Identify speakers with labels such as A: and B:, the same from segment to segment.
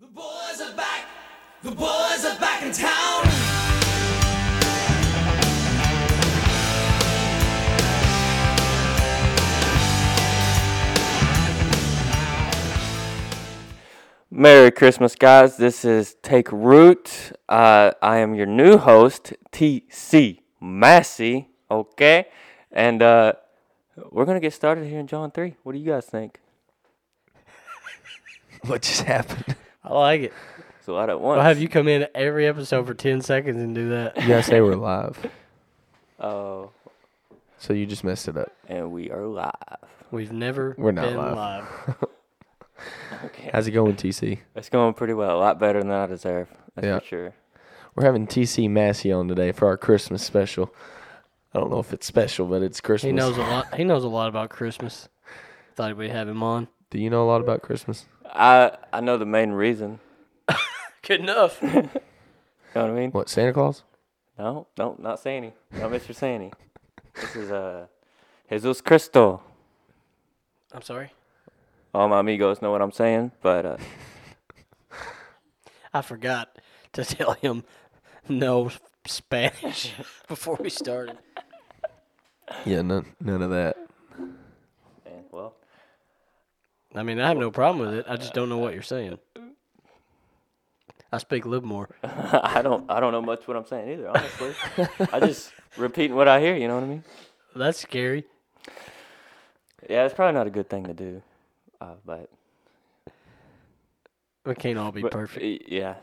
A: The boys are back. The boys are back in town.
B: Merry Christmas, guys. This is Take Root. Uh, I am your new host, TC Massey. Okay. And uh, we're going to get started here in John 3. What do you guys think?
C: What just happened?
D: I like it.
B: It's a lot at once.
D: I'll have you come in every episode for 10 seconds and do that.
C: You gotta say we're live.
B: Oh,
C: So you just messed it up.
B: and we are live.
D: We've never
C: We're not
D: been
C: live.
B: Okay.
C: How's it going, TC?
B: It's going pretty well. A lot better than I deserve. That's
C: Yeah.
B: for sure.
C: We're having TC Massey on today for our Christmas special. I don't know if it's special, but it's Christmas.
D: He knows a lot. He knows a lot about Christmas. Thought we'd have him on.
C: Do you know a lot about Christmas?
B: I, I know the main reason.
D: Good enough.
B: You know what I mean?
C: What Santa Claus?
B: No, no, not Sandy. Not Mr. Sandy. This is uh, Jesus Cristo.
D: I'm sorry.
B: All my amigos know what I'm saying, but. Uh,
D: I forgot to tell him no Spanish before we started.
C: Yeah, none, none of that.
B: Man, well,
D: I mean, I have no problem with it. I just don't know what you're saying. I speak a little more.
B: I don't, I don't know much what I'm saying either. Honestly, I just repeating what I hear. You know what I mean?
D: That's scary.
B: Yeah, it's probably not a good thing to do, uh, but
D: We can't all be
B: but,
D: perfect.
B: y- Yeah,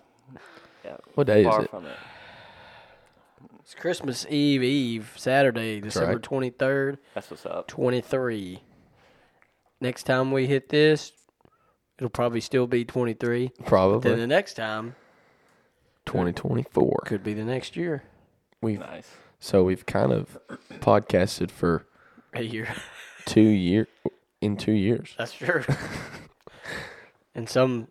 B: yeah.
C: What day
B: far
C: is it?
B: from it.
D: It's Christmas Eve, Eve, Saturday, December
C: right.
D: 23rd.
B: That's what's up.
D: 23. Next time we hit this, it'll probably still be 23. Then the
C: Probably
D: next time
C: 2024.
D: could be the next year.
C: We've
B: Nice.
C: so we've kind of podcasted for
D: A year.
C: two year in two years.
D: That's true. In some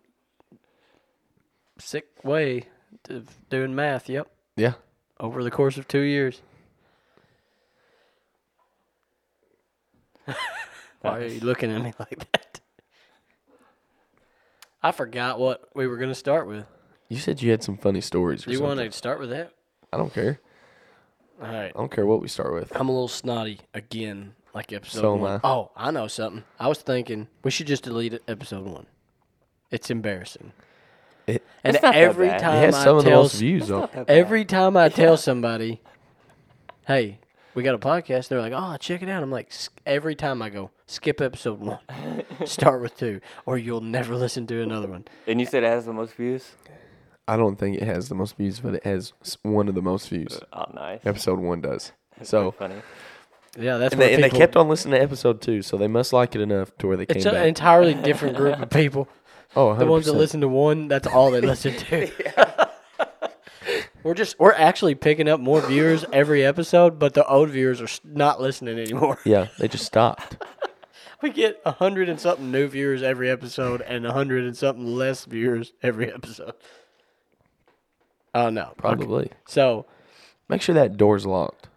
D: sick way of doing math. Yep.
C: Yeah,
D: Over the course of two years. Why are you looking at me like that? I forgot what we were going to start with.
C: you said you had some funny stories. Or
D: Do you
C: something.
D: want to start with that?
C: I don't care.
D: All right.
C: I don't care what we start with.
D: I'm a little snotty again, like episode
C: So am
D: one.
C: I.
D: Oh, I know something. I was thinking we should just delete episode one. It's embarrassing.
C: It-
D: and
B: not that
D: every
B: bad. It
C: It
D: time
C: has some
D: I
C: of the
D: tell
C: most
D: s-
C: views though.
D: every time I tell somebody, "Hey, we got a podcast," they're like, "Oh, check it out." I'm like, "S- every time I go, skip episode one, start with two, or you'll never listen to another one.
B: And you said it has the most views.
C: I don't think it has the most views, but it has s- one of the most views.
B: Oh, nice.
C: Episode one does.
B: That's pretty
C: So
B: funny.
D: Yeah, that's
C: and they,
D: what
C: and they
D: people-
C: kept on listening to episode two, so they must like it enough to where they came
D: It's an
C: back.
D: entirely different group of people.
C: oh, 100%.
D: The ones that listen to one, that's all they listen to. we're just we're actually picking up more viewers every episode, but the old viewers are s- not listening anymore.
C: Yeah, they just stopped.
D: We get a hundred and something new viewers every episode, and a hundred and something less viewers every episode. Oh no, Okay.
C: Probably.
D: So
C: Make sure that door's locked,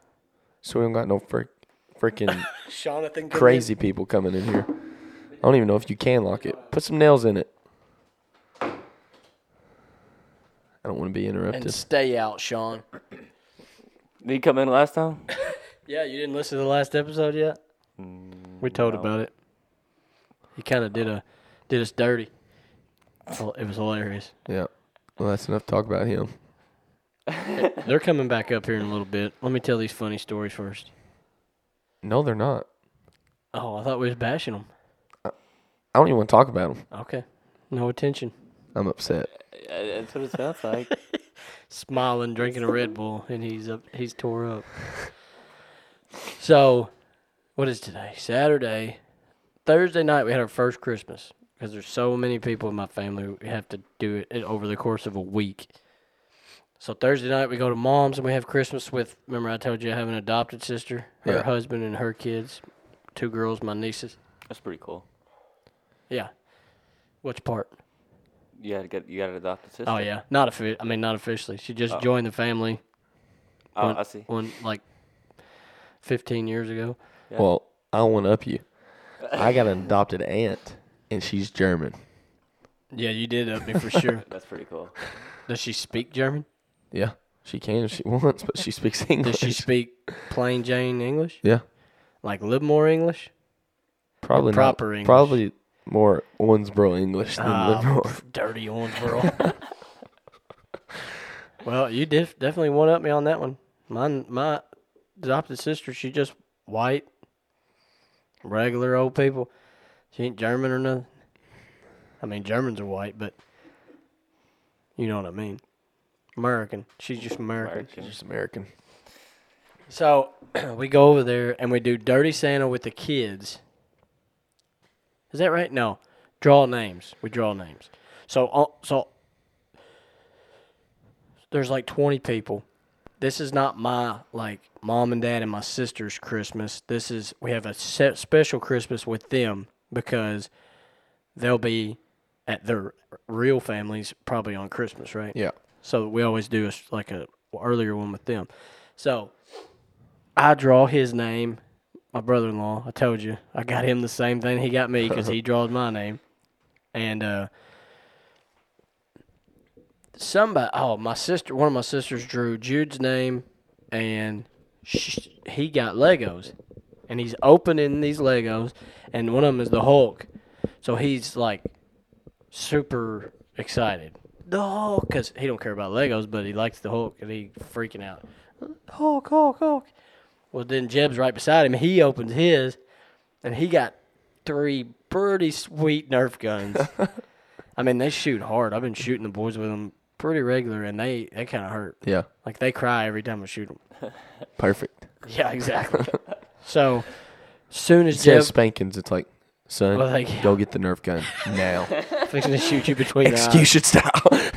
C: so we don't got no frick, freaking
D: Jonathan, couldn't
C: crazy people coming in here. I don't even know if you can lock it. Put some nails in it. I don't want to be
D: even-
C: interrupted.
D: and stay out, Sean.
B: Did he come in last time?
D: Yeah, you didn't listen to the last episode yet.
C: Mm,
D: we told about it. He kind of did a did us dirty. Well, It was hilarious.
C: Yeah. Well, that's enough talk about him.
D: They're coming back up here in a little bit. Let me tell these funny stories first.
C: No, they're not.
D: Oh, I thought we was bashing them.
C: I don't even want to talk about him.
D: Okay, no attention.
C: I'm upset.
B: Yeah, That's what it sounds like.
D: Smiling, drinking a Red Bull, and he's up. He's tore up. So, what is today? Saturday, Thursday night. We had our first Christmas because there's so many people in my family. We have to do it eh, over the course of a week. So Thursday night we go to mom's and we have Christmas with. Remember I told you I have an adopted sister, her
C: Yeah.
D: husband, and her kids, two girls, my nieces.
B: That's pretty cool.
D: Yeah. Which part?
B: You gotta get, you gotta adopt a system.
D: Oh yeah, not offi- I mean, not officially. She just joined the family
B: Oh,
D: when-
B: I see.
D: when like fifteen years ago.
B: Yeah.
C: Well, I want to up you. I got an adopted aunt, and she's German.
D: Yeah, you did up me for sure.
B: That's pretty cool.
D: Does she speak German?
C: Yeah, she can if she wants, but she speaks English.
D: Does she speak plain Jane English?
C: yeah,
D: Like Livermore English?
C: probably not-
D: proper English.
C: Probably more Owensboro English than
D: Ah,
C: Livermore.
D: Dirty orange world. well, you def- definitely one up me on that one. My my adopted sister, she just white, regular old people. She ain't German or nothing. I mean, Germans are white, but you know what I mean. American. She's just American.
C: She's just American.
D: So we go over there and we do Dirty Santa with the kids. Is that right? No, draw names. We draw names. So uh, so there's like 20 people. This is not my like mom and dad and my sister's Christmas. This is we have a set special Christmas with them because they'll be at their real families probably on Christmas, right?
C: Yeah.
D: So we always do a, s- like a earlier one with them. So I draw his name. My brother in law, I told you, I got him the same thing he got me because he draws my name. And uh, somebody, oh, my sister, one of my sisters drew Jude's name and sh he got Legos. And he's opening these Legos, and one of them is the Hulk. So he's like super excited. The Hulk, because he don't care about Legos, but he likes the Hulk, and he freaking out. Hulk, Hulk, Hulk. Well, then Jeb's right beside him. He opens his, and he got three pretty sweet Nerf guns. I mean, they shoot hard. I've been shooting the boys with them pretty regular, and they they kind of hurt.
C: Yeah.
D: Like they cry every time I shoot them.
C: Perfect.
D: Yeah, exactly. so, soon as
C: Instead
D: Jeb
C: of spankings, it's like, son,
D: Well, like-
C: go get the Nerf gun now.
D: fixing to shoot you between the eyes.
C: Execution style.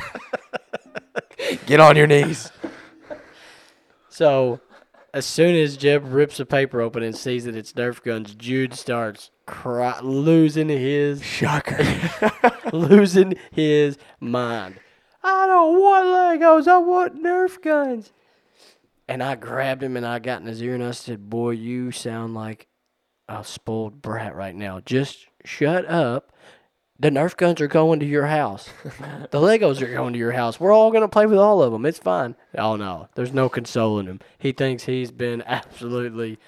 C: get on your knees.
D: So, as soon as Jeb rips the paper open and sees that it's Nerf guns, Jude starts cry- losing his
C: Shocker.
D: losing his mind. I don't want Legos. I want Nerf guns. And I grabbed him and I got in his ear and I said, "Boy, you sound like a spoiled brat right now. Just shut up. The Nerf guns are going to your house. the Legos are going to your house. We're all going to play with all of them. It's fine. Oh, no. There's no consoling him. He thinks he's been absolutely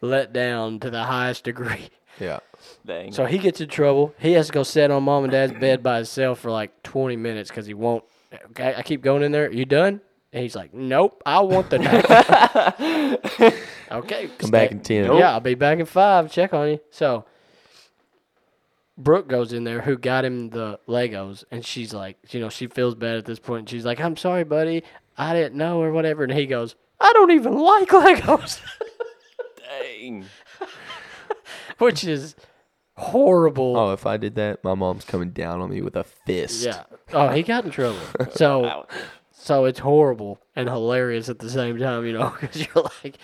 D: let down to the highest degree.
C: yeah.
B: Dang.
D: So he gets in trouble. He has to go sit on mom and dad's bed by himself for like 20 minutes because he won't. Okay, I keep going in there. You done? And he's like, Nope, I want the knife. okay.
C: Come back
D: stay-
C: in 10.
D: Yeah, I'll be back in five. Check on you. So Brooke goes in there, who got him the Legos, and she's like, You know, she feels bad at this point. And she's like, I'm sorry, buddy. I didn't know or whatever. And he goes, I don't even like Legos.
B: Dang.
D: Which is horrible.
C: Oh, if I did that, my mom's coming down on me with a fist.
D: Yeah. Oh, he got in trouble. So, so it's horrible and hilarious at the same time, you know, because you're like,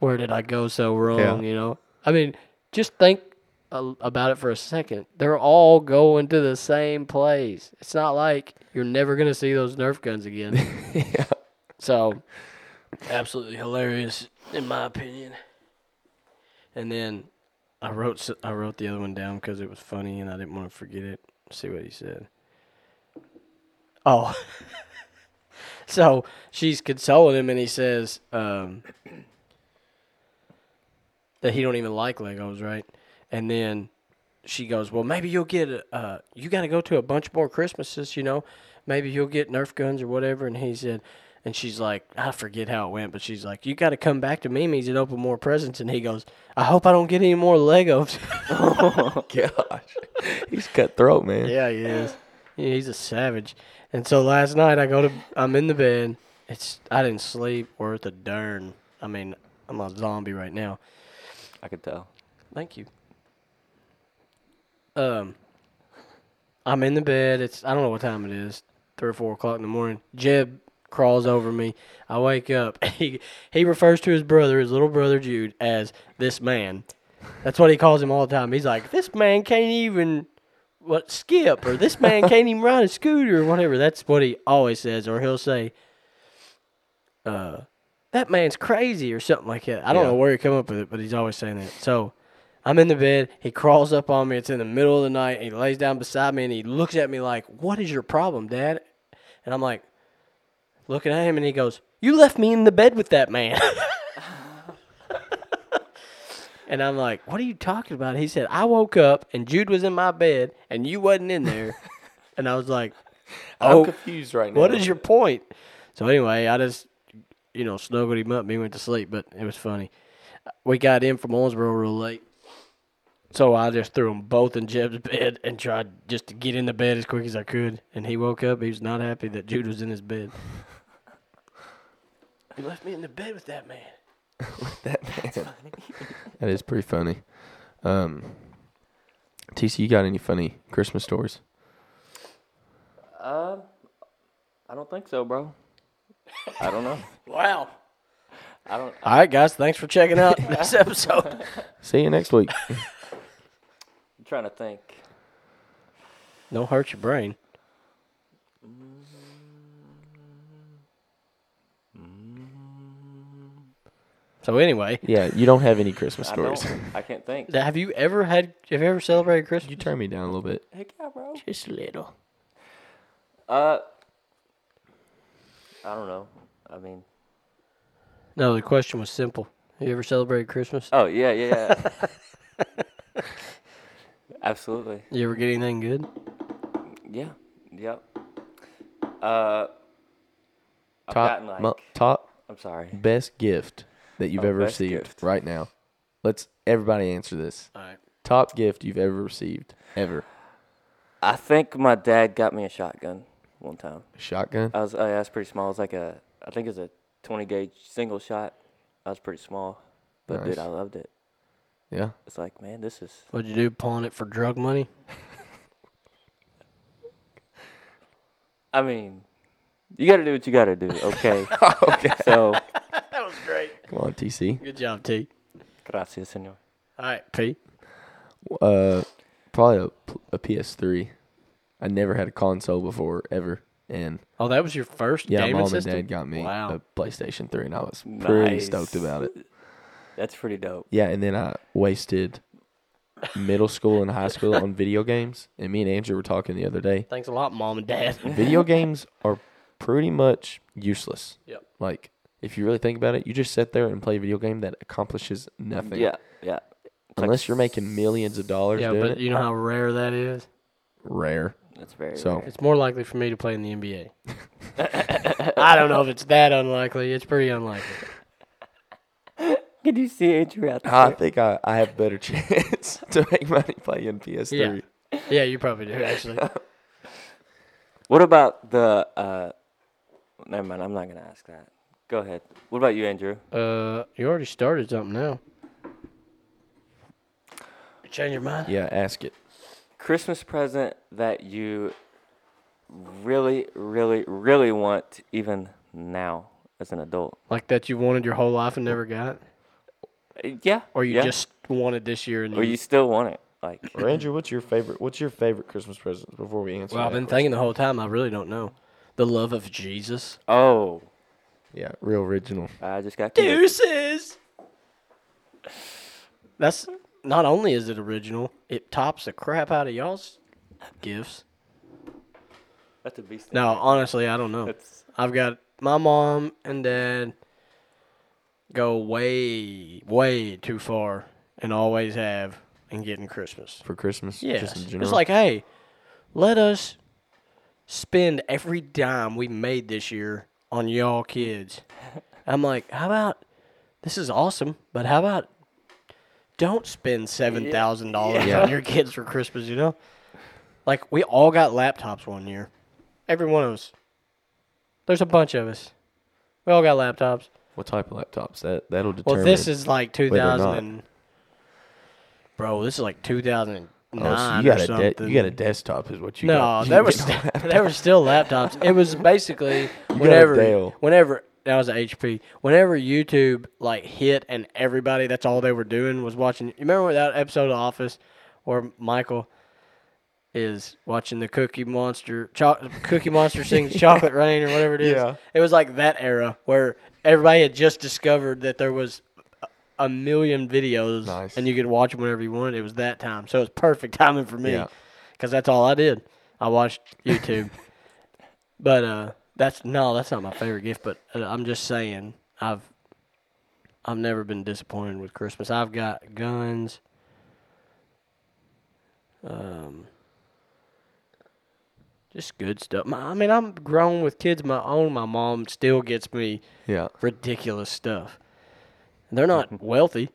D: where did I go so wrong?
C: Yeah.
D: You know, I mean, just think a- about it for a second. They're all going to the same place. It's not like you're never gonna see those Nerf guns again. yeah. So, absolutely hilarious in my opinion. And then I wrote s- I wrote the other one down because it was funny and I didn't want to forget it. See what he said. Oh, so she's consoling him and he says um, that he don't even like Legos, right? And then she goes, "Well, maybe you'll get a, uh, you got to go to a bunch more Christmases, you know. Maybe you'll get Nerf guns or whatever." And he said. And she's like, I forget how it went, but she's like, You got to come back to Mimi's and open more presents. And he goes, I hope I don't get any more Legos.
C: Gosh. He's cutthroat, man.
D: Yeah, he is. Yeah, he's a savage. And so last night I go to I'm in the bed. It's I didn't sleep worth a darn. I mean, I'm a zombie right now.
B: I could tell.
D: Thank you. Um I'm in the bed. It's I don't know what time it is. Three or four o'clock in the morning. Jeb crawls over me. I wake up. He he refers to his brother, his little brother Jude, as this man. That's what he calls him all the time. He's like, This man can't even what skip or this man can't even ride a scooter or whatever. That's what he always says, or he'll say, uh, that man's crazy or something like that. I don't
C: Yeah.
D: know where he come up with it, but he's always saying that. So I'm in the bed. He crawls up on me. It's in the middle of the night. He lays down beside me and he looks at me like, What is your problem, Dad? And I'm like, looking at him and he goes, You left me in the bed with that man. and I'm like, What are you talking about? He said, I woke up and Jude was in my bed and you wasn't in there. and I was like,
C: I'm
D: Oh,
C: confused right now.
D: What is your point? So anyway, I just you know snuggled him up and he went to sleep, but it was funny. We got in from Owensboro real late, so I just threw them both in Jeb's bed and tried just to get in the bed as quick as I could. And he woke up; he was not happy that Jude was in his bed. you left me in the bed with that man.
C: That is pretty funny. Um, TC, you got any funny Christmas stories?
B: Uh, I don't think so, bro. I don't know.
D: Wow.
B: I don't.
D: All right, guys, thanks for checking out this episode.
C: See you next week.
B: I'm trying to think.
D: Don't hurt your brain.
C: Mm.
D: So anyway,
C: yeah, you don't have any Christmas
B: I
C: stories.
B: don't. I can't think.
D: th- have you ever had? Have you ever celebrated Christmas?
C: You turn me down a little bit.
B: Heck yeah, bro.
D: Just a little.
B: Uh, I don't know. I mean,
D: No, the question was simple. Have you ever celebrated Christmas?
B: oh yeah, yeah, yeah. Absolutely.
D: You ever get anything good?
B: Yeah. Yep. Uh, I've
C: Top,
B: gotten like.
C: mo- top
B: I'm sorry.
C: best gift that you've
B: Oh,
C: ever
B: best
C: received
B: gift.
C: right now. Let's everybody answer this.
D: All right.
C: Top gift you've ever received ever.
B: I think my dad got me a shotgun one time.
C: Shotgun.
B: I was I was pretty small. It was like a I think it was a 20 gauge single shot. I was pretty small, but
C: Nice.
B: dude, I loved it.
C: Yeah.
B: It's like, man, this is
D: What'd you do? Pawn it for drug money?
B: I mean, you got to do what you got to do, okay? okay. So,
D: That was great.
C: Come on, TC.
D: Good job, T.
B: gracias, señor.
D: All right, P.
C: Uh, probably a, pl- a PS3. I never had a console before ever, and
D: Oh, that was your first
C: yeah,
D: gaming
C: mom
D: system?
C: and dad got me
D: Wow.
C: a PlayStation 3, and I was pretty
B: Nice.
C: stoked about it.
B: That's pretty dope.
C: Yeah, and then I wasted middle school and high school on video games. And me and Andrew were talking the other day.
D: Thanks a lot, mom and dad.
C: Video games are pretty much useless.
D: Yep.
C: Like if you really think about it, you just sit there and play a video game that accomplishes nothing.
B: Yeah, yeah. like
C: Unless you're making millions of dollars
D: yeah,
C: doing
D: but
C: it.
D: you know how rare that is.
C: Rare.
B: That's very
C: So
B: rare.
D: It's more likely for me to play in the NBA. I don't know if it's that unlikely. It's pretty unlikely.
B: Can you see Andrew out there?
C: I think I, I have better chance to make money playing PS3.
D: Yeah. Yeah, you probably do, actually.
B: What about the? uh Never mind. I'm not gonna ask that. Go ahead. What about you, Andrew?
D: Uh, you already started something now. Change your mind?
C: Yeah, ask it.
B: Christmas present that you really, really, really want, even now as an adult.
D: Like that you wanted your whole life and never got?
B: Uh, Yeah.
D: Or you
B: yeah.
D: just wanted this year and
B: Or you still want it? Like
C: Andrew, what's your favorite what's your favorite Christmas present before we answer?
D: Well, I've
C: that
D: been
C: question?
D: thinking the whole time. I really don't know. The love of Jesus.
B: oh,
C: Yeah, real original.
B: I just got convicted.
D: Deuces! That's not only is it original, it tops the crap out of y'all's gifts.
B: That's a beast.
D: No, honestly, I don't know.
B: That's
D: I've got my mom and dad go way, way too far and always have in getting Christmas.
C: For Christmas.
D: Yes.
C: Just in general.
D: It's like, hey, let us spend every dime we made this year on y'all kids. I'm like, how about this is awesome, but how about don't spend seven thousand dollars
C: Yeah.
D: on your kids for Christmas, you know? Like we all got laptops one year. Every one of us. There's a bunch of us. We all got laptops.
C: what type of laptops? That that'll
D: Well,
C: determine
D: this is like two
C: or not.
D: thousand and bro, this is like two thousand
C: Oh,
D: nine.
C: so you got a de- you got a desktop is what you
D: No,
C: got.
D: there was there were still laptops. It was basically whenever
C: Dell.
D: whenever that was a HP. Whenever YouTube like hit and everybody that's all they were doing was watching. You remember that episode of The Office where Michael is watching the Cookie Monster cho- Cookie Monster sings Chocolate Rain or whatever it is.
C: Yeah.
D: It was like that era where everybody had just discovered that there was a million videos,
C: Nice.
D: and you could watch them whenever you wanted. It was that time, so it was perfect timing for me
C: Yeah.
D: because that's all I did. I watched YouTube, but uh, that's no, that's not my favorite gift. But uh, I'm just saying, I've I've never been disappointed with Christmas. I've got guns. Um, just good stuff. My, I mean, I'm grown with kids my own. My mom still gets me
C: Yeah.
D: ridiculous stuff. They're not wealthy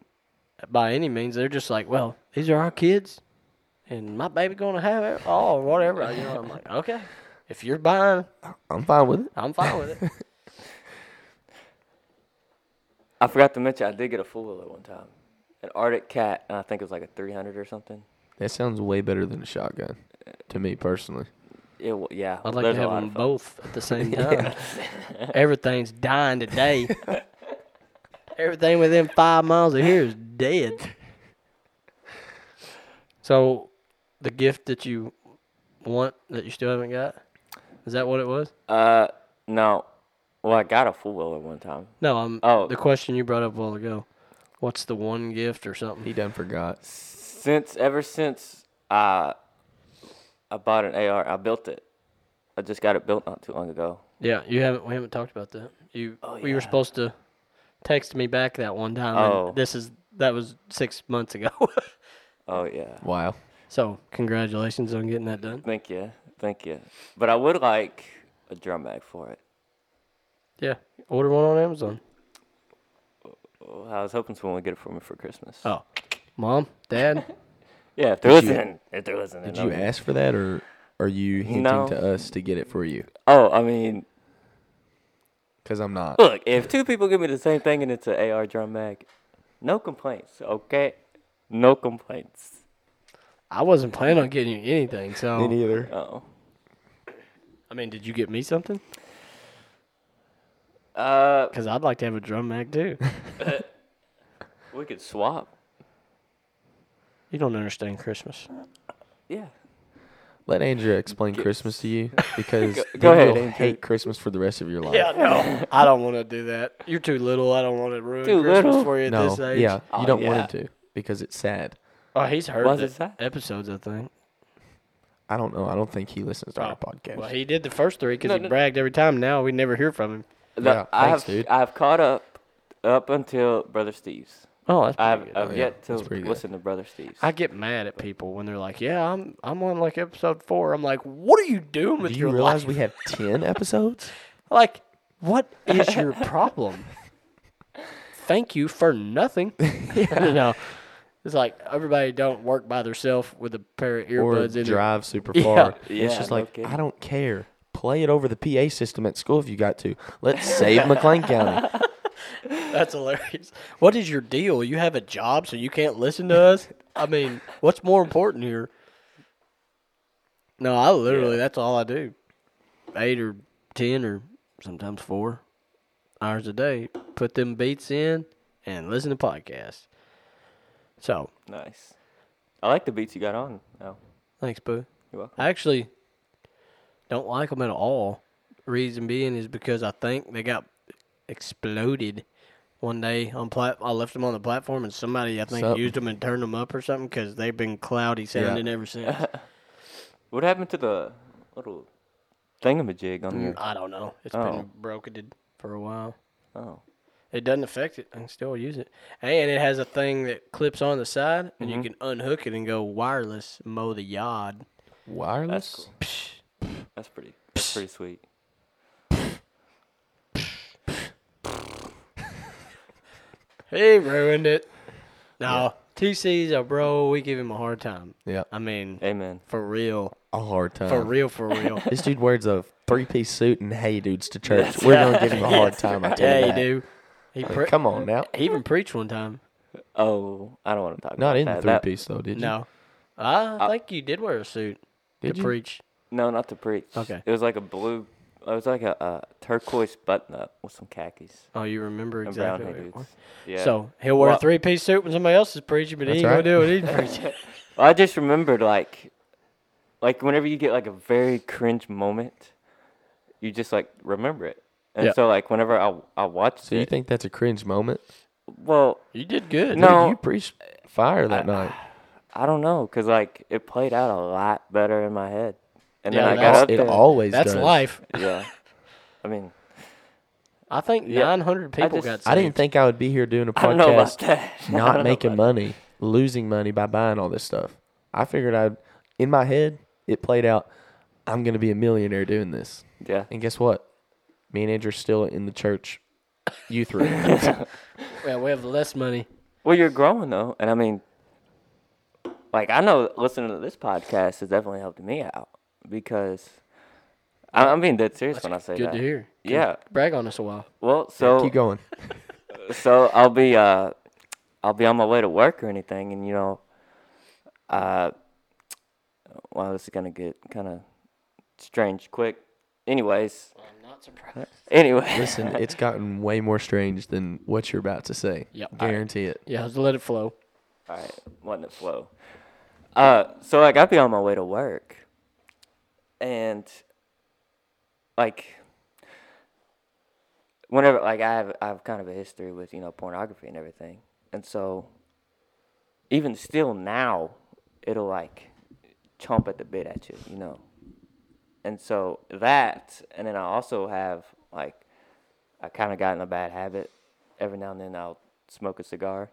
D: by any means. They're just like, well, these are our kids, and my baby gonna have it all, or whatever. You know, I'm like, okay, if you're buying,
C: I'm fine with it.
D: I'm fine with it.
B: I forgot to mention I did get a full wheel at one time, an Arctic Cat, and I think it was like a 300 or something.
C: That sounds way better than a shotgun, to me personally.
B: It, wa- yeah,
D: I'd like
B: there's
D: to
B: a
D: have
B: lot
D: them
B: of fun.
D: both at the same time. Everything's dying today. Everything within five miles of here is dead. So, the gift that you want that you still haven't got is that what it was?
B: Uh, no, well I got a full wheel at one time.
D: No, I'm.
B: Oh.
D: the question you brought up a while ago. What's the one gift or something?
C: He done forgot.
B: Since ever since I I bought an AR, I built it. I just got it built not too long ago.
D: Yeah, you haven't. We haven't talked about that. You. We were supposed to text me back that one time.
B: Oh.
D: And this is that was six months ago.
B: Oh yeah.
C: Wow.
D: so congratulations on getting that done.
B: Thank you, thank you. But I would like a drum mag for it.
D: Yeah, order one on Amazon.
B: Oh, I was hoping someone would get it for me for Christmas.
D: Oh, mom, dad.
B: Yeah, if they're
C: Did you-
B: listening, if they're listening.
C: Did you
B: I'm-
C: ask for that, or are you hinting
B: No.
C: to us to get it for you?
B: Oh, I mean,
C: Because I'm not.
B: look, if two people give me the same thing and it's an AR drum mag, no complaints, okay? No complaints.
D: I wasn't planning on getting you anything. So
C: Me neither.
B: Oh.
D: I mean, did you get me something?
B: Uh,
D: Because I'd like to have a drum mag too.
B: we could swap.
D: you don't understand Christmas.
B: Yeah.
C: Let Andrea explain Christmas to you because
B: Go-
C: then
B: go ahead,
C: you'll
B: Andrea.
C: hate Christmas for the rest of your life.
D: no, I don't want to do that. You're too little. I don't want to ruin
B: Too
D: Christmas
B: little?
D: for you at
C: no,
D: this age.
C: yeah, you
B: Oh,
C: don't
B: yeah.
C: want it to because it's sad.
D: Oh, he's heard
B: Was
D: the
B: it that?
D: episodes, I think.
C: I don't know. I don't think he listens to our podcast.
D: Oh, Well, he did the first three because
B: No,
D: he
B: no.
D: bragged every time. Now we never hear from him.
B: The-
C: Yeah,
B: I
C: thanks,
B: have,
C: dude.
B: I've caught up up until Brother Steve's.
D: Oh, that's
B: I've, I've
C: yeah,
B: yet to
C: that's pretty good.
B: listen to Brother Steve's.
D: I get mad at people when they're like, "Yeah, I'm I'm on like episode four. I'm like, "What are you doing with
C: Do you
D: your
C: realize
D: life?
C: we have ten episodes?
D: like, what is your problem? Thank you for nothing." you know, it's like everybody don't work by themselves with a pair of
C: or
D: earbuds in their
C: drive super
D: Yeah.
C: far.
B: Yeah,
C: it's just
B: no
C: like
B: kidding.
C: I don't care. Play it over the PA system at school if you got to. Let's save McLean County.
D: That's hilarious. What is your deal? You have a job, so you can't listen to us? I mean, what's more important here? No, I literally, that's all I do. Eight or 10 or sometimes four hours a day. Put them beats in and listen to podcasts. So,
B: nice. I like the beats you got on. Oh,
D: thanks, Boo.
B: you're welcome.
D: I actually don't like them at all. Reason being is because I think they got exploded one day on plat. I left them on the platform, and somebody I think
C: Something.
D: used them and turned them up or something because they've been cloudy sounding ever since.
B: What happened to the little thingamajig on
C: Mm.
B: your.
D: I don't know. It's
B: Oh.
D: been broketed for a while.
B: Oh.
D: It doesn't affect it. I can still use it, and it has a thing that clips on the side,
B: Mm-hmm.
D: and you can unhook it and go wireless mow the yard.
C: Wireless.
B: cool. That's pretty. That's pretty sweet.
D: He ruined it. No, TC's a bro. We give him a hard time.
C: Yeah,
D: I mean,
B: Amen.
D: for real,
C: a hard time.
D: for real, for real.
C: This dude wears a three piece suit and hey dudes to church. We're gonna give him a hard time. I tell you
D: yeah, you
C: that.
D: do. He
C: Like,
D: pre-
C: come on now.
D: He even preached one time.
B: Oh, I don't want to talk about
C: Not in the
B: that.
C: three
B: That-
C: piece though, did you?
D: No, I think you did wear a suit
C: Did
D: to
C: you?
D: preach.
B: No, not to preach.
D: Okay.
B: It was like a blue. It was like a, uh turquoise button up with some khakis
D: Oh, you remember
B: and
D: exactly.
B: brown
D: what you
B: hoodies.
D: wore.
B: Yeah.
D: So he'll wear a
B: Well-
D: three piece suit when somebody else is preaching, but he ain't
C: That's
D: gonna do what he's preaching.
B: Well, I just remembered like, like whenever you get like a very cringe moment, you just like remember it. And
D: Yeah.
B: so like whenever I I watched
C: So
B: it,
C: you think that's a cringe moment?
B: well,
D: You did good.
B: No.
C: you preached fire that night.
B: I don't know, cause like it played out a lot better in my head, and
D: Yeah,
B: then I got
D: that's-
B: up
C: it
B: there.
C: always
D: That's
C: does.
D: life.
B: yeah, I mean,
D: I think
B: Yeah.
D: 900 people
B: just-
D: got saved.
C: I didn't think I would be here doing a
B: I don't know about
C: podcast
B: that. I don't know
C: not making
B: about
C: money, losing money by buying all this stuff. I figured I'd in my head it played out. I'm gonna be a millionaire doing this,
B: that. Yeah,
C: and guess what? Me and Andrew still in the church youth room.
D: Yeah, we have less money.
B: Well, you're growing though, and I mean, like I know listening to this podcast has definitely helped me out because I- I'm being dead serious when I say
D: Good
B: that.
D: to hear.
B: Yeah.
D: Brag on us a while.
B: Well, so
C: Keep going.
B: so I'll be uh I'll be on my way to work or anything, and you know, uh, well, this is gonna get kind of strange quick. Anyways,
D: I'm not surprised.
B: anyway,
C: Listen, it's gotten way more strange than what you're about to say.
D: Yep.
C: Guarantee it.
D: Yeah, just let it flow.
B: All right, letting it flow. Uh, so like I'd be on my way to work, and like whenever like I have I have kind of a history with you know pornography and everything, and so even still now it'll like chomp at the bit at you, you know, and so that and then I also have like I kind of got in a bad habit. Every now and then I'll smoke a cigar,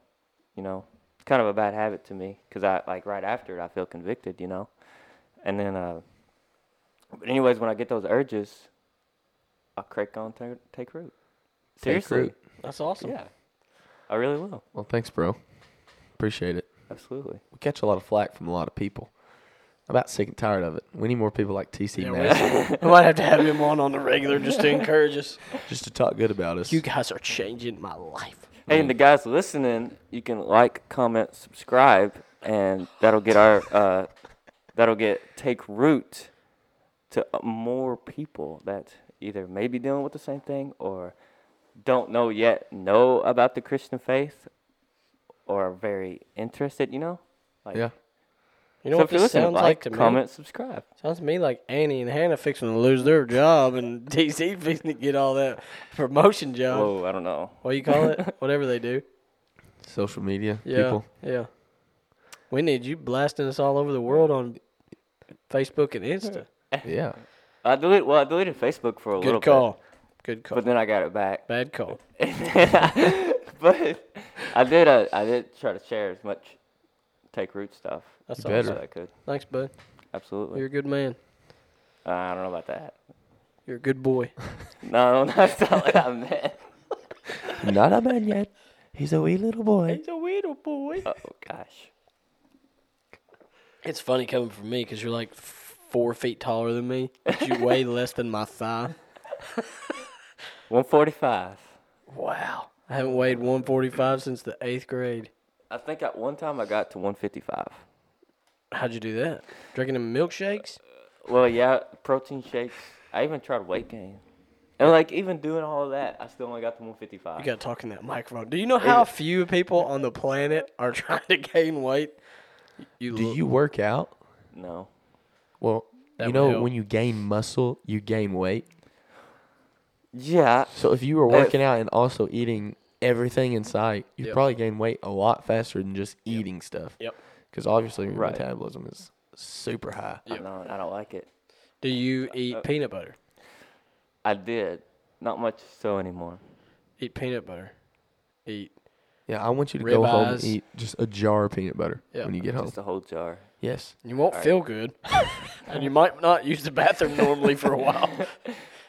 B: you know. It's kind of a bad habit to me because I like right after it I feel convicted, you know. And then, uh, but anyways, when I get those urges, I crack on ta take root. Seriously,
C: root.
D: That's awesome.
B: yeah, I really will.
C: Well, thanks, bro. Appreciate it.
B: Absolutely.
C: We catch a lot of flack from a lot of people. I'm about sick and tired of it. We need more people like TC
D: Yeah,
C: Massey
D: we, we might have to have him on on the regular just to encourage us.
C: just to talk good about us.
D: You guys are changing my life.
B: Hey, and the guys listening, you can like, comment, subscribe, and that'll get our uh, that'll get take root to uh, more people that either may be dealing with the same thing or don't know yet know about the Christian faith or are very interested. You know, like,
C: yeah.
D: You know
B: so
D: what
B: if you're
D: this
B: listening,
D: sounds
B: like,
D: like, to me?
B: comment, subscribe.
D: Sounds to me like Annie and Hannah fixing to lose their job and DC fixing to get all that promotion job.
B: Whoa, I don't know.
D: What do you call it? Whatever they do.
C: Social media
D: Yeah.
C: people.
D: Yeah. We need you blasting us all over the world on Facebook and Insta.
C: Yeah.
B: I delete well, I deleted Facebook for a little
D: Good call.
B: bit,
D: Good call.
B: but then I got it back.
D: Bad call.
B: but I did. Uh, I did try to share as much take root stuff
D: That's
C: You better.
D: awesome.
B: as I could.
D: Thanks, bud.
B: Absolutely.
D: You're a good man.
B: Uh, I don't know about that.
D: You're a good boy.
B: No, that's not what I meant.
C: Not a man yet. He's a wee little boy.
D: a little boy.
B: Oh gosh.
D: It's funny coming from me because you're like f- four feet taller than me. But you weigh less than my thigh.
B: 145.
D: Wow. I haven't weighed 145 since the eighth grade.
B: I think at one time I got to 155.
D: How'd you do that? Drinking them milkshakes?
B: Well, yeah, protein shakes. I even tried weight gain, and like even doing all of that, I still only got to 155.
D: You got to talk in that microphone. Do you know how few people on the planet are trying to gain weight? You
C: Do
D: look-
C: you work out?
B: no.
C: Well,
D: That
C: you
D: would
C: know
D: help.
C: when you gain muscle, you gain weight.
B: Yeah.
C: So if you were
B: Uh,
C: working out and also eating everything in sight, you'd
D: Yep.
C: probably gain weight a lot faster than just eating stuff.
D: Yep.
C: Because obviously your
B: Right.
C: metabolism is super high.
B: I No, I don't like it.
D: Do you
C: Uh,
D: eat peanut butter?
B: I did. Not much so anymore.
D: Eat peanut butter. Eat.
C: Yeah, I want you to
D: Rib
C: go home and
D: eyes.
C: eat just a jar of peanut butter
D: Yeah.
C: when you get home.
B: Just a whole jar.
C: Yes.
D: You won't feel good, and you might not use the bathroom normally for a while.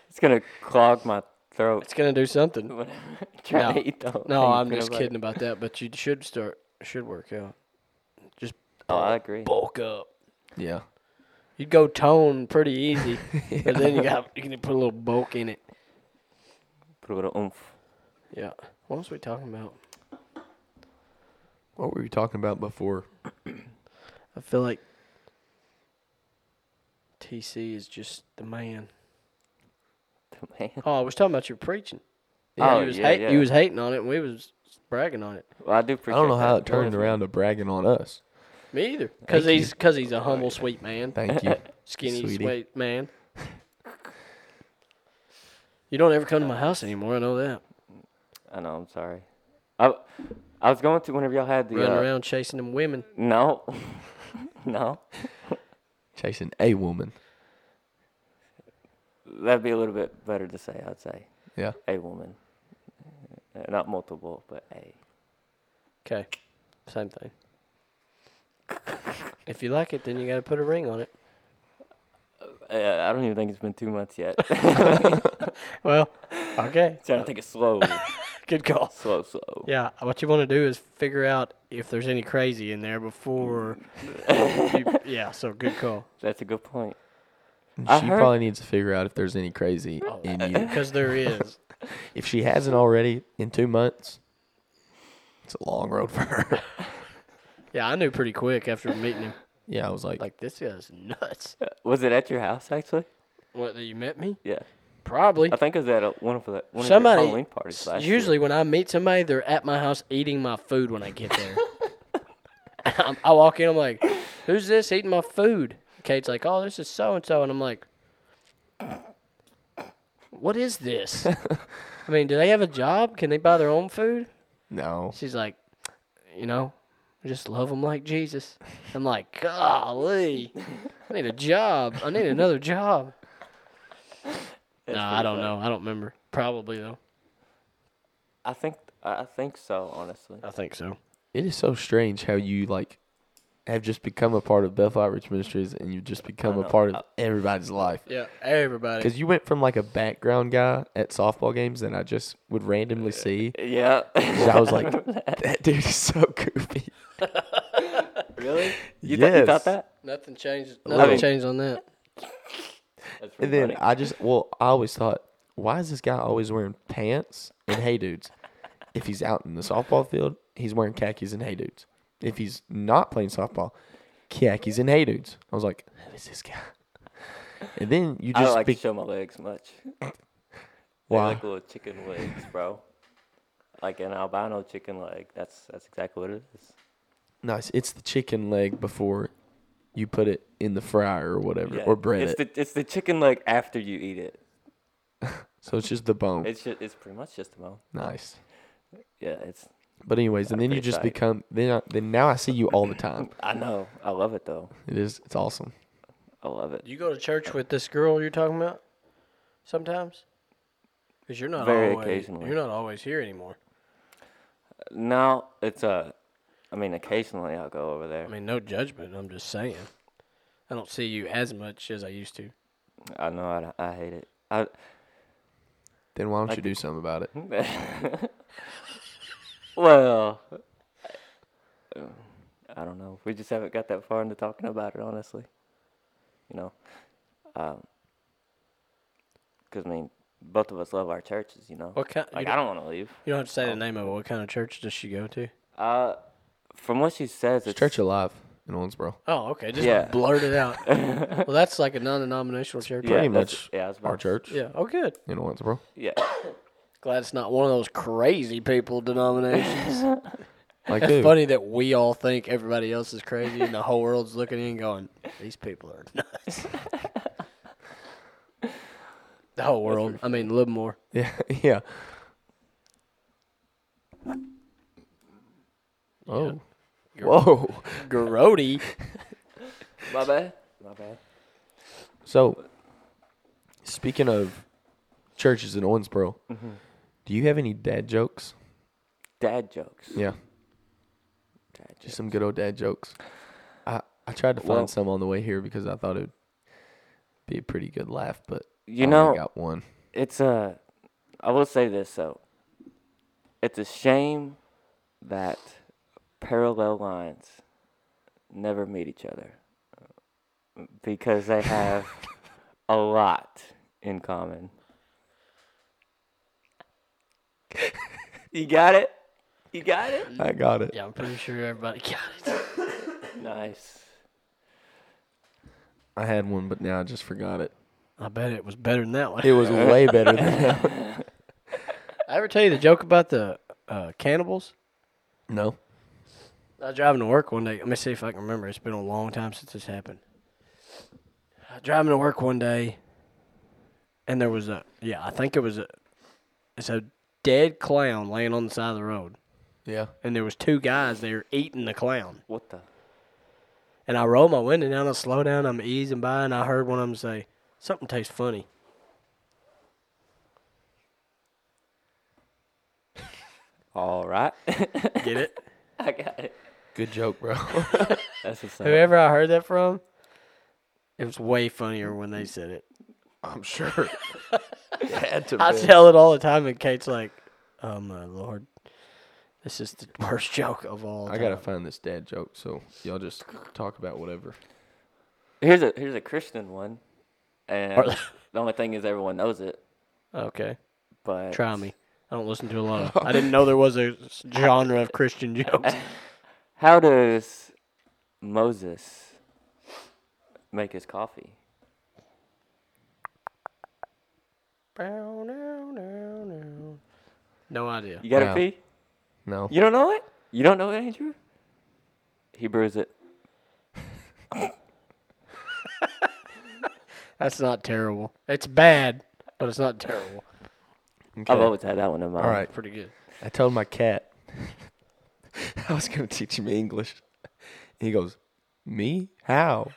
B: It's gonna clog my throat.
D: It's gonna do something.
B: when I'm trying
D: No.
B: to eat the whole
D: No,
B: thing,
D: I'm
B: peanut
D: just
B: butter.
D: kidding about that. But you should start. Should work out. Just
B: Oh, I agree.
D: bulk up.
C: Yeah.
D: You'd go tone pretty easy, but then you got you can put a little bulk in it.
B: Put a little oomph.
D: Yeah. What was we talking about?
C: What were you talking about before?
D: I feel like TC is just the man.
B: Man.
D: Oh, I was talking about your preaching.
B: Yeah.
D: you was
B: Oh, yeah,
D: hate- you
B: yeah.
D: was hating on it, and we was bragging on it.
B: Well, I do
C: I
B: appreciate.
C: don't know how
B: that.
C: it turned around to bragging on us.
D: Me either, because
C: Thank you.
D: he's because he's a humble, sweet man,
C: Thank you.
D: skinny,
C: sweetie.
D: sweet man. You don't ever come to my house anymore. I know that.
B: I know. I'm sorry. I, I was going to whenever y'all had the.
D: Running
B: uh,
D: around chasing them women.
B: No. no.
C: Chasing a woman.
B: That'd be a little bit better to say, I'd say.
C: Yeah.
B: A woman. Uh, Not multiple, but a.
D: Okay. Same thing. if you like it, then you got to put a ring on it.
B: Uh, I don't even think it's been two months yet.
D: Well, okay.
B: trying to take it slow.
D: Good call.
B: slow, slow.
D: Yeah, what you want to do is figure out if there's any crazy in there before. you, yeah, so good call.
B: That's a good point.
C: She
B: I heard-
C: probably needs to figure out if there's any crazy
B: Oh,
C: in you.
D: Because there is.
C: If she hasn't already in two months, it's a long road for her.
D: Yeah, I knew pretty quick after meeting him.
C: yeah, I was like,
D: Like, this guy's nuts.
B: Was it at your house, actually?
D: What, that you met me?
B: Yeah.
D: Probably.
B: I think it was at a, one of the one of
D: Somebody.
B: your Halloween parties last year.
D: usually, when I meet somebody, they're at my house eating my food when I get there. I'm- I walk in, I'm like, who's this eating my food? Kate's like, oh, this is so and so. And I'm like, what is this? I mean, do they have a job? Can they buy their own food?
C: no.
D: She's like, you know, I just love them like Jesus. I'm like, golly, I need a job. I need another job. no, I don't know. I don't remember. Probably though.
B: I think I think so, honestly.
D: I think so.
C: It is so strange how you like have just become a part of Bellflower Rich Ministries and you've just become a
B: know.
C: part of everybody's life.
D: Yeah, everybody.
C: Because you went from like a background guy at softball games that I just would randomly see.
B: Yeah.
C: 'cause I was like, that dude is so goofy.
B: really? You, th- you
C: Yes.
B: thought that?
D: Nothing changed.
B: nothing
D: Nothing
B: mean-
D: changed on that.
B: That's pretty
C: And then
B: funny.
C: I just, well, I always thought, why is this guy always wearing pants and hey dudes? If he's out in the softball field, he's wearing khakis and hey dudes. If he's not playing softball, khakis and hey dudes. I was like, who is this guy? And then you
B: I don't
C: just
B: like
C: be-
B: to show my legs much. They're
C: why?
B: like little chicken legs, bro. Like an albino chicken leg. That's that's exactly what it is.
C: nice. It's the chicken leg before you put it in the fryer or whatever or bread
B: It's
C: it.
B: the it's the chicken leg after you eat it.
C: so it's just the bone.
B: It's just, it's pretty much just a bone.
C: nice.
B: Yeah, it's.
C: But anyways, and then you
B: pretty
C: just
B: tight.
C: become then I, then now I see you all the time.
B: I know. I love it though.
C: It is it's awesome.
B: I love it.
D: You go to church with this girl you're talking about sometimes, because you're not
B: Very
D: always,
B: occasionally.
D: You're not always here anymore.
B: Now it's Uh, I mean, occasionally I'll go over there.
D: I mean, no judgment. I'm just saying. I don't see you as much as I used to.
B: I know. I, don't- I hate it. I,
C: Then why don't you do something about it?
B: well, uh, I don't know. We just haven't got that far into talking about it, honestly. You know, because I mean, both of us love our churches. You know,
D: What kind? you
B: like
D: don't-
B: I don't want to leave.
D: You don't have to say the name of it. What kind of church does she go to?
B: Uh, from what she says, it's
C: It's Church Alive in Owensboro.
D: Oh, okay. Just
B: Yeah.
D: blurt it out. well, that's like a non-denominational church.
B: Yeah,
C: Pretty
B: that's-
C: much
B: yeah, I was about
C: our
B: to-
C: church
D: Yeah. Oh, good.
C: in Owensboro.
B: Yeah,
D: Glad it's not one of those crazy people denominations.
C: Like
D: it's
C: dude,
D: funny that we all think everybody else is crazy, and the whole world's looking in, going, "These people are nuts." the whole world. I mean, Livermore.
C: Yeah, yeah. Oh. Whoa.
D: Grody.
B: my bad. My bad.
C: So speaking of churches in Owensboro, do you have any dad jokes?
B: Dad jokes.
C: Yeah.
B: Dad
C: Just some good old dad jokes. I I tried to find
B: Well-
C: some on the way here because I thought it'd be a pretty good laugh, but
B: You
C: I only
B: know-
C: got one.
B: it's a I will say this though. It's a shame that parallel lines never meet each other because they have a lot in common. You got it? You got it?
C: I got it.
D: Yeah, I'm pretty sure everybody got it.
B: Nice.
C: I had one, but now I just forgot it.
D: I bet it was better than that one.
C: It was way better than that.
D: I ever tell you the joke about the uh, cannibals?
C: No.
D: I was driving to work one day. Let me see if I can remember. It's been a long time since this happened. I was driving to work one day, and there was a yeah, I think it was a it's a dead clown laying on the side of the road.
C: Yeah.
D: and there was two guys there eating the clown.
B: What the?
D: And I roll my window down, I slow down, I'm easing by, and I heard one of them say, "Something tastes funny."
B: All right.
D: Get it?
B: I got it.
C: Good joke, bro.
B: That's what's up.
D: Whoever I heard that from, it was way funnier when they said it.
C: I'm sure. It had to
D: I
C: be.
D: tell it all the time, and Kate's like, "Oh my lord, this is the worst joke of all."
C: I gotta find this dad joke, so y'all just talk about whatever.
B: Here's a here's a Christian one, and the only thing is everyone knows it.
D: time. okay.
B: But
D: Try me. I don't listen to a lot. Of, I didn't know there was a s- genre of Christian jokes.
B: how does Moses make his coffee?
D: No idea.
B: You gotta
C: Wow.
B: pee.
C: No.
B: You don't know it? You don't know it, Andrew? He brews it.
D: That's not terrible. It's bad, but it's not terrible.
B: I've always had that one in mind.
C: All right.
D: Pretty good.
C: I told my cat I was gonna teach him English. And he goes, Me? How?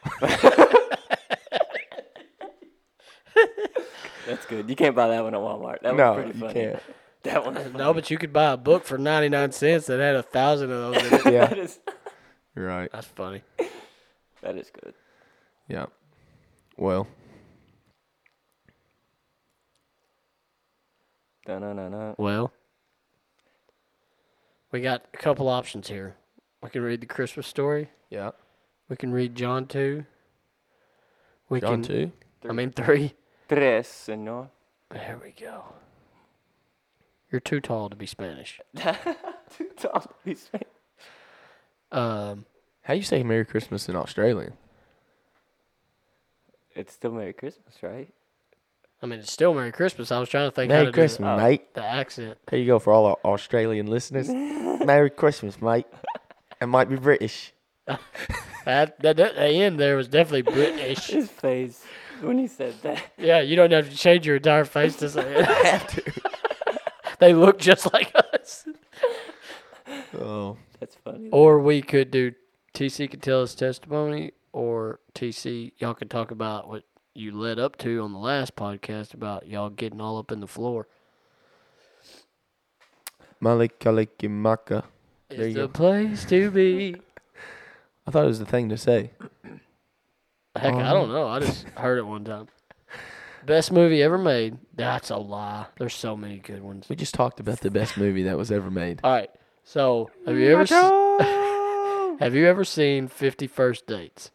B: That's good. You can't buy that one at Walmart. That
C: no,
B: one's pretty
C: you
B: funny.
C: can't.
B: That one's funny.
D: No, but you could buy a book for 99 cents that had a thousand of those in it.
B: That
C: Yeah.
B: is,
C: You're right.
D: That's funny.
B: that is good.
C: Yeah. Well,
B: No, no, no, no.
D: Well, we got a couple options here. We can read the Christmas story.
C: yeah.
D: We can read John 2. We
C: John
D: can,
C: too?
D: I mean, 3.
B: Tres, senor.
D: There we go. You're too tall to be Spanish.
B: Too tall to be Spanish.
D: Um,
C: How you say Merry Christmas in Australian?
B: It's still Merry Christmas, right?
D: I mean, it's still Merry Christmas. I was trying to think how
C: Merry
D: to do the-
C: Christmas, mate.
D: the accent.
C: There you go for all our Australian listeners. Merry Christmas, mate. It might be British.
D: That, that, that the end there was definitely British.
B: His face when he said that.
D: Yeah, you don't have to change your entire face to say it. have to. they look just like us.
C: Oh.
B: That's funny.
D: Or we could do TC could tell his testimony, or TC y'all could talk about what you led up to on the last podcast about y'all getting all up in the floor.
C: Malikalikimaka. There
D: It's
C: you go.
D: the place to be.
C: I thought it was the thing to say.
D: Heck, I don't know. I just heard it one time. Best movie ever made. That's a lie. There's so many good ones.
C: We just talked about the best movie that was ever made.
D: All right. So, have you ever s- have you ever seen Fifty First Dates?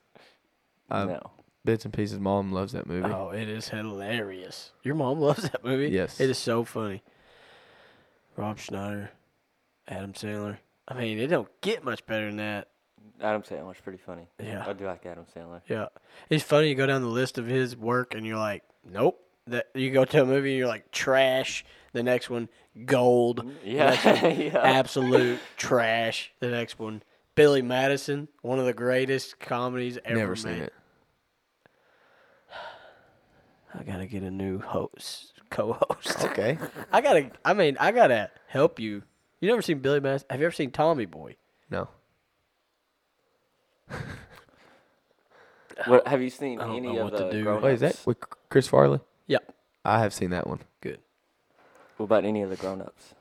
C: Uh,
B: no.
C: Bits and pieces. Mom loves that movie.
D: Oh, it is hilarious. Your mom loves that movie.
C: Yes.
D: it is so funny. Rob Schneider, Adam Sandler. I mean, it don't get much better than that.
B: Adam Sandler's pretty funny.
D: Yeah.
B: I do like Adam Sandler.
D: Yeah, it's funny. You go down the list of his work, and you're like, nope. That you go to a movie, and you're like, trash. The next one, gold.
C: Mm,
B: Yeah. yeah.
D: absolute trash. The next one, Billy Madison, one of the greatest comedies ever
C: Never seen
D: made.
C: it.
D: I gotta get a new host, co-host.
C: Okay.
D: I gotta. I mean, I gotta help you. You never seen Billy Madison? Have you ever seen Tommy Boy?
C: No.
B: What, have you seen
D: I don't
B: any
D: know
B: of
D: what to
B: the
D: do.
B: grown
C: Wait, is that
B: ups?
C: with Chris Farley?
D: Yeah,
C: I have seen that one.
D: good.
B: What about any of the grown ups?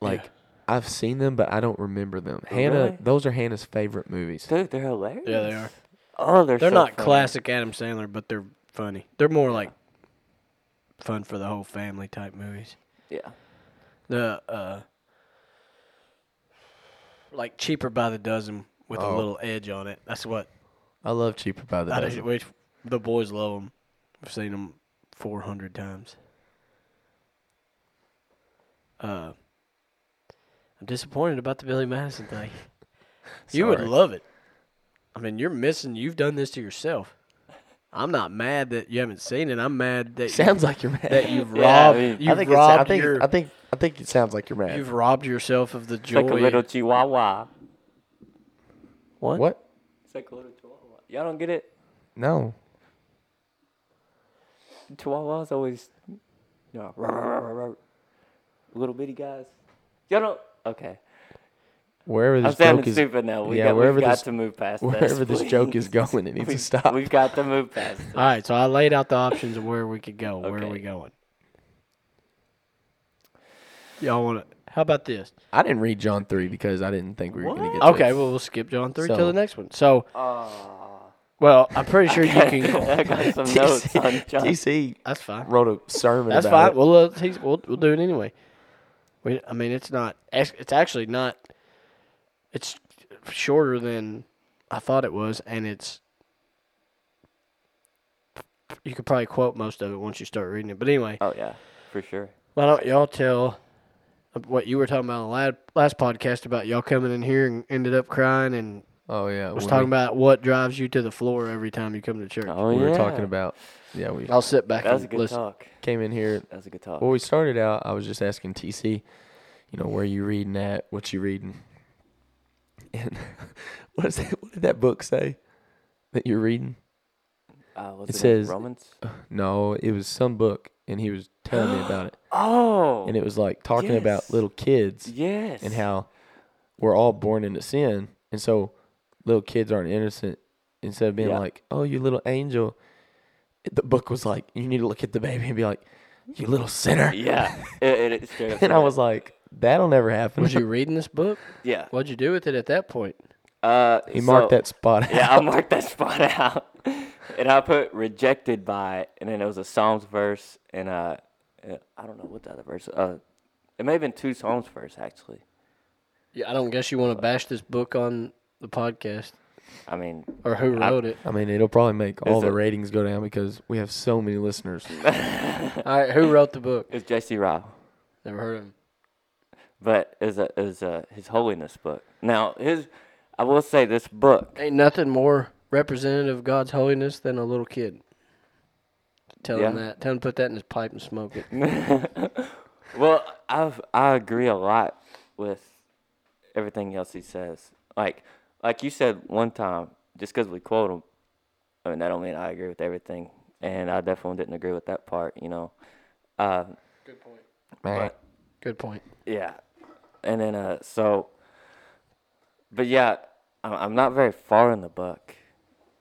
C: Like, I've seen them, but I don't remember them. Hannah,
B: Really?
C: those are Hannah's favorite movies.
B: Dude, they're hilarious.
D: Yeah, they are.
B: Oh, they're
D: They're
B: so
D: not
B: funny.
D: classic Adam Sandler, but they're funny. They're more like fun for the whole family type movies.
B: Yeah.
D: The uh, like cheaper by the dozen with a
C: Oh.
D: little edge on it. That's what
C: I love Cheaper by the
D: I
C: Dozen.
D: just, which the boys love them. I've seen them 400 times. Uh, I'm disappointed about the Billy Madison thing. you would
C: Sorry.
D: love it. I mean, you're missing. You've done this to yourself. I'm not mad that you haven't seen it. I'm mad that
C: Sounds like you're mad.
D: you, that you've
B: Yeah, I
D: robbed.
B: mean- I
D: you've
C: I think, it's,
D: robbed
C: I, think
D: your,
C: I think I think it sounds like you're mad.
D: You've robbed yourself of the
B: It's
D: joy.
B: like a little chihuahua.
D: what?
C: what?
B: It's like a little chihuahua. Y'all don't get it?
C: No.
B: Chihuahuas always, you know, rar, rar, rar, rar, little bitty guys. Y'all don't. Okay.
C: Wherever
B: I'm
C: this
B: sounding
C: joke is,
B: stupid now. We
C: yeah,
B: got,
C: wherever
B: we've got
C: this-
B: to move past this.
C: wherever this joke
B: please.
C: is going, it needs
B: We-
C: to stop.
B: We've got to move past this.
D: All right, so I laid out the options of where we could go. Where are
B: Okay.
D: we going? Y'all want to? How about this?
C: I didn't read John three because I didn't think we were going to get. to
D: Okay,
C: it.
D: well we'll skip John three
C: So-
D: till the next one. So, well, I'm pretty sure you can.
B: I got some notes on John.
C: DC
D: That's fine.
C: wrote a sermon.
D: That's
C: about
D: fine.
C: it.
D: We'll, uh, he's- we'll we'll do it anyway. We, I mean, it's not. ac- It's actually not. It's shorter than I thought it was, and it's. You could probably quote most of it once you start reading it. But anyway,
B: Oh yeah, for sure.
D: why don't y'all tell uh, what you were talking about on the lad- last podcast about y'all coming in here and ended up crying and
C: oh yeah,
D: was
C: when
D: talking
C: we,
D: about what drives you to the floor every time you come to church.
B: Oh
C: we
B: yeah.
C: were talking about. Yeah, we
D: I'll sit back
B: That was a
D: and
B: good
D: listen.
B: talk.
C: came in here.
B: That was a good talk.
C: Well, we started out. I was just asking TC, you know, where you reading at? What you reading? And what is that? What did that book say that you're reading?
B: Uh, was
C: it
B: in
C: says- uh,
B: Romans.
C: No, it was some book, and he was telling me about it,
B: Oh.
C: and it was like talking about
B: Yes.
C: little kids.
B: yes.
C: and how we're all born into sin, and so little kids aren't innocent. Instead of being
B: Yeah.
C: like, "Oh, you little angel," the book was like, "You need to look at the baby and be like, you little sinner."
B: Yeah. It, it, it straight up
C: And I
B: said
C: was like, "That'll never happen."
D: Was you reading this book?
B: that. Yeah.
D: What'd you do with it at that point?
B: Uh,
C: he marked
B: so-
C: that spot. out.
B: Yeah, I marked that spot out, and I put rejected by, and then it was a Psalms verse, and uh, uh, I don't know what the other verse. Uh, it may have been two Psalms verse actually.
D: Yeah, I don't guess you want to bash this book on the podcast
B: I mean,
D: or who
B: I-
D: wrote it.
C: I mean, it'll probably make all
B: Is
C: the
B: it-
C: ratings go down because we have so many listeners.
D: All right, who wrote the book?
B: it's J.C. Ryle.
D: Never heard of him.
B: but is a is a his holiness book. Now his, I will say this book.
D: Ain't nothing more representative of God's holiness than a little kid. Tell him
B: Yeah.
D: that. Tell him to put that in his pipe and smoke it.
B: Well, I I agree a lot with everything else he says. Like like you said one time, just because we quote him, I mean that don't mean I agree with everything, and I definitely didn't agree with that part. You know, uh,
C: Man,
D: Good point.
B: yeah, and then uh, so, but yeah, I'm I'm not very far in the book.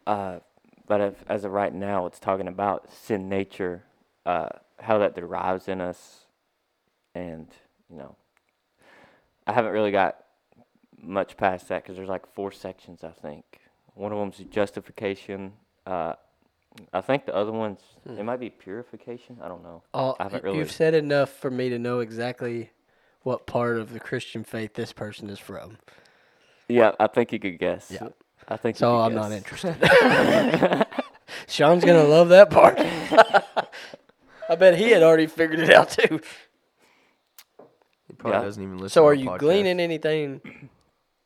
B: uh, but if, as of right now, it's talking about sin nature, uh, how that derives in us, and you know, I haven't really got much past that because there's like four sections I think. One of them's justification. Uh, I think the other one's it might be purification. I don't know.
D: All,
B: I haven't
D: Hmm. you-
B: really.
D: Uh, You've said enough for me to know exactly what part of the Christian faith this person is from.
B: yeah, I think you could guess.
D: Yeah.
B: I think. you
D: So
B: could
D: I'm not
B: guess.
D: interested. Sean's gonna love that part. I bet he had already figured it out too.
C: he probably
B: Yeah.
C: doesn't even listen.
D: So
C: to
D: are
C: our
D: you
C: podcast.
D: gleaning anything?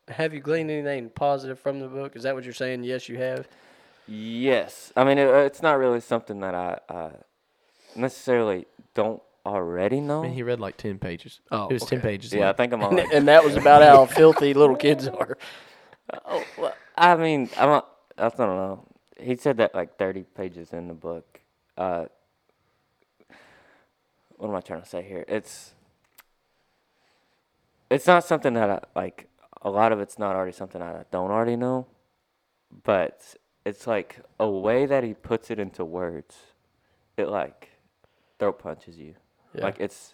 D: Have you gleaned anything positive from the book? Is that what you're saying? Yes, you have.
B: Yes, I mean it, it's not really something that I uh, necessarily don't already know.
C: I mean, he read like ten pages.
D: Oh,
C: it was ten
D: okay.
C: pages.
B: yeah, I
C: long.
B: think I'm on.
D: And,
B: like-
D: and that was about how filthy little kids are.
B: oh, well, I mean, I'm. Not, I don't know. He said that like 30 pages in the book. Uh, what am I trying to say here? It's. It's not something that I like. A lot of it's not already something that I don't already know, but it's like a way that he puts it into words. It like throat punches you.
D: Yeah.
B: Like it's.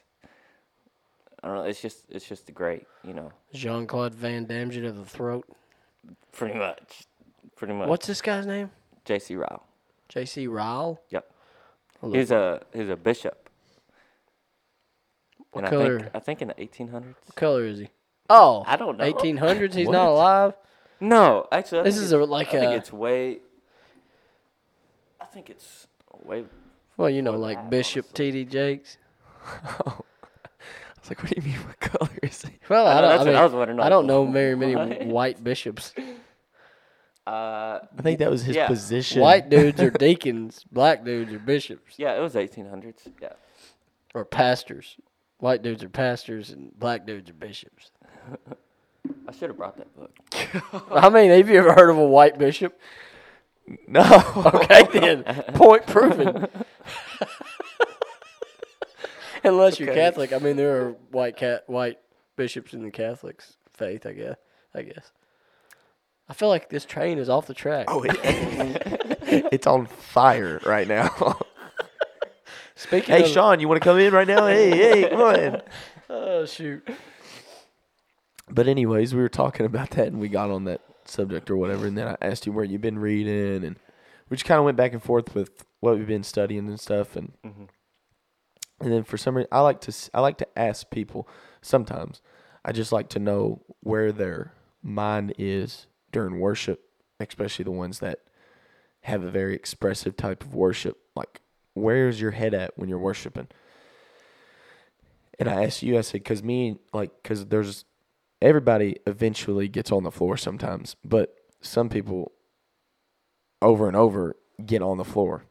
B: I don't know. It's just. It's just great. You know.
D: Jean Claude Van Damme you to the throat.
B: Pretty much. Pretty much.
D: What's this guy's name?
B: J.C. Ryle.
D: J.C. Ryle.
B: Yep.
D: I love
B: He's a he's a bishop.
D: What
B: and I
D: color?
B: think, I think in the 1800s.
D: What color is he? Oh,
B: I don't know.
D: 1800s. He's
C: What?
D: not alive.
B: No, actually, I
D: This
B: think
D: is
B: it's-
D: a- like
B: I think
D: a-
B: it's way. I think it's way.
D: Well, you know,
B: Well,
D: like
B: I
D: Bishop T.D. Jakes.
C: I was like, what do you mean? What color is he?
D: Well, I
B: know,
D: don't.
B: that's
D: I,
B: what I
D: mean,
B: was wondering,
D: I
B: like,
D: don't know very many
B: what?
D: white bishops.
B: Uh,
C: I think that was his
B: Yeah.
C: position.
D: White dudes are deacons. Black dudes are bishops
B: yeah, it was 1800s. Yeah,
D: or pastors. White dudes are pastors and black dudes are bishops.
B: I should have brought that book.
D: I mean, have you ever heard of a white bishop?
C: No.
D: Okay, then point proven. Unless you're Catholic, I mean, there are white cat white bishops in the Catholics' faith. I guess. I guess. I feel like this train is off the track.
C: Oh, it- it's on fire right now.
D: Speaking
C: hey,
D: of,
C: Sean, you want to come in right now? Hey, hey, come on.
D: Oh shoot.
C: But anyways, we were talking about that and we got on that subject or whatever, and then I asked you where you've been reading, and we just kind of went back and forth with what we've been studying and stuff, and and then for some reason I like to s- I like to ask people sometimes. I just like to know where their mind is during worship, especially the ones that have a very expressive type of worship. Like, where is your head at when you're worshiping? And I asked you, I said, because me, like, because there's everybody eventually gets on the floor sometimes, but some people over and over get on the floor.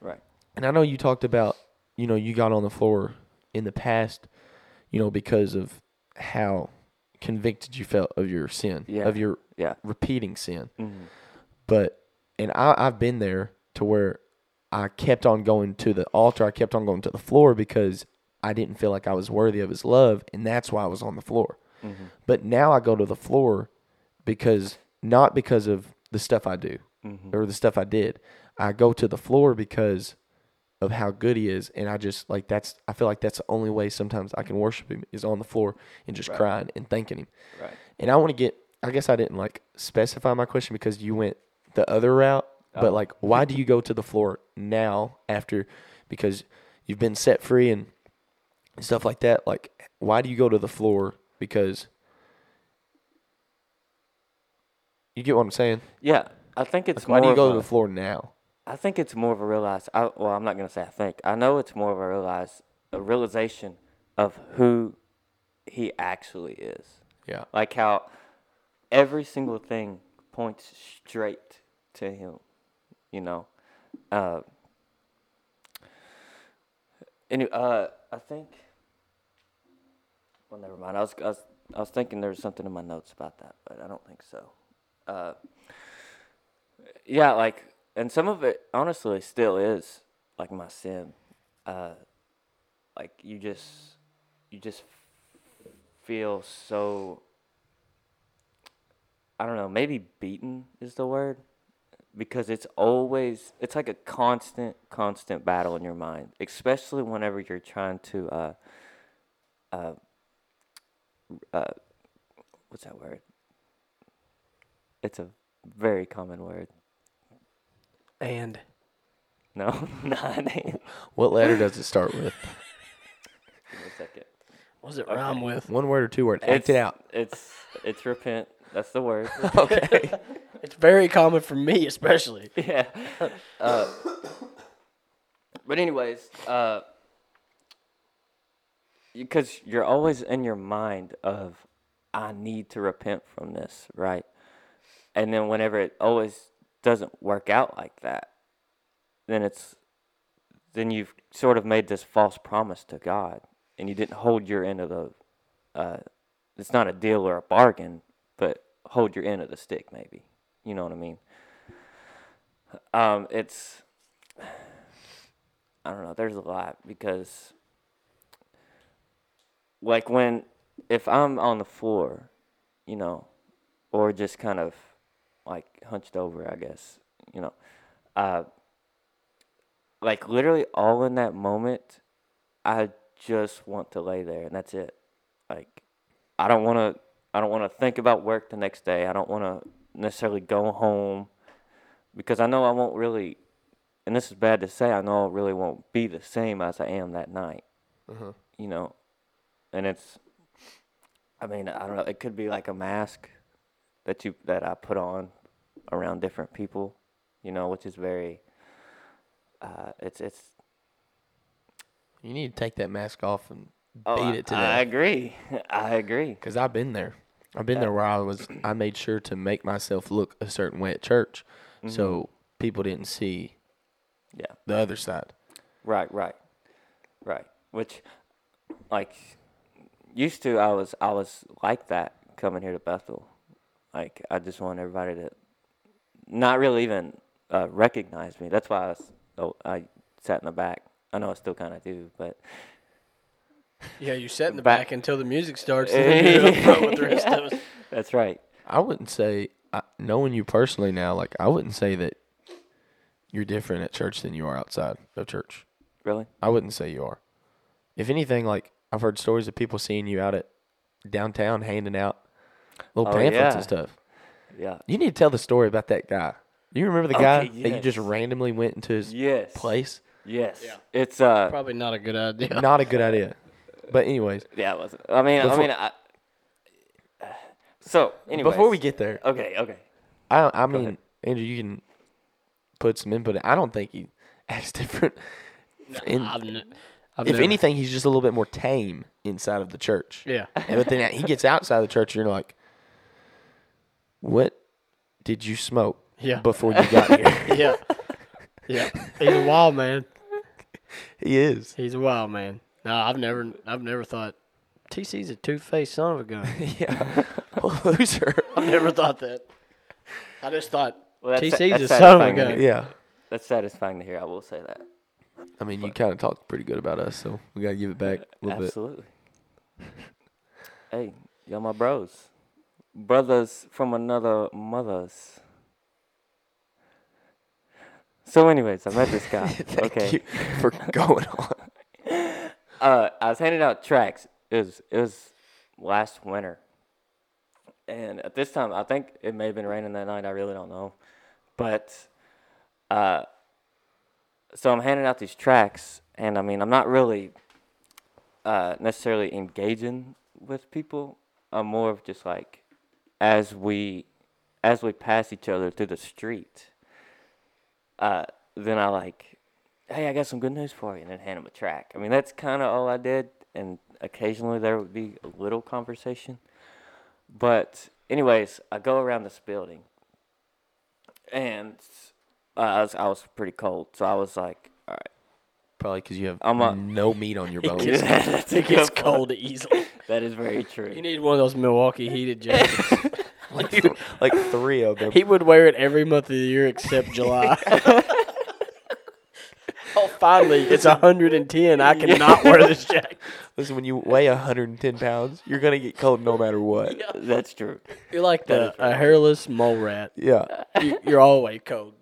B: Right.
C: And I know you talked about, you know, you got on the floor in the past, you know, because of how convicted you felt of your sin,
B: Yeah.
C: of your
B: Yeah.
C: repeating sin. But and I, I've been there to where I kept on going to the altar. I kept on going to the floor because I didn't feel like I was worthy of His love, and that's why I was on the floor. But now I go to the floor because not because of the stuff I do or the stuff I did. I go to the floor because of how good he is and i just like that's i feel like that's the only way sometimes i can worship him is on the floor and just crying and thanking him
B: Right.
C: and i want to get i guess i didn't like specify my question because you went the other route
B: Oh.
C: but like why do you go to the floor now after because you've been set free and stuff like that like why do you go to the floor because you get what i'm saying
B: Yeah. I think it's
C: like, why do
B: more
C: you go
B: of
C: to
B: a-
C: the floor now
B: I think it's more of a realize. I, well, I'm not gonna say I think. I know it's more of a realize, a realization of who he actually is.
C: yeah
B: Like how every single thing points straight to him. You know. Uh, any, uh, I think. Well, never mind. I was, I was, I was thinking there was something in my notes about that, but I don't think so. Uh, yeah, like, and some of it honestly still is like my sin. Uh, like you just, you just feel so. I don't know. Maybe beaten is the word, because it's always it's like a constant, constant battle in your mind, especially whenever you're trying to. Uh, uh, what's that word? It's a very common word.
D: And
B: No, not in
C: what letter does it start with
B: a second.
D: what does it rhyme with?
C: one word or two words
B: It's-
C: act it out
B: It's it's repent. That's the word.
C: okay
D: It's very common for me, especially.
B: yeah. Uh, but anyways, uh, because you're always in your mind of, I need to repent from this, right? And then whenever it always doesn't work out like that, then it's, then you've sort of made this false promise to God, and you didn't hold your end of the, uh, it's not a deal or a bargain, but hold your end of the stick, maybe. You know what I mean? um, it's I don't know. There's a lot because like when if I'm on the floor, you know, or just kind of like hunched over, I guess, you know, uh, like literally all in that moment, I just want to lay there and that's it. Like I don't want to. I don't want to think about work the next day. I don't want to necessarily go home because I know I won't really, and this is bad to say, I know I really won't be the same as I am that night. You know, and it's, I mean, I don't know. It could be like a mask that you that I put on around different people, you know, which is very. Uh, it's it's.
C: You need to take that mask off and
B: Oh, I-
C: beat it
B: I
C: today.
B: agree. I agree.
C: Because I've been there. I've been there where I was. I made sure to make myself look a certain way at church, so people didn't see
B: Mm-hmm. Yeah.
C: the other side.
B: Right, right, right. Which, like, used to I was I was like that coming here to Bethel. Like I just want everybody to not really even uh, recognize me. That's why I was, oh, I sat in the back. I know I still kind of do, but
D: Yeah, you sit in the
B: Back.
D: back, until the music starts, and then you're up front with the rest of us.
B: That's right.
C: I wouldn't say I- knowing you personally now, like I wouldn't say that you're different at church than you are outside of church.
B: Really?
C: I wouldn't say you are. If anything, like I've heard stories of people seeing you out at downtown handing out little
B: Oh,
C: pamphlets
B: yeah.
C: and stuff.
B: Yeah.
C: You need to tell the story about that guy. Do you remember the guy
B: Okay,
C: that you just
B: yes.
C: randomly went into his
B: Yes.
C: place?
B: Yes. It's uh.
D: Probably not a good idea.
C: Not a good idea. But anyways,
B: Yeah, it wasn't. I mean, I
C: Before-
B: mean, I, so anyway.
C: before we get there,
B: okay, okay,
C: I I mean, Andrew, you can put some input. in. I don't think he acts different. in-
D: I've ne- I've
C: if
D: never-
C: anything, he's just a little bit more tame inside of the church.
D: yeah,
C: And but then he gets outside the church, and you're like, "What did you smoke
D: Yeah.
C: before you got here?"
D: yeah, yeah. He's a wild man.
C: he is.
D: He's a wild man. No, I've never, I've never thought TC's a two-faced son of a gun.
C: Yeah, loser.
D: I've never thought that. I just thought
B: Well, that's-
D: TC's
B: that's
D: a son of a
B: satisfying to
D: gun.
B: hear.
C: yeah.
B: that's satisfying to hear. I will say that.
C: I mean, you kind of talked pretty good about us, so we gotta give it back a little bit.
B: Absolutely. hey, y'all, my bros, brothers from another mothers. So, anyways, I met this guy.
C: Thank
B: okay.
C: you for going on.
B: uh, I was handing out tracks. It was it was last winter, and at this time, I think it may have been raining that night. I really don't know, but uh, so I'm handing out these tracks, and I mean, I'm not really uh, necessarily engaging with people. I'm more of just like as we as we pass each other through the street. Uh, then I like hey, I got some good news for you, and then hand them a track. I mean, that's kind of all I did, and occasionally there would be a little conversation. But, anyways, I go around this building, and uh, I, was, I was pretty cold, so I was like, all right.
C: Probably because you have
B: I'm a-
C: no meat on your bones.
B: that's a
D: Oh. It gets
B: good point.
D: cold easily.
B: That is very
D: You
B: true.
D: need one of those Milwaukee heated jackets.
C: like, like three of them.
D: he would wear it every month of the year except July. oh, finally, it's 110. I cannot wear this jacket.
C: Listen, when you weigh 110 pounds, you're gonna get cold no matter what.
B: That's true.
D: You're like the, Uh, a hairless mole rat.
C: Yeah.
D: You, you're always cold.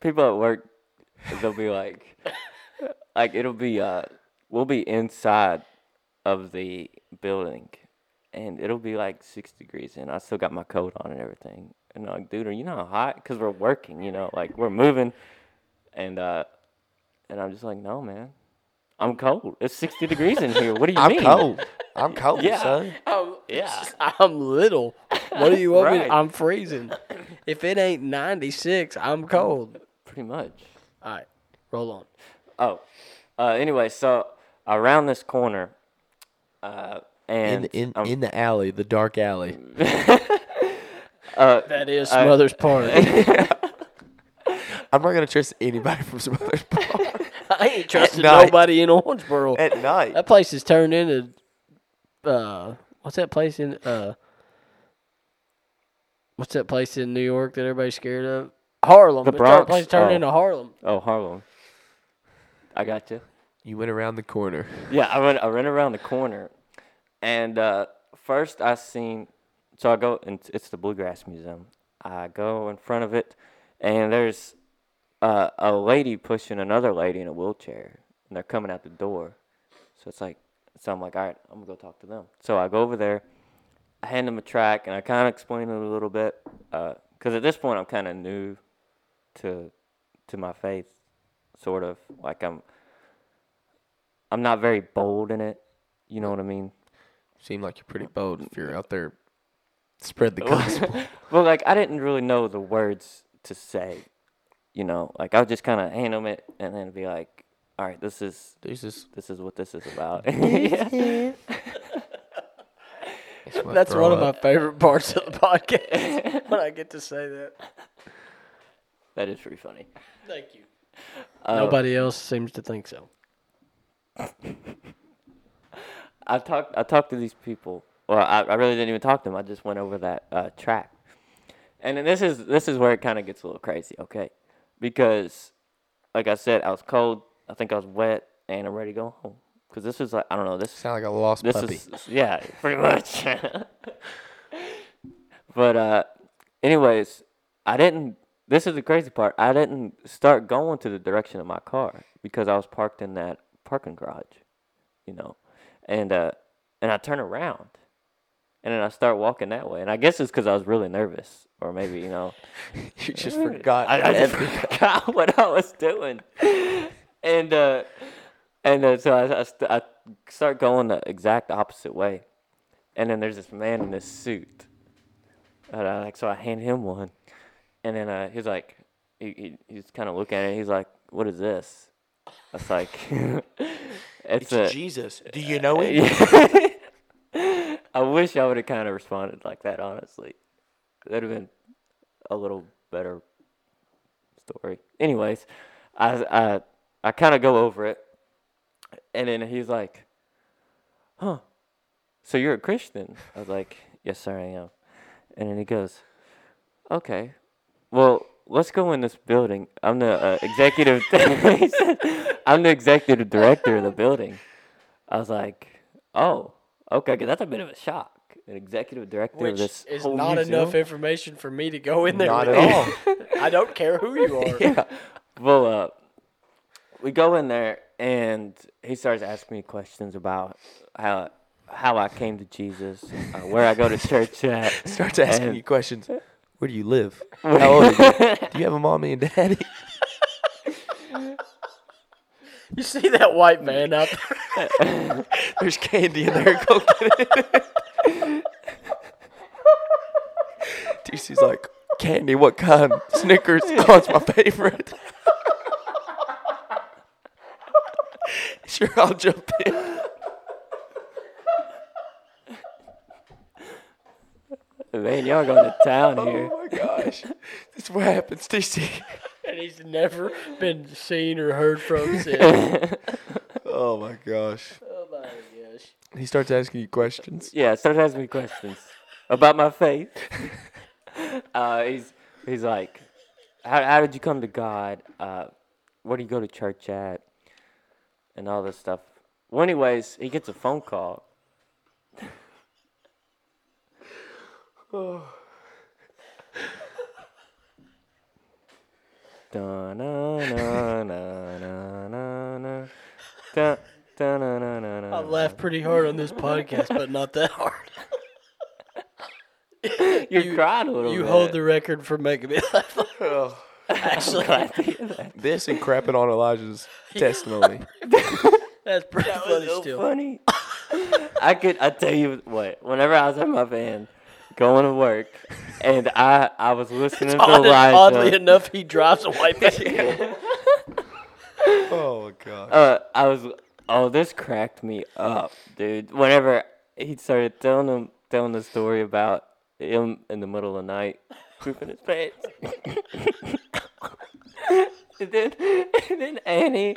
B: people at work they'll be like like it'll be uh we'll be inside of the building and it'll be like six degrees and i still got my coat on and everything and i'm like dude are you not hot because we're working you know like we're moving and uh and i'm just like no man i'm cold it's 60 degrees in here what do you
C: I'm
B: mean
C: cold. I'm cold,
B: Yeah.
C: son.
D: I'm,
B: Yeah.
D: I'm little. What do you want me
B: Right.
D: to- I'm freezing. If it ain't 96, I'm cold.
B: pretty much
D: All right, roll on.
B: oh uh anyway so around this corner uh
C: In
B: and
C: in
B: I'm- Mm.
C: in the alley, the dark alley.
D: That is Smothers Park.
C: I'm not gonna trust anybody from Smothers Bar
D: I ain't trusting
C: night.
D: nobody in Orangeboro.
C: at night.
D: That place is turned into uh what's that place in uh what's that place in New York that everybody's scared of? Harlem.
B: The
D: That
B: Bronx?
D: place turned
B: Oh.
D: into Harlem.
B: Oh, Harlem. I got you.
C: You went around the corner.
B: Yeah, I run. I ran around the corner, and uh, first I seen. So I go and it's- it's the Bluegrass Museum. I go in front of it, and there's uh, a lady pushing another lady in a wheelchair, and they're coming out the door. So it's like, so I'm like, all right, I'm gonna go talk to them. So I go over there, I hand them a track, and I kind of explain it a little bit, because at this point I'm kind of new to to my faith, sort of like I'm I'm not very bold in it. You know what I mean?
C: Seemed like you're pretty bold if you're out there spread the gospel.
B: Well, like I didn't really know the words to say. You know, like I would just kind of hand them it and then be like, "All right, this is
C: There's this
B: this is what this is about." Yeah.
D: That's one of my favorite parts of the podcast when I get to say that.
B: That is pretty funny.
D: Thank you.
B: Oh.
D: Nobody else seems to think so.
B: I talked I talked to these people. Well, I, I really didn't even talk to them. I just went over that uh, track. And then this is this is where it kind of gets a little crazy, okay? Because like I said, I was cold. I think I was wet, and I'm ready to go home. because this is like I don't know this
C: Sound like a lost
B: this
C: puppy.
B: is yeah, pretty much. but uh anyways, I didn't this is the crazy part. I didn't start going to the direction of my car because I was parked in that parking garage, you know. And uh and I turn around and then I start walking that way. And I guess it's cuz I was really nervous or maybe, you know,
C: you just forgot.
B: I, I just
C: every-
B: forgot what I was doing, and uh, and uh, so I, I, st- I start going the exact opposite way, and then there's this man in this suit, and I like so I hand him one, and then uh, he's like, he, he, he's kind of looking at it. He's like, "What is this?" I was like, "It's, a."
C: Jesus. Do you know it?
B: I wish I would have kind of responded like that. Honestly, that'd have been a little better story. Anyways, I I I kind of go over it, and then he's like, "Huh? So you're a Christian?" I was like, "Yes, sir, I am." And then he goes, "Okay, well." Let's go in this building. I'm the uh, executive. he said, I'm the executive director of the building. I was like, "Oh, okay." 'cause that's a bit of a shock. An executive director of
D: Which
B: this
D: is
B: whole
D: not
B: museum.
D: enough information for me to go in there.
C: Not
D: with.
C: at all.
D: I don't care who you are.
B: Well, uh, we go in there and he starts asking me questions about how how I came to Jesus, uh, where I go to church at.
C: Starts asking
B: And-
C: you questions. Where do you live? How old are you? Do you have a mommy and daddy?
D: You see that white man out there?
C: There's candy in there. Go get it. TC's like, candy, what kind? Snickers. Oh, it's my favorite. sure, I'll jump in.
B: Man, y'all going to town
C: Oh
B: here.
C: my gosh. This is what happens, TC.
D: And he's never been seen or heard from since.
C: Oh my gosh.
D: oh my gosh.
C: He starts asking you questions.
B: Yeah, starts asking me questions about my faith. Uh, he's he's like, how how did you come to God? Uh, where do you go to church at? And all this stuff. Well, anyways, he gets a phone call. Dun, na, na, na, na, na, na. Dun, dun, na, na, na, na, na.
D: I laugh pretty hard on this podcast, but not that hard.
B: You're crying a little
D: You
B: bit.
D: hold the record for making me laugh. Actually,
C: This and crapping on Elijah's testimony.
D: that's pretty funny
B: so
D: still.
B: funny. I could I tell you what, whenever I was in my van going to work and I I was listening to
D: Odd-
B: Elijah.
D: oddly enough, he drives a white man.
C: Oh my gosh.
B: uh, I was oh this cracked me up, dude. Whenever he started telling him telling the story about him in the middle of the night pooping his pants. and then and then Annie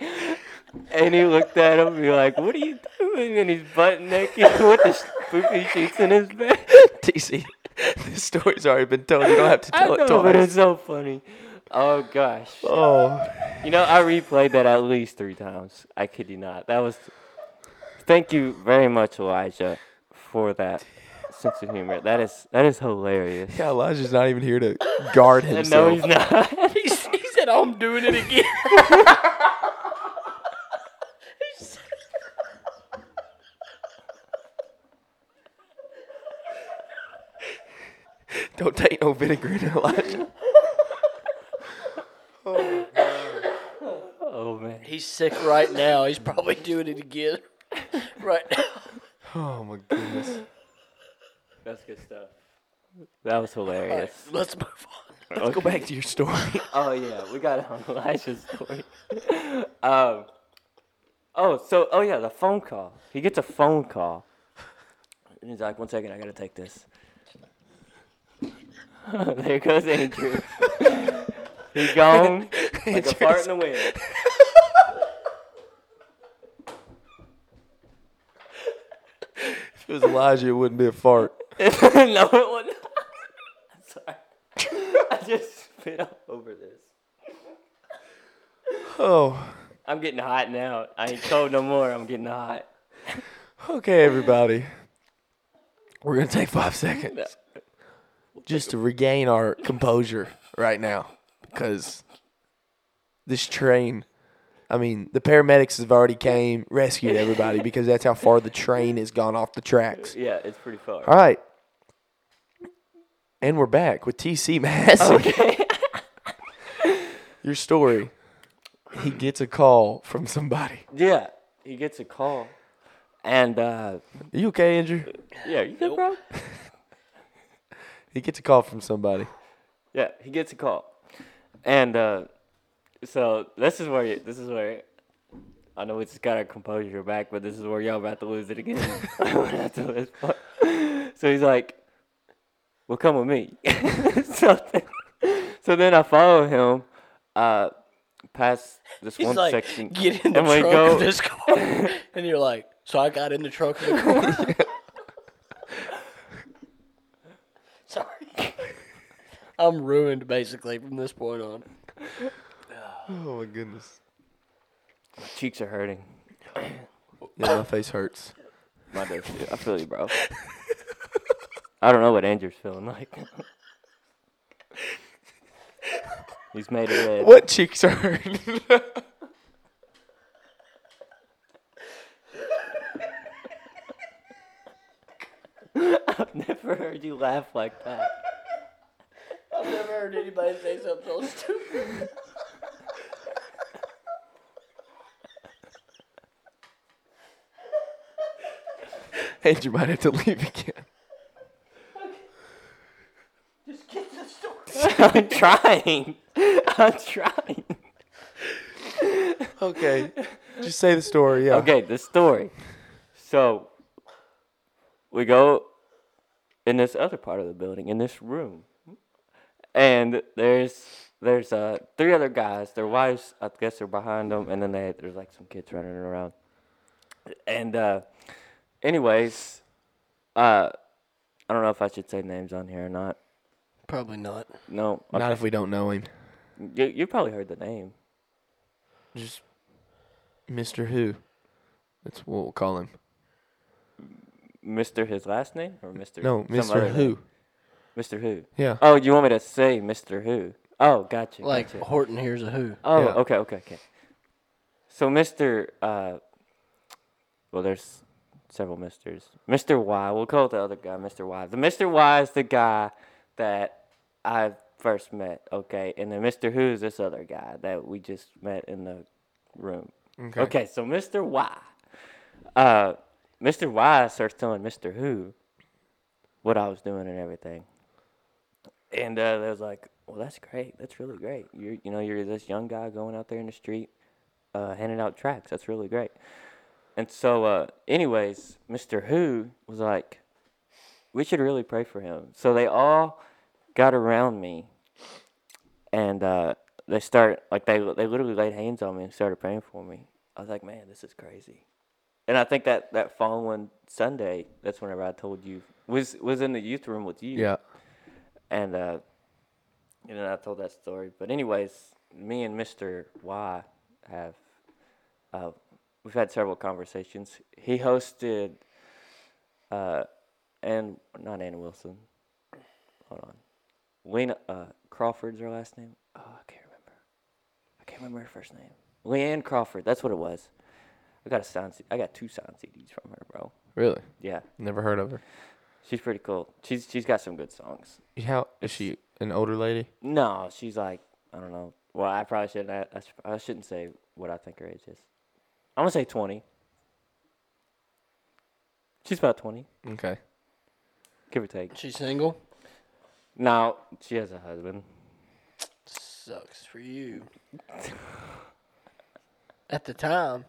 B: Annie looked at him and be like, What are you doing? And he's butt naked with the sh- poopy sheets in his bed.
C: TC, this story's already been told. You don't have to
B: I
C: tell
B: know,
C: it
B: but
C: twice.
B: it's so funny. Oh gosh.
C: Oh,
B: You know, I replayed that at least three times. I kid you not. That was. Thank you very much, Elijah, for that sense of humor. That is that is hilarious.
C: yeah, Elijah's not even here to guard
B: And no,
C: himself.
B: he's not.
D: he's, he's at home doing it again.
C: Don't take no vinaigrette, Elijah.
B: Oh man.
D: He's sick right now. He's probably doing it again right now.
C: Oh my goodness.
B: That's good stuff. That was hilarious.
D: Let's move on.
C: Let's go back to your story.
B: Oh yeah, we got it on Elijah's story. um, oh, so oh yeah, the phone call. He gets a phone call, and he's like, "One second, I gotta take this." there goes Andrew. he gone like a fart in the wind.
C: If it was Elijah, it wouldn't be a fart.
B: no, it wasn't. Sorry, I just spit all over this.
C: Oh,
B: I'm getting hot now. I ain't cold no more. I'm getting hot.
C: Okay, everybody. We're going to take five seconds just to regain our composure right now because this train. I mean, the paramedics have already came, rescued everybody because that's how far the train has gone off the tracks.
B: Yeah, it's pretty far.
C: All right. And we're back with TC Massey. Your story. He gets a call from somebody.
B: Yeah, he gets a call, and uh,
C: Are you okay, Andrew?
B: yeah, you good, bro?
C: He gets a call from somebody.
B: Yeah, he gets a call, and uh, so this is where you, this is where I know we just got our composure back, but this is where y'all about to lose it again. After this part. so he's like, "Well, come with me." so, then, so then I follow him uh, past this
D: He's
B: one
D: like,
B: section,
D: get in the
B: and we
D: trunk
B: go.
D: of this car, and you're like, so I got in the trunk of the car. Sorry, I'm ruined basically from this point on.
C: Oh my goodness.
B: my cheeks are hurting.
C: Yeah, my face hurts.
B: My bad, dude. I feel you, bro. I don't know what Andrew's feeling like. He's made it red.
C: What cheeks are hurting?
B: Never heard you laugh like that.
D: I've never heard anybody say something so stupid.
C: Andrew might have to leave again.
D: Just get the story.
B: I'm trying. I'm trying.
C: Okay. Just say the story, yeah.
B: Okay, the story. So we go in this other part of the building, in this room, and there's there's uh three other guys. Their wives, I guess, are behind them, and then they, there's like some kids running around. And uh, anyways, uh, I don't know if I should say names on here or not.
D: Probably not.
B: No,
C: Not if we don't know him.
B: you you probably heard the name.
C: Just Mr. Who. That's what we'll call him. Mr.
B: Mr. His last name or Mr.
C: No,
B: some other
C: Mr. Who.
B: name? Mr. Who?
C: Yeah.
B: Oh, you want me to say Mr. Who? Oh, gotcha.
D: Like
B: gotcha.
D: Horton here's a who.
B: Oh,
C: Yeah.
B: okay, okay, okay. So Mr. Uh, well, there's several Misters. Mr. Y. We'll call the other guy Mr. Y. The Mr. Y is the guy that I first met. Okay, and then Mr. Who is this other guy that we just met in the room. Okay. Okay. So Mr. Y. Uh, Mr. Y starts telling Mr. Who what I was doing and everything. And uh, they was like, "Well, that's great. That's really great. You're, you know, you're this young guy going out there in the street, uh, handing out tracts. That's really great." And so, uh, anyways, Mr. Who was like, "We should really pray for him." So they all got around me, and uh, they start like they they literally laid hands on me and started praying for me. I was like, "Man, this is crazy." And I think that that following Sunday, that's whenever I told you was was in the youth room with you
C: Yeah.
B: and uh, you know, I told that story. But anyways, me and Mister Y have uh, we've had several conversations. He hosted, uh, and not Anna Wilson. Hold on, Lena uh, Crawford's her last name. Oh, I can't remember. I can't remember her first name. Leanne Crawford. That's what it was. I got a sound. C- I got two sound CDs from her, bro.
C: Really?
B: Yeah,
C: Never heard of her.
B: she's pretty cool. She's she's got some good songs.
C: How is she an older lady?
B: No, she's like I don't know. Well, I probably shouldn't. I, I, sh- I shouldn't say what I think her age is. I'm gonna say twenty. She's about twenty,
C: Okay.
B: give or take.
D: She's single.
B: Now she has a husband.
D: Sucks for you. At the time,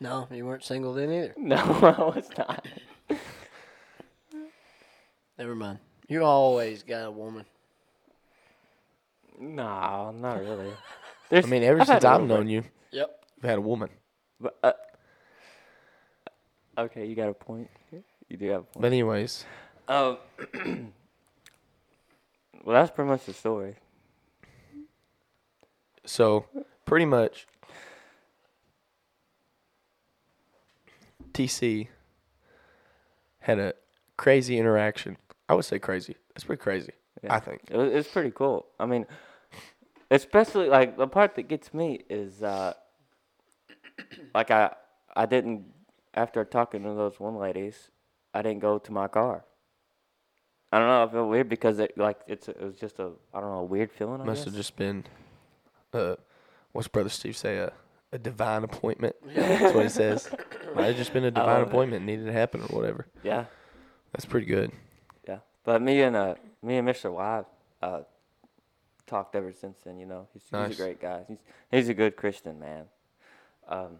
D: no, you weren't single then either.
B: No, I was not.
D: Never mind. You always got a woman.
B: No, not really. There's,
C: I mean, ever
B: I've had
C: since
B: a
C: I've
B: little
C: known you,
D: Yep.
C: you've had a woman.
B: bit, but, uh, okay, you got a point. You do have a
C: But
B: point.
C: anyways, Oh.
B: Um, well, that's pretty much the story.
C: so pretty much TC had a crazy interaction. I would say crazy. That's pretty crazy. I think.
B: It was, it's pretty cool. I mean, especially like the part that gets me is uh, like I I didn't after talking to those one ladies, I didn't go to my car. I don't know. I feel weird because it like it's it was just a I don't know a weird feeling. I
C: Must
B: guess.
C: have just been, uh, what's Brother Steve say? A, a divine appointment. That's what he says. Might have just been a divine
B: love it.
C: appointment, needed to happen or whatever.
B: yeah.
C: That's pretty good.
B: Yeah, but me and uh, me and Mr. Wild uh, talked ever since then. You know, he's,
C: Nice.
B: he's a great guy. He's he's a good Christian man. Um,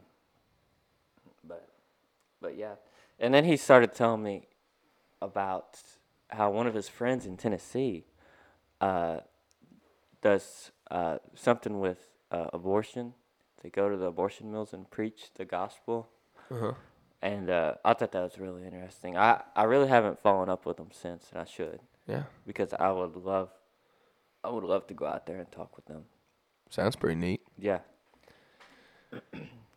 B: but but yeah, and then he started telling me about how one of his friends in Tennessee uh, does uh, something with uh, abortion. They go to the abortion mills and preach the gospel. And uh, I thought that was really interesting. I, I really haven't followed up with him since, and I should
C: Yeah,
B: because I would love, I would love to go out there and talk with them.
C: sounds pretty neat.
B: Yeah.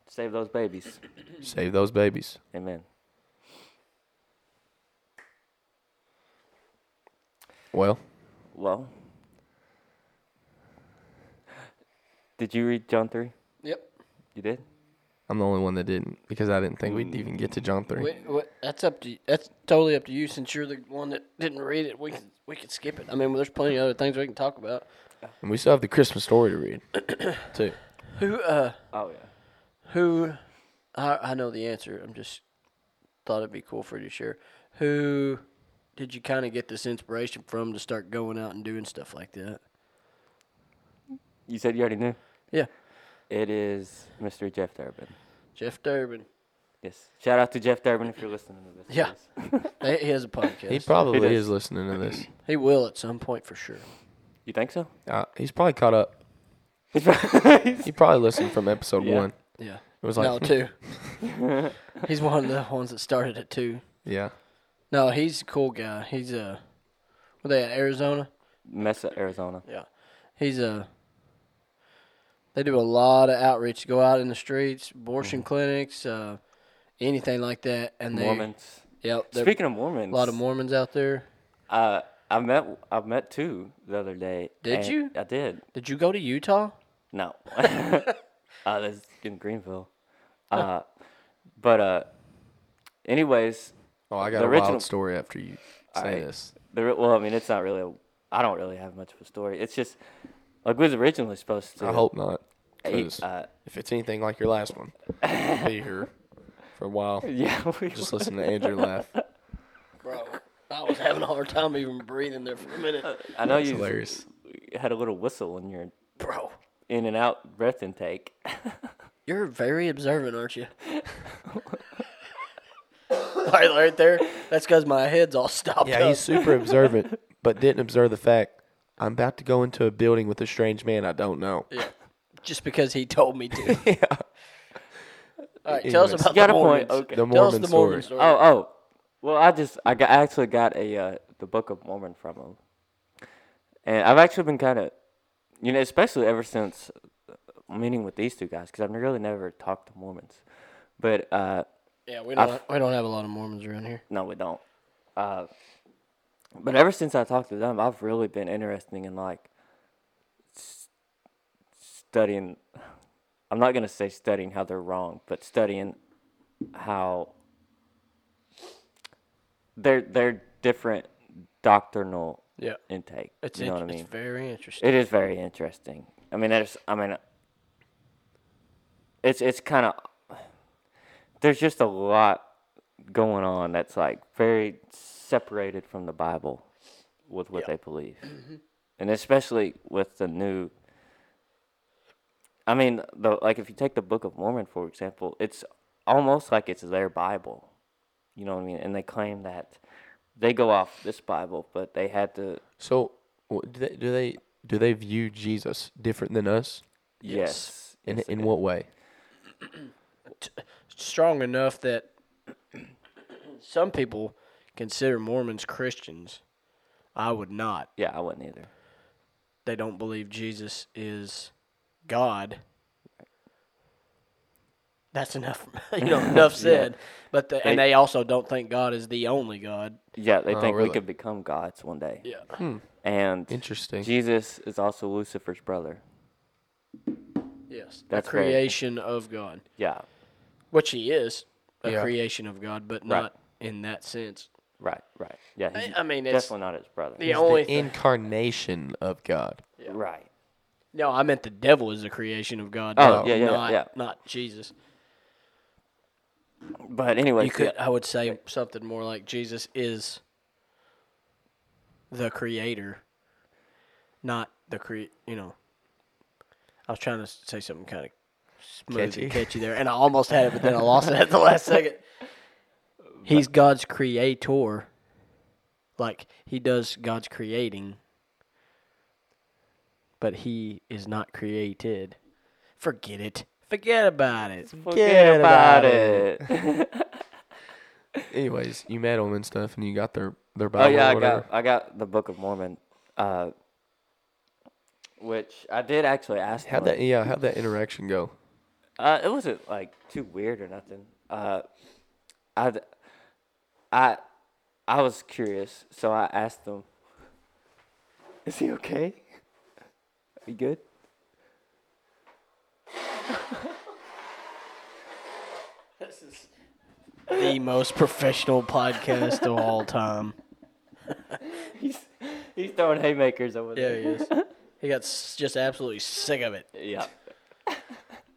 B: Save those babies.
C: Save those babies.
B: Amen.
C: Well,
B: Well, did you read John three?
D: Yep.
B: You did.
C: I'm the only one that didn't because I didn't think we'd even get to John three.
D: Wait, wait, that's up to you. that's totally up to you. Since you're the one that didn't read it, we can we can skip it. I mean, there's plenty of other things we can talk about.
C: And we still have the Christmas story to read, too.
D: Who uh
B: Oh yeah.
D: who I I know the answer. I'm just thought it'd be cool for you to share. Who did you kind of get this inspiration from to start going out and doing stuff like that?
B: You said you already knew.
D: Yeah,
B: It is Mr. Jeff Durbin.
D: Jeff Durbin.
B: Yes. Shout out to Jeff Durbin if you're listening to this.
D: Yeah.
B: please.
D: He he has a podcast.
C: He
D: He,
C: probably
B: does.
C: is listening to this.
D: will at some point for sure.
B: You think so?
C: Uh, he's probably caught up. He probably listened from episode
B: Yeah.
C: one.
D: Yeah.
C: It was like,
D: no, two. he's one of the ones that started it too.
C: yeah,
D: No, he's a cool guy. He's a. Were they at Arizona?
B: Mesa, Arizona.
D: Yeah. He's a. They do a lot of outreach. Go out in the streets, abortion clinics, uh, anything like that. And they,
B: Mormons.
D: Yep. there-
B: Speaking of
D: a
B: Mormons,
D: lot of Mormons out there.
B: Uh, I met I met two the other day.
D: Did
B: and-
D: you?
B: I did.
D: Did you go to Utah?
B: No, uh, that's in Greenville.
C: Oh.
B: Uh, but uh, anyways,
C: Oh, I got
B: The
C: a
B: original-
C: wild story after you say
B: Alright.
C: this.
B: the re- well, I mean, it's not really. A, I don't really have much of a story. It's just like we was originally supposed to.
C: I hope not.
B: Hey,
C: 'cause
B: uh,
C: if it's anything like your last one, I'll be here for a while.
B: Yeah, we
C: Just listen to Andrew laugh.
D: Bro, I was having a hard time even breathing there for a minute.
B: I know
C: It's
B: you
C: hilarious.
B: had a little whistle in your
D: Bro,
B: in and out breath intake.
D: you're very observant, aren't you? right, right there. That's because my head's all stopped
C: Yeah,
D: up.
C: he's super observant, but didn't observe the fact I'm about to go into a building with a strange man I don't know.
D: Yeah. Just because he told me to. yeah. All right, tell us
C: Anyways.
D: about
B: Got
D: the
B: a point.
D: Mormons.
B: Okay.
C: The
D: Tell us
C: Mormon
D: the
C: story.
D: Mormon story.
B: Oh, oh. Well, I just I got, I actually got a uh, the Book of Mormon from him, and I've actually been kind of, you know, especially ever since meeting with these two guys because I've really never talked to Mormons, but uh,
D: Yeah, we don't we don't have a lot of Mormons around here.
B: no, we don't. Uh, but ever since I talked to them, I've really been interested in like s- studying. I'm not gonna say studying how they're wrong, but studying how they're they're different doctrinal
D: Yeah.
B: intake.
D: It's
B: you know
D: int-
B: what I mean?
D: it's very interesting.
B: It is very interesting. I mean, there's. I mean, it's it's kind of. There's just a lot going on that's like very separated from the Bible, with what they believe, and especially with the new. I mean, the like if you take the Book of Mormon for example, it's almost like it's their Bible. You know what I mean? And they claim that they go off this Bible, but they had to.
C: So, wh- do they do they do they view Jesus different than us?
B: Yes.
C: In
B: yes,
C: in what way?
D: strong enough that some people consider Mormons Christians. I would not.
B: Yeah, I wouldn't either.
D: They don't believe Jesus is God. that's enough. you know, enough said. But the, and
B: They-
D: they also don't think God is the only God. Hmm.
B: Yeah, they
C: Oh,
B: think
C: really?
B: we could become gods one day.
D: Yeah.
B: And
C: Interesting.
B: Jesus is also Lucifer's brother.
D: Yes.
B: That's
D: a
B: very-
D: creation of God,
B: Yeah,
D: which he is a
C: Yeah.
D: creation of God, but
B: Right.
D: not in that sense.
B: right, right. Yeah, he's
D: I mean, it's
B: definitely not his brother.
D: the
C: He's
D: only
C: the
D: thing.
C: incarnation of God.
B: Right.
D: No, I meant the devil is a creation of God.
B: Oh,
D: not-
B: yeah, yeah, yeah,
D: not,
B: yeah.
D: Not Jesus.
B: But anyway,
D: You could, I would say something more like Jesus is the creator, not the cre. You know, I was trying to s- say something kind of smooth
C: Catchy.
D: and catchy there, and I almost had it, but then I lost it at the last second. He's God's creator, like he does God's creating, but he is not created. Forget it. Forget about it.
B: forget about,
C: about
B: it.
C: Anyways, you met them and stuff, and you got their their
B: oh
C: Bible.
B: yeah,
C: or
B: I
C: whatever.
B: got I got the Book of Mormon, uh, which I did actually ask.
C: How'd
B: one.
C: that? Yeah, how'd that interaction go?
B: Uh, it wasn't like too weird or nothing. Uh, I, d- I, I was curious, so I asked them, "Is he okay? Are you good?"
D: the most professional podcast of all time.
B: He's he's throwing haymakers over
D: Yeah,
B: there.
D: he is. He got s- just absolutely sick of it.
B: Yeah.
D: All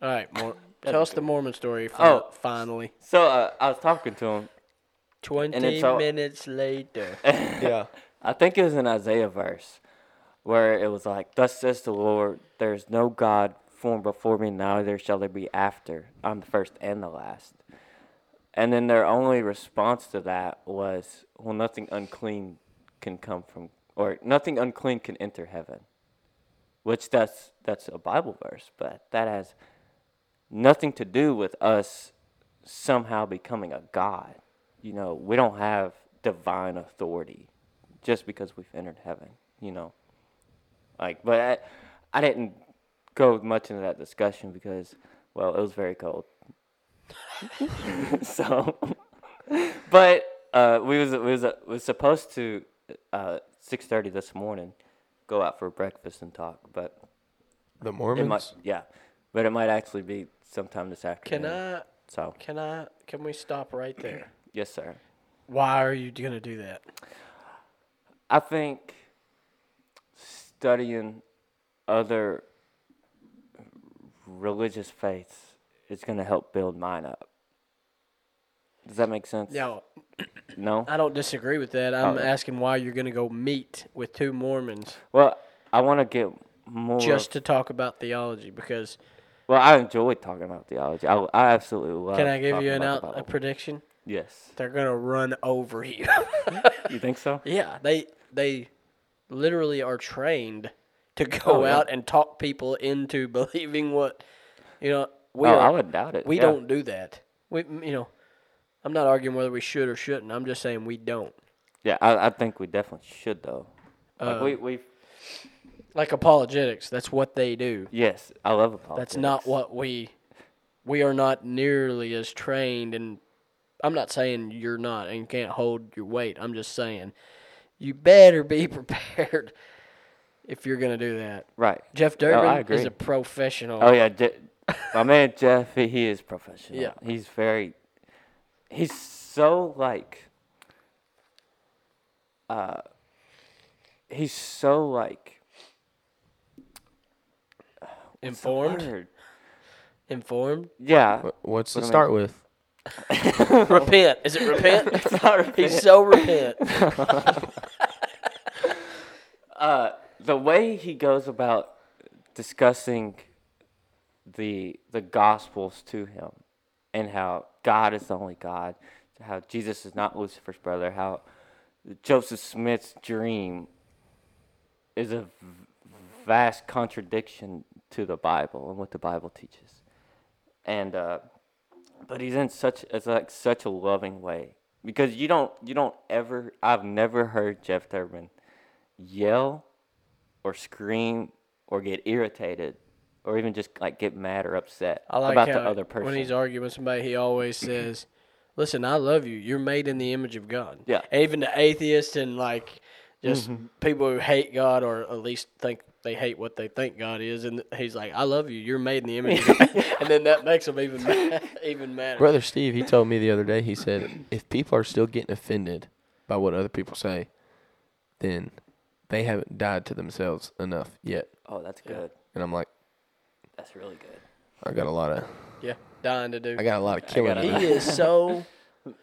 D: right, Mor- tell us the Mormon story. For
B: Oh.
D: finally,
B: So uh, I was talking to him.
D: twenty
B: all-
D: minutes later.
C: Yeah.
B: I think it was an Isaiah verse where it was like, Thus says the Lord, there is no God formed before me, neither shall there be after. I'm the first and the last. And then their only response to that was, Well, nothing unclean can come from, or nothing unclean can enter heaven. Which that's that's a Bible verse, but that has nothing to do with us somehow becoming a god. You know, we don't have divine authority just because we've entered heaven, you know. Like, but I, I didn't go much into that discussion because, well, it was very cold. so, but uh, we was we was uh, was supposed to uh, six thirty this morning go out for breakfast and talk, but
C: The
B: it
C: Mormons.
B: might yeah, but it might actually be sometime this afternoon.
D: Can I?
B: So
D: Can I? Can we stop right there?
B: yes, sir.
D: Why are you gonna do that?
B: I think studying other religious faiths is going to help build mine up. Does that make sense?
D: No,
B: No?
D: I don't disagree with that. I'm
B: Oh.
D: asking why you're gonna go meet with two Mormons
B: Well, I want to get more.
D: just to talk about theology because.
B: well, I enjoy talking about theology. I, I absolutely love.
D: Can I give
B: uh, talking
D: you an
B: about the
D: out a
B: Bible.
D: prediction?
B: yes.
D: They're gonna run over you.
B: You think so?
D: Yeah, they they literally are trained to go
B: Oh, yeah.
D: out and talk people into believing what you know. We
B: oh,
D: are-
B: I would doubt it.
D: we
B: yeah.
D: don't do that. We you know, I'm not arguing whether we should or shouldn't. I'm just saying we don't.
B: Yeah, I, I think we definitely should though.
D: Uh,
B: Like we we
D: Like apologetics, that's what they do.
B: yes, I love apologetics.
D: That's not what we we are not nearly as trained and I'm not saying you're not and can't hold your weight. I'm just saying you better be prepared if you're going to do that.
B: right.
D: Jeff
B: No, I
D: Durbin is
B: agree.
D: a professional.
B: Oh yeah, Je- my man Jeff. He, he is professional.
D: Yeah.
B: he's very. He's so like. Uh, he's so like
D: informed,
B: word.
D: informed.
B: Yeah,
C: Wh- What's to
B: I mean-
C: start with?
D: repent. Is it repent?
B: it's not repeated.
D: He's so repent.
B: the way he goes about discussing the the gospels to him and how God is the only God, how Jesus is not Lucifer's brother, how Joseph Smith's dream is a v- vast contradiction to the Bible and what the Bible teaches. And uh but he's in such it's like such a loving way because you don't you don't ever I've never heard Jeff Durbin yell or scream or get irritated or even just like get mad or upset
D: I like
B: about
D: how
B: the other person.
D: when he's arguing with somebody, he always says, "Listen, I love you. You're made in the image of God."
B: Yeah. Mm-hmm.
D: Even the atheists and like just people who hate God or at least think they hate what they think God is, and he's like, "I love you. You're made in the image of God," and then that makes him even ma- even madder.
C: Brother Steve, he told me the other day, he said, if people are still getting offended by what other people say, then they haven't died to themselves enough yet.
B: oh, that's good.
C: And I'm like,
B: That's really good.
C: I got a lot of,
D: Yeah, dying to do.
C: I got a lot of killing. to
D: he
C: do.
D: is so.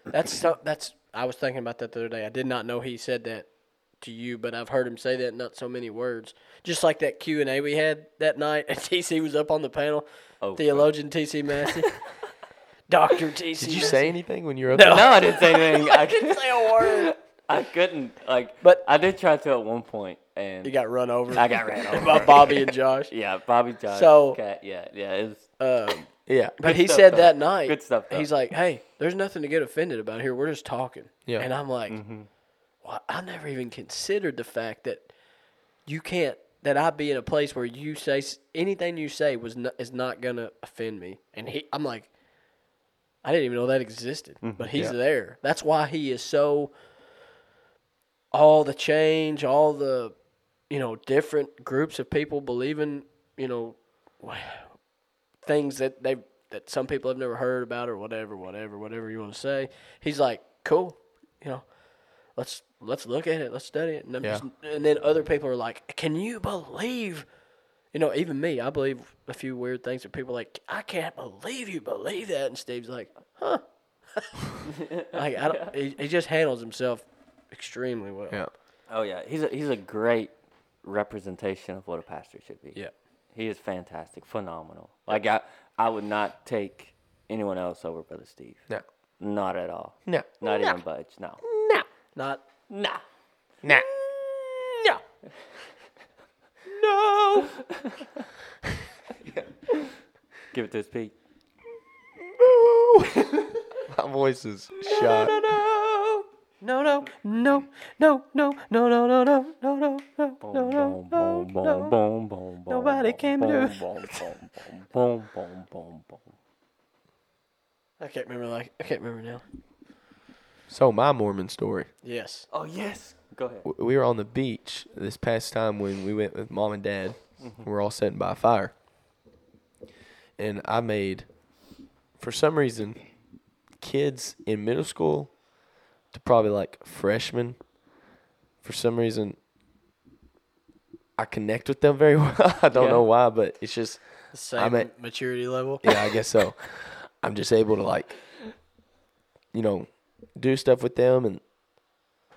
D: That's so. That's. I was thinking about that the other day. I did not know he said that to you, but I've heard him say that in not so many words. Just like that Q and A we had that night, and TC was up on the panel.
B: Oh,
D: theologian TC Massey, Doctor TC.
C: Did you
D: Massey.
C: say anything when you were up there?
D: No.
B: No, I didn't say anything. I,
D: Didn't
B: couldn't-
D: say a word.
B: I couldn't like,
D: But-
B: but I did try to at one point, and
D: You got run over.
B: I got ran over.
D: by Bobby and Josh.
B: yeah, Bobby Josh.
D: So-
B: cat, yeah, yeah, it was
D: Um,
C: Yeah.
D: but he
B: stuff,
D: said
B: though.
D: that night.
B: Good stuff, though.
D: He's like, "Hey, there's nothing to get offended about here. We're just talking."
C: Yeah.
D: And I'm like,
B: Mm-hmm.
D: "Well, I never even considered the fact that you can't that I be in a place where you say s- anything you say was not, is not gonna offend me." And he, I'm like, I didn't even know that existed,
B: Mm-hmm.
D: but he's
C: Yeah.
D: there. That's why he is so. All the change, all the, you know, different groups of people believing, you know, things that they that some people have never heard about or whatever, whatever, whatever you want to say. He's like, cool, you know, let's let's look at it, let's study it, and, I'm
C: Yeah.
D: just, and then other people are like, can you believe? You know, even me, I believe a few weird things that people are like, I can't believe you believe that, and Steve's like, huh? like I don't, he, he just handles himself extremely well.
C: Yeah.
B: Oh yeah, he's a, he's a great representation of what a pastor should be.
D: Yeah.
B: he is fantastic, phenomenal. Like I, I would not take anyone else over Brother Steve.
C: No.
B: Not at all.
C: No.
B: Not even budge. No.
D: Not
B: Nah.
C: Nah.
D: no.
C: No.
B: Give it to his Pete.
C: My voice is shot.
D: No, no, no, no, no, no, no, no, no, no, no, no,
B: Boom,
D: no, no,
B: boom,
D: no,
B: boom, boom,
D: no.
B: boom, boom, boom,
D: Nobody
B: boom,
D: came
B: boom,
D: to-
B: boom, boom, boom, boom, boom, boom, boom.
D: I can't remember. Like I can't remember now.
C: So my Mormon story.
D: Yes.
B: Oh yes. Go ahead.
C: w- we were on the beach this past time when we went with mom and dad. We We're all sitting by a fire. And I made, for some reason, kids in middle school to probably like freshmen, for some reason, I connect with them very well. I don't
B: Yeah.
C: know why, but it's just,
D: The same
C: I'm at-
D: maturity level.
C: yeah, I guess so. I'm just able to like, you know, do stuff with them, and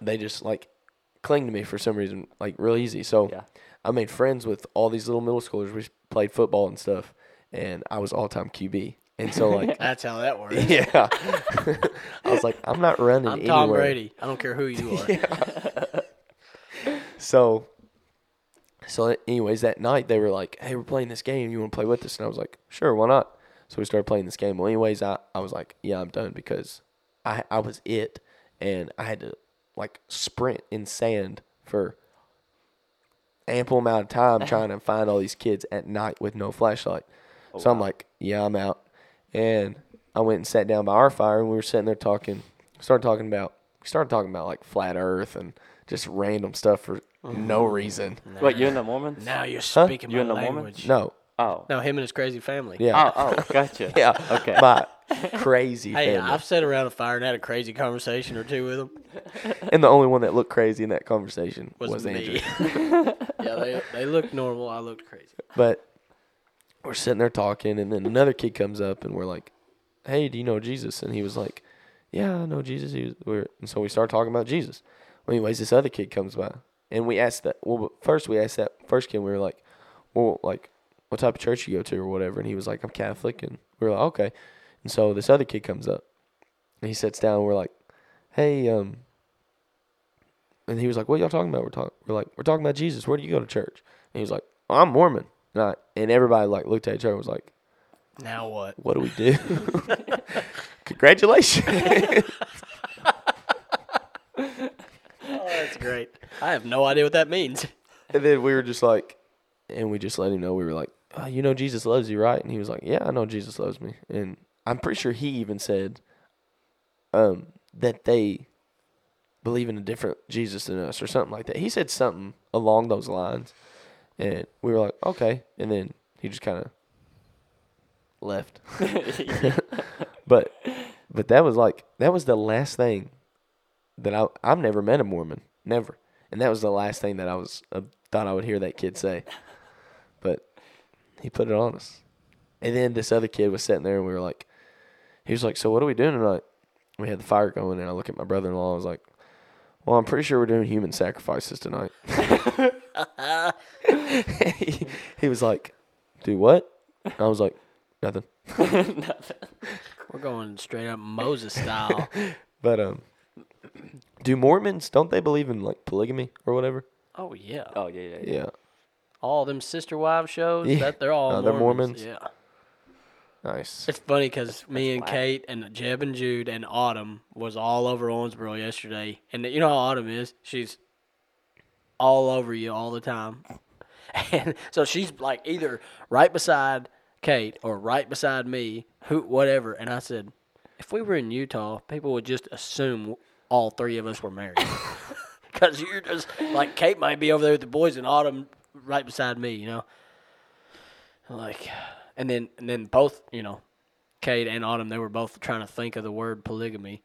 C: they just like cling to me for some reason, like real easy. So
B: Yeah.
C: I made friends with all these little middle schoolers. We played football and stuff, and I was all time QB. And so like,
D: That's how that works.
C: yeah, I was like, I'm not running.
D: I'm Tom
C: anywhere.
D: Brady. I don't care who you are.
C: So, so anyways, that night they were like, "Hey, we're playing this game. You want to play with us?" And I was like, "Sure, why not?" So we started playing this game. Well, anyways, I, I was like, "Yeah, I'm done because I I was it, and I had to like sprint in sand for ample amount of time trying to find all these kids at night with no flashlight." so I'm like, "Yeah, I'm out," and I went and sat down by our fire, and we were sitting there talking. Started talking about we started talking about like flat Earth and just random stuff for no reason.
B: Wait, you and the Mormons?
D: Now you're speaking
B: You
D: my
B: and the Mormons?
D: language.
C: No,
B: Oh.
D: No, him and his crazy family.
C: yeah,
B: Oh, oh, gotcha.
C: yeah,
B: Okay.
C: My crazy
D: Hey,
C: family,
D: I've sat around a fire and had a crazy conversation or two with him.
C: and the only one that looked crazy in that conversation was,
D: Was,
C: Andrew.
D: me. yeah, they they looked normal. I looked crazy.
C: But we're sitting there talking, and then another kid comes up, and we're like, "Hey, do you know Jesus?" And he was like, "Yeah, I know Jesus." He was, we're, and so we start talking about Jesus. Well, anyways, this other kid comes by, and we asked that. Well, first we asked that first kid. We were like, "Well, like, what type of church you go to, or whatever?" And he was like, "I'm Catholic," and we were like, "Okay." And so this other kid comes up, and he sits down. And we're like, "Hey, um," and he was like, "What y'all talking about?" We're talking. We're like, "We're talking about Jesus." Where do you go to church? And he was like, well, "I'm Mormon." And, I, and everybody like looked at each other and was like,
D: Now what?
C: "What do we do?" Congratulations.
D: Oh, that's great. I have no idea what that means.
C: and then we were just like, and we just let him know we were like, uh, you know Jesus loves you, right? And he was like, yeah, I know Jesus loves me. And I'm pretty sure he even said um, that they believe in a different Jesus than us or something like that. He said something along those lines. And we were like, okay. And then he just kind of left. but but that was like that was the last thing that I I've never met a Mormon, never. And that was the last thing that I was uh, thought I would hear that kid say. But he put it on us. And then this other kid was sitting there and we were like he was like, "So what are we doing tonight?" We had the fire going and I look at my brother-in-law I was like, "Well, I'm pretty sure we're doing human sacrifices tonight." he, he was like, "Do what?" I was like, "Nothing."
D: We're going straight up Moses style.
C: But um, do Mormons don't they believe in like polygamy or whatever?
D: oh yeah.
B: oh yeah, yeah, yeah.
C: Yeah,
D: All them sister wives shows.
C: Yeah.
D: That they're all
C: Oh, they're
D: Mormons.
C: Mormons?
D: Yeah.
C: nice.
D: It's funny because me and
B: whack.
D: Kate and Jeb and Jude and Autumn was all over Owensboro yesterday, and you know how Autumn is. She's all over you all the time, and so she's like either right beside Kate or right beside me, who whatever. And I said, if we were in Utah, people would just assume all three of us were married, because you're just like Kate might be over there with the boys and Autumn right beside me, you know, like. And then, and then both, you know, Kate and Autumn, they were both trying to think of the word polygamy.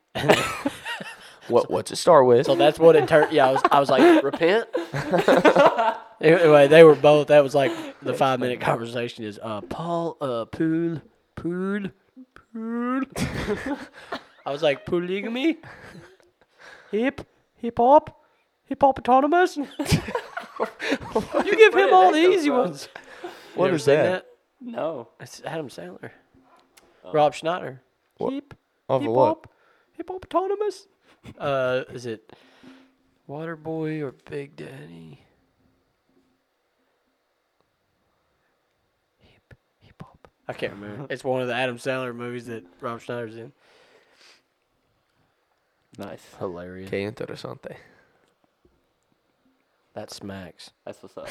C: What what's it start with?
D: So that's what it turned. Yeah, I was, I was like, repent. anyway, they were both. That was like the five minute conversation is uh, Paul, uh, pool, pool, pool. I was like, polygamy, hip, hip hop, hip hop autonomous. you give
B: where
D: him
B: did
D: all
B: that
D: the
B: come
D: easy
B: from?
D: ones.
C: What
D: What
C: is
D: is
C: that?
B: No.
D: It's Adam Sandler,
B: Oh.
D: Rob Schneider.
C: What?
D: Hip,
C: Over
D: hip
C: what?
D: hop, hip hop autonomous. Uh, is it Waterboy or Big Daddy? Hip hip hop. I can't remember. it's one of the Adam Sandler movies that Rob Schneider's in.
B: Nice.
D: Hilarious.
C: Que interesante.
D: That smacks.
B: That's what's up.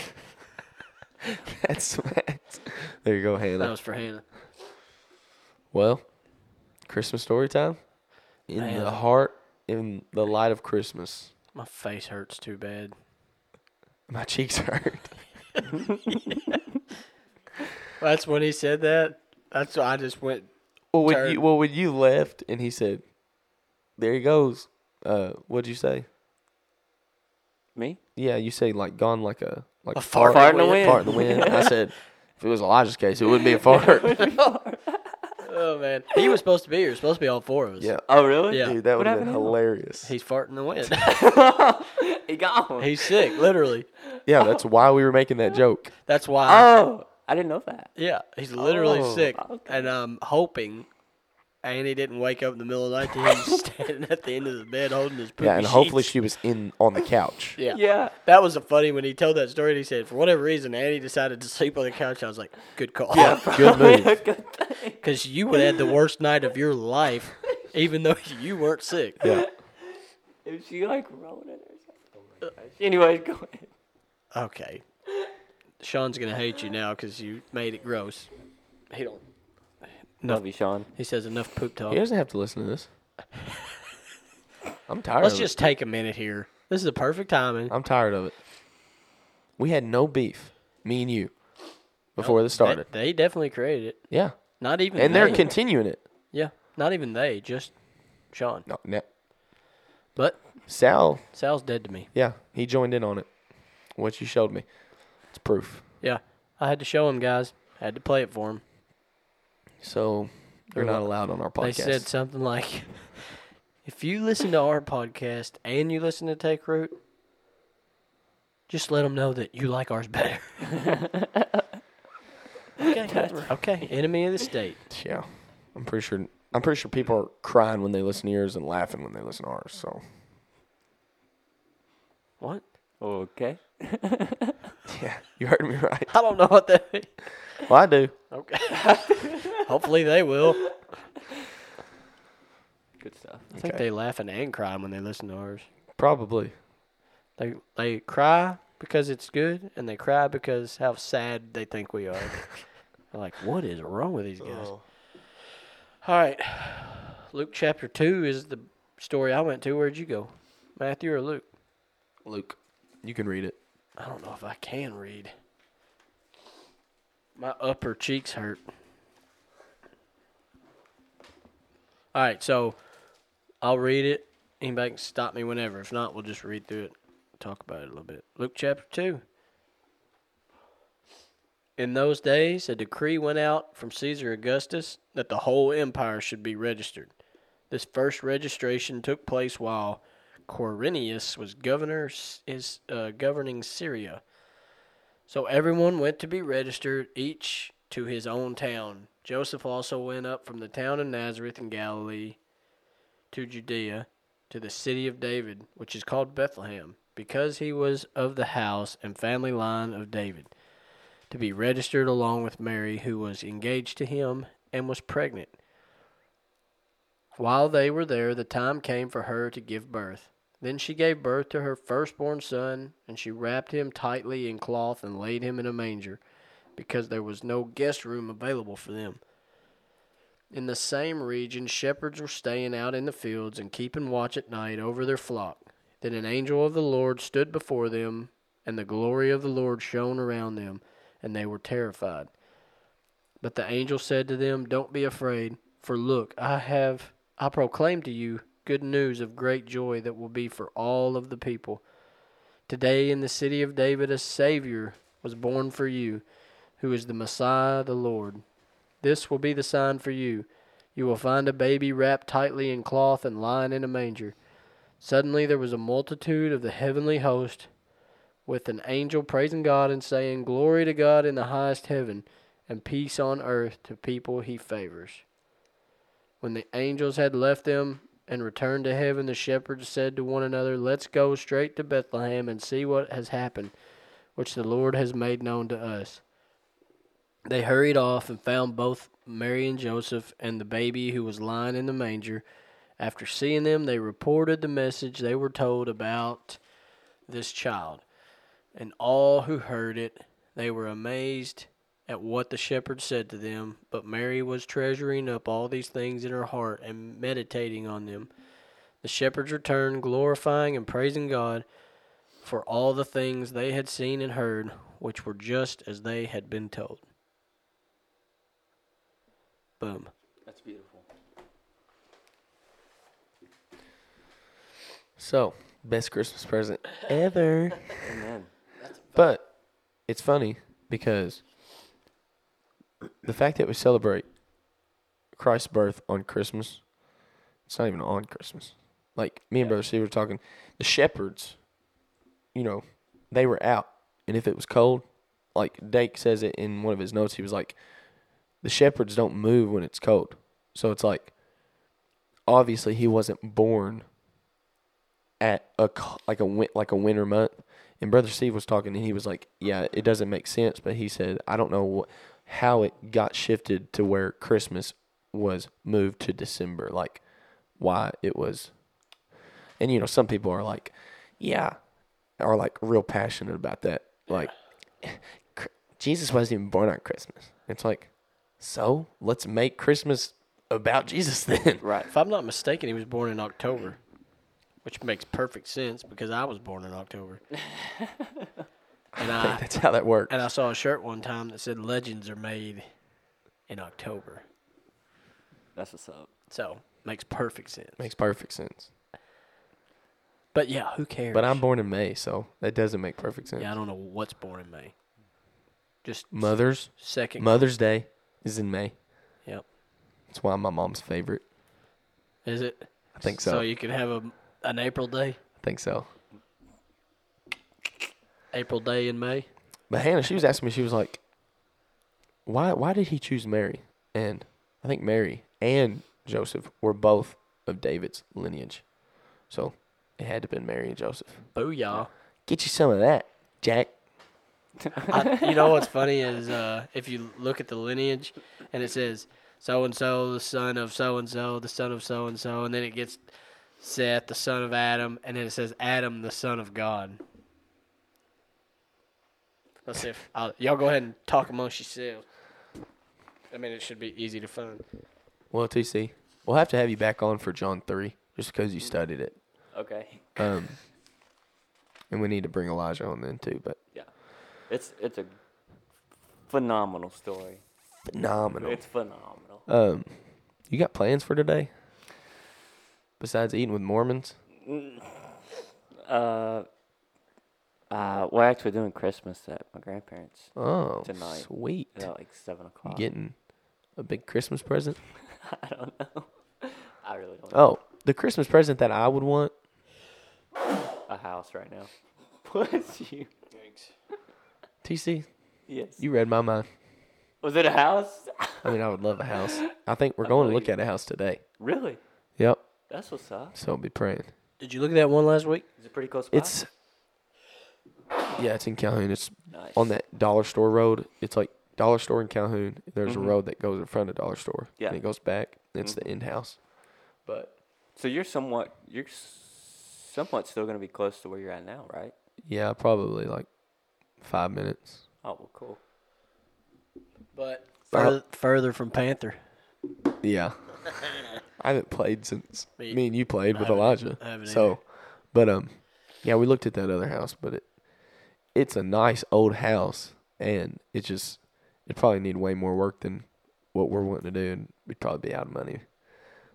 C: That's there you go, Hannah.
D: That was for Hannah.
C: well, Christmas story time. In the
D: Man.
C: heart, in the light of Christmas,
D: My face hurts too bad.
C: my cheeks hurt.
D: That's when he said that. That's why I just went.
C: Well, when
D: Turd.
C: you well when you left, and he said, "There he goes." Uh, what'd you say?
B: Me?
C: Yeah, you say like gone like a like
D: A fart in the
B: wind.
C: Fart in the wind. I said, if it was Elijah's case, it wouldn't be a fart.
D: Oh man, he was supposed to be here. It was supposed to be all four of us.
C: yeah,
B: Oh really?
D: Yeah.
C: dude, that would have
B: happened
C: been
B: to him?
C: hilarious.
D: He's farting the wind.
B: He gone.
D: He's sick, literally.
C: yeah, that's why we were making that joke.
D: That's why.
B: oh, I didn't know that.
D: Yeah, he's literally
B: Oh,
D: sick,
B: okay.
D: and I'm hoping Annie didn't wake up in the middle of the night to him standing at the end of the bed holding his poopy
C: Yeah, and hopefully
D: sheets.
C: she was in on the couch.
D: Yeah.
B: Yeah.
D: that was a funny when he told that story. and He said, for whatever reason, Annie decided to sleep on the couch. I was like, good call,
C: Good move.
D: because you would have had the worst night of your life, even though you weren't sick.
C: Yeah.
B: Is she like rolling or something? Oh Anyways, go ahead.
D: Okay, Sean's gonna hate you now because you made it gross. He don't.
B: Love you, Sean.
D: He says enough poop talk.
C: He doesn't have to listen to this. I'm tired
D: Let's
C: of
D: just take a minute here. This is the perfect timing.
C: it. I'm tired of it. We had no beef, me and you, before this
D: They-
C: started.
D: They, definitely created it.
C: yeah.
D: Not even
C: And
D: they.
C: they're continuing it.
D: yeah, not even they, just Sean.
C: No, no.
D: But
C: Sal,
D: Sal's dead to me.
C: yeah, he joined in on it. What you showed me. It's proof.
D: Yeah, I had to show him guys. had to play it for him.
C: So you're not allowed on our podcast.
D: They said something like, "If you listen to our podcast and you listen to Take Root, just let them know that you like ours better." okay, okay, enemy of the state.
C: yeah, I'm pretty sure. I'm pretty sure people are crying when they listen to yours and laughing when they listen to ours. So
D: What?
B: Okay.
C: yeah, you heard me right.
D: I don't know what that. Means.
C: Well, I do.
D: Okay. Hopefully they will.
B: Good stuff.
D: I think
C: Okay.
D: they laughing and crying when they listen to ours.
C: Probably.
D: They they cry because it's good, and they cry because how sad they think we are. Like, what is wrong with these guys? All right. Luke chapter 2 is the story I went to. Where'd you go? Matthew or Luke?
C: Luke, you can read it.
D: I don't know if I can read. My upper cheeks hurt. All right, so I'll read it. Anybody can stop me whenever. If not, we'll just read through it, talk about it a little bit. Luke chapter 2. In those days, a decree went out from Caesar Augustus that the whole empire should be registered. This first registration took place while Quirinius was governor is uh, governing Syria. So everyone went to be registered, each to his own town. Joseph also went up from the town of Nazareth in Galilee to Judea to the city of David, which is called Bethlehem, because he was of the house and family line of David, to be registered along with Mary, who was engaged to him and was pregnant. While they were there, the time came for her to give birth. Then she gave birth to her firstborn son, and she wrapped him tightly in cloth and laid him in a manger, because there was no guest room available for them. In the same region, shepherds were staying out in the fields and keeping watch at night over their flock. Then an angel of the Lord stood before them, and the glory of the Lord shone around them, and they were terrified. But the angel said to them, Don't be afraid, for look, I have I proclaim to you good news of great joy that will be for all of the people. Today in the city of David a savior was born for you, who is the Messiah the Lord. This will be the sign for you. You will find a baby wrapped tightly in cloth and lying in a manger. Suddenly there was a multitude of the heavenly host with an angel praising God and saying, Glory to God in the highest heaven, and peace on earth to people he favors. When the angels had left them and returned to heaven, the shepherds said to one another, Let's go straight to Bethlehem and see what has happened, which the Lord has made known to us. They hurried off and found both Mary and Joseph and the baby who was lying in the manger. After seeing them, they reported the message they were told about this child. And all who heard it, they were amazed at what the shepherd said to them. But Mary was treasuring up all these things in her heart and meditating on them. The shepherds returned, glorifying and praising God for all the things they had seen and heard, which were just as they had been told. Boom.
B: That's beautiful.
C: So, best Christmas present ever.
B: Amen.
C: But it's funny because the fact that we celebrate Christ's birth on Christmas, it's not even on Christmas. Like me and Brother Steve were talking, the shepherds, you know, they were out. And if it was cold, like Dake says it in one of his notes, he was like, the shepherds don't move when it's cold. So it's like, obviously, he wasn't born at a co- like a win- like a winter month. And brother Steve was talking, and he was like, "Yeah, it doesn't make sense." But he said, "I don't know wh- how it got shifted to where Christmas was moved to December. Like, why it was." And you know, some people are like, "Yeah," are like real passionate about that. Like, "Cr- Jesus wasn't even born on Christmas. It's like, so let's make Christmas about Jesus then.
B: Right.
D: If I'm not mistaken, he was born in October, which makes perfect sense because I was born in October. and
C: I think
D: I
C: that's how that works.
D: and I saw a shirt one time that said "Legends are made in October,"
B: That's what's up.
D: so makes perfect sense.
C: Makes perfect sense.
D: But yeah, who cares?
C: But I'm born in May, so that doesn't make perfect sense.
D: yeah, I don't know what's born in May. Just
C: Mother's
D: second.
C: Mother's Day is in May.
D: yep.
C: That's why I'm my mom's favorite.
D: Is it?
C: I think so.
D: So you could have a an April day,
C: I think so.
D: April day in May.
C: But Hannah, she was asking me, she was like, Why why did he choose Mary? And I think Mary and Joseph were both of David's lineage. So it had to have been Mary and Joseph.
D: Booyah!
C: Get you some of that, Jack.
D: I, you know what's funny is uh, if you look at the lineage and it says so and so, the son of so and so, the son of so and so, and then it gets Seth, the son of Adam, and then it says Adam, the son of God. uh, Let's see if I'll, y'all go ahead and talk amongst yourselves. I mean, it should be easy to find.
C: Well, TC, we'll have to have you back on for John three, just because you studied it.
B: Okay.
C: Um, and we need to bring Elijah on then too. But
B: Yeah. It's it's a phenomenal story.
C: phenomenal.
B: It's phenomenal.
C: Um, you got plans for today? Besides eating with Mormons,
B: Uh, uh, we're actually doing Christmas at my grandparents.
C: oh,
B: Tonight.
C: sweet.
B: It's at like seven
C: You
B: o'clock.
C: getting a big Christmas present?
B: I don't know. I really don't. know
C: Oh, the Christmas present that I would want.
B: A house right now. Bless you.
C: TC,
B: Yes.
C: you read my mind.
B: Was it a house?
C: I mean, I would love a house. I think we're going to look
B: believe
C: at a house today.
B: really?
C: Yep.
B: That's what's up.
C: So I'll be praying.
D: Did you look at that one last week?
B: Is it pretty close by?
C: It's yeah, it's in Calhoun. It's
B: nice.
C: on that Dollar Store Road. It's like Dollar Store in Calhoun. There's a road that goes in front of Dollar Store.
B: Mm-hmm. Yeah. Mm-hmm.
C: and it goes back. It's the end house. But
B: So you're somewhat you're s- somewhat still gonna be close to where you're at now, right?
C: yeah, probably like five minutes.
B: Oh well, cool.
D: But
C: Uh,
D: further, further from Panther.
C: Yeah, I haven't played since
D: Me-
C: me, and you played with
D: haven't-
C: Elijah.
D: I haven't
C: so,
D: either.
C: but um, yeah, we looked at that other house, but it it's a nice old house, and it just it probably need way more work than what we're wanting to do, and we'd probably be out of money,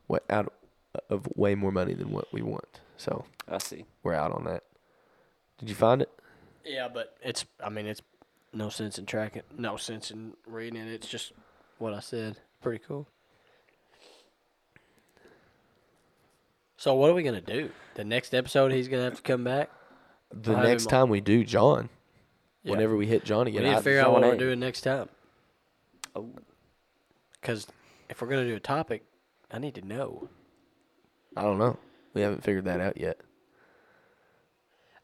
C: what out of way more money than what we want. So
B: I see.
C: we're out on that. Did you find it?
D: Yeah, but it's. I mean, it's no sense in tracking. No sense in reading it. It's just what I said. Pretty cool. So what are we gonna do? The next episode, he's gonna have to come back.
C: The
D: I have
C: next
D: him-
C: time we do John,
D: Yeah.
C: whenever we hit John
D: We
C: again,
D: need
C: I-
D: to figure out what
B: zone
D: we're
B: A.
D: doing next time.
B: Oh.
D: Because if we're gonna do a topic, I need to know.
C: I don't know. We haven't figured that out yet.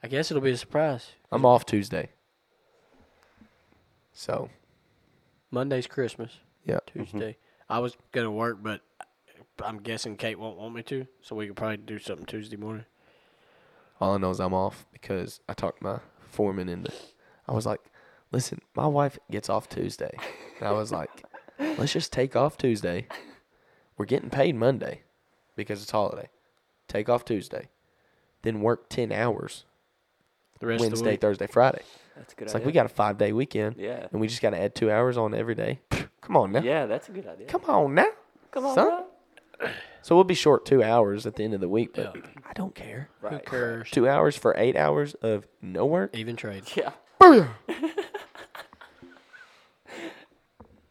D: I guess it'll be a surprise.
C: I'm off Tuesday. So,
D: Monday's Christmas.
C: yeah.
D: Tuesday. I was gonna work, but I'm guessing Kate won't want me to, so we could probably do something Tuesday morning.
C: All I know is I'm off because I talked my foreman into I was like, listen, my wife gets off Tuesday. And I was like, let's just take off Tuesday. We're getting paid Monday because it's holiday. Take off Tuesday. Then work 10 hours
D: The rest of the
C: Wednesday,
D: week.
C: Thursday, Friday.
B: That's a good.
C: It's
B: idea.
C: like we got a five day weekend.
B: Yeah.
C: And we just got to add two hours on every day. Come on now.
B: Yeah, that's a good idea.
C: Come on now.
B: Come on,
C: son.
B: bro.
C: So we'll be short two hours at the end of the week, but
D: Yeah.
C: I don't care.
D: Who
B: Right.
D: cares?
C: Two hours for eight hours of no work.
D: Even trade.
B: Yeah.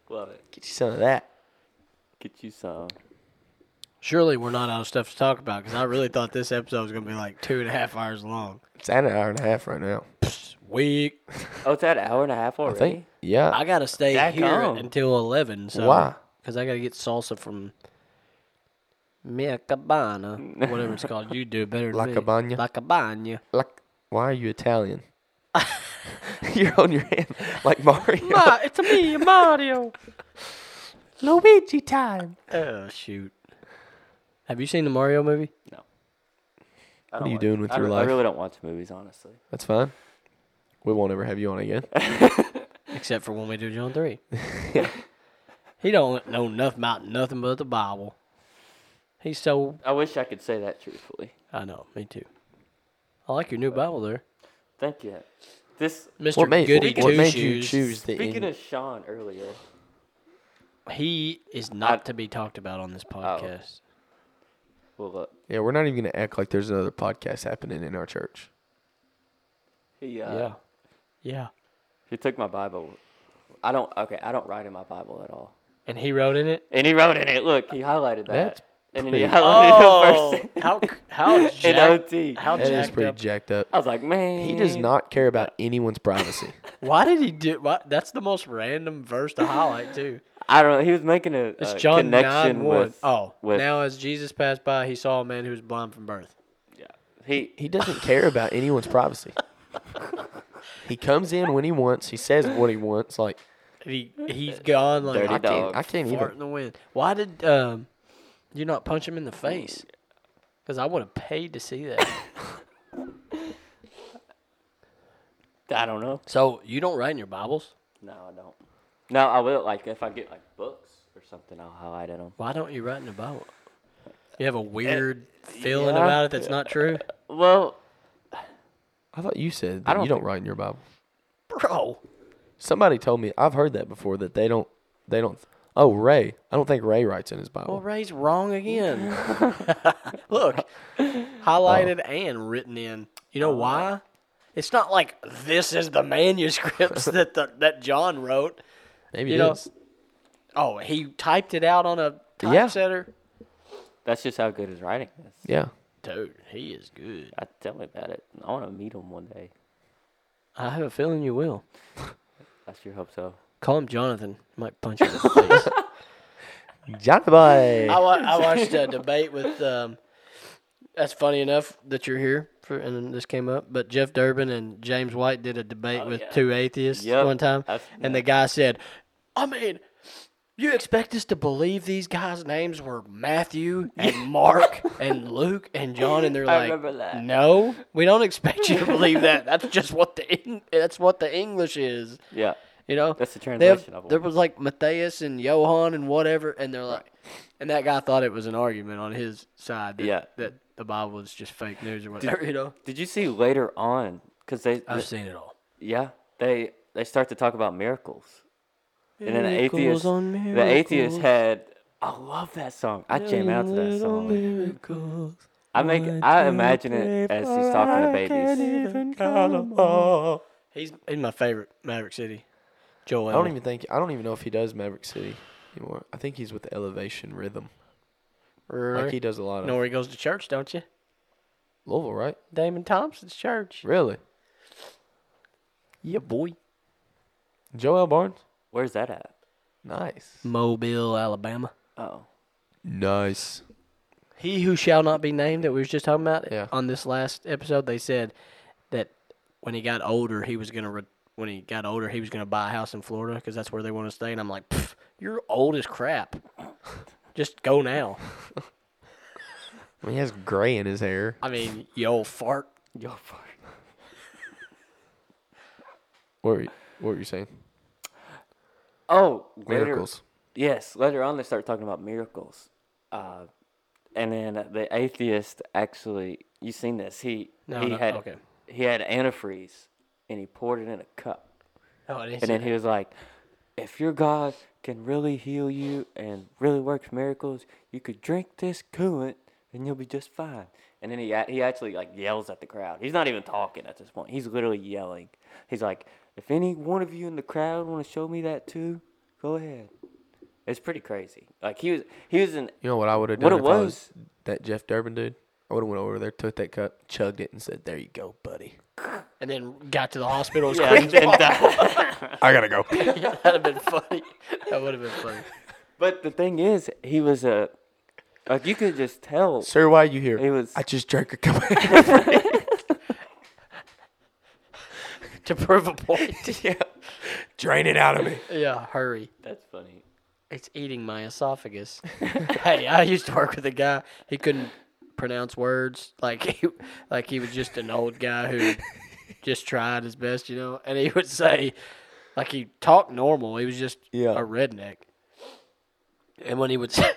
B: Love it.
C: Get you some of that.
B: Get you some.
D: Surely we're not out of stuff to talk about because I really thought this episode was gonna be like two and a half hours long.
C: It's at an hour and a half right now.
D: Week.
B: Oh, it's at an hour and a half
C: I
B: already.
C: think. Yeah.
D: I gotta stay
B: Back
D: here
B: on.
D: until eleven. So
C: Why?
D: Because I gotta get salsa from Mia Cabana, whatever it's called. You do it better. Than
C: La
D: me.
C: Cabana?
D: La Cabana.
C: like, why are you Italian? You're on your hand like Mario.
D: it's me, Mario.
C: Luigi time.
D: Oh shoot! Have you seen the Mario movie?
B: I
C: What are
B: don't
C: you
B: watch-
C: doing with
B: I
C: your
B: re-
C: life?
B: I really don't watch movies, honestly.
C: That's fine. We won't ever have you on again.
D: Except for when we do John three. he don't know nothing about nothing but the Bible. He's so
B: I wish I could say that truthfully.
D: I know. Me too. I like your new Bible there,
B: Thank you. This
D: Mister
C: what made,
D: Goody
C: what
D: Two
C: made you
D: Shoes.
C: choose the
B: speaking
C: Eng-
B: of Sean earlier.
D: He is not to be talked about on
C: Oh.
D: this podcast.
B: Well, look,
C: Yeah, we're not even going to act like there's another podcast happening in our church.
B: he uh,
D: yeah, yeah.
B: he took my Bible. I don't. Okay, I don't write in my Bible at all.
D: And he wrote in it.
B: And he wrote in it. Look, he highlighted that.
C: That's
B: and then he
C: pretty-
B: highlighted
C: Oh.
B: the first
D: how how
B: in
D: jacked,
B: OT.
D: how
C: That is
D: jacked
C: pretty
D: up
C: jacked up. uh,
B: I was like, man.
C: He does not care about anyone's privacy.
D: Why did he do? Why, that's the most random verse to highlight too.
B: I don't know. He was making a,
C: Uh,
D: It's
B: a
D: John
B: connection
D: nine one.
B: with.
D: Oh,
B: with,
D: now as Jesus passed by, he saw a man who was blind from birth.
B: Yeah. He.
C: He doesn't care about anyone's privacy. He comes in when he wants. He says what he wants. Like
D: He he's gone like
B: Dirty
C: I
D: fart
C: can't.
B: dog.
C: I can't
D: in
C: even.
D: the wind. Why did um, you not punch him in the face? Because I would have paid to see that.
B: I don't know.
D: so you don't write in your Bibles?
B: No, I don't. No, I will. Like if I get like books, something I'll highlight it on.
D: Why don't you write in about? You have a weird feeling
B: Eh, yeah.
D: about it that's not true,
B: Well,
C: I thought you said that
B: I don't
C: you don't
B: think-
C: write in your Bible.
D: bro.
C: Somebody told me I've heard that before that they don't they don't. Oh Ray, I don't think Ray writes in his Bible.
D: Well, Ray's wrong again. Look, highlighted
B: Oh.
D: and written in. You know why? It's not like this is the manuscripts that the, that John wrote.
C: Maybe
D: you
C: it is.
D: know, Oh, he typed it out on a
C: Yeah.
D: typesetter.
B: that's just how good his writing is.
C: Yeah,
D: Dude, he is good.
B: I tell me about it. I want to meet him one day.
D: I have a feeling you will.
B: I sure hope so.
D: Call him Jonathan. Might punch him in the face.
C: Johnny Boy.
D: I, wa- I watched a debate with. Um, that's funny enough that you're here, for, and this came up. But Jeff Durbin and James White did a debate with two atheists
B: Oh, Yep,
D: one time,
B: I've seen
D: and the guy said, "I mean, you expect us to believe these guys' names were Matthew and Mark and Luke and John?" And they're
B: I
D: like,
B: remember that.
D: "No, we don't expect you to believe that. That's just what the Eng- that's what the English is."
B: Yeah.
D: You know,
B: That's the
D: They have-
B: translation of 'em.
D: There was like Matthias and Johan and whatever, and they're like, and that guy thought it was an argument on his side that,
B: Yeah.
D: that the Bible is just fake news or whatever. You know,
B: Did you see later on? Because they,
D: I've seen it all.
B: yeah, they they start to talk about miracles, and then the atheist,
D: on
B: the atheist had. I love that song. I jam out to that song. I make I imagine it as he's talking to babies.
D: He's in my favorite Maverick City, Joel.
C: I don't even think I don't even know if he does Maverick City anymore. I think he's with Elevation Rhythm. Like he does a lot of
D: know where he goes to church, don't you?
C: Louisville, right?
D: Damon Thompson's church.
C: Really?
D: Yeah, boy.
C: Joel Barnes?
B: Where's that at?
C: Nice.
D: Mobile, Alabama.
B: Oh,
C: Nice.
D: He who shall not be named that we was just talking about
C: Yeah.
D: on this last episode, they said that when he got older, he was gonna re- when he got older, he was gonna buy a house in Florida because that's where they want to stay. And I'm like, "Pff, you're old as crap. just go now.
C: I mean, he has gray in his hair.
D: I mean, you old fart.
B: yo, fart.
C: What were you, what were you saying?
B: Oh, later-
C: Miracles.
B: Yes, later on they start talking about miracles, uh, and then the atheist actually, you seen this? He
D: No,
B: he
D: no,
B: had
D: okay.
B: he had antifreeze, and he poured it in a cup,
D: Oh, I didn't
B: and
D: see
B: then he was like, "If your God can really heal you and really works miracles, you could drink this coolant, and you'll be just fine." And then he a- he actually like yells at the crowd. He's not even talking at this point. He's literally yelling. He's like, "If any one of you in the crowd want to show me that too, go ahead." It's pretty crazy. Like he was, he was an
C: You know what I would have done
B: What
C: if
B: it
C: I was that Jeff Durbin dude? I would have went over there, took that cup, chugged it, and said, "There you go, buddy.
D: and then got to the hospital. as
B: yeah,
D: quick
B: and,
D: as possible.
C: I gotta go."
D: That'd have been funny. That would have been funny.
B: But the thing is, he was a like you could just tell.
C: Sir, why are you here?
B: It was-
C: I just drank a cup.
D: To prove a point.
C: yeah. Drain it out of me.
D: yeah, hurry.
B: That's funny.
D: It's eating my esophagus. hey, I used to work with a guy. He couldn't pronounce words. Like he, like he was just an old guy who just tried his best, you know. And he would say, like he talked normal. He was just
C: Yeah.
D: a redneck. And when he would say,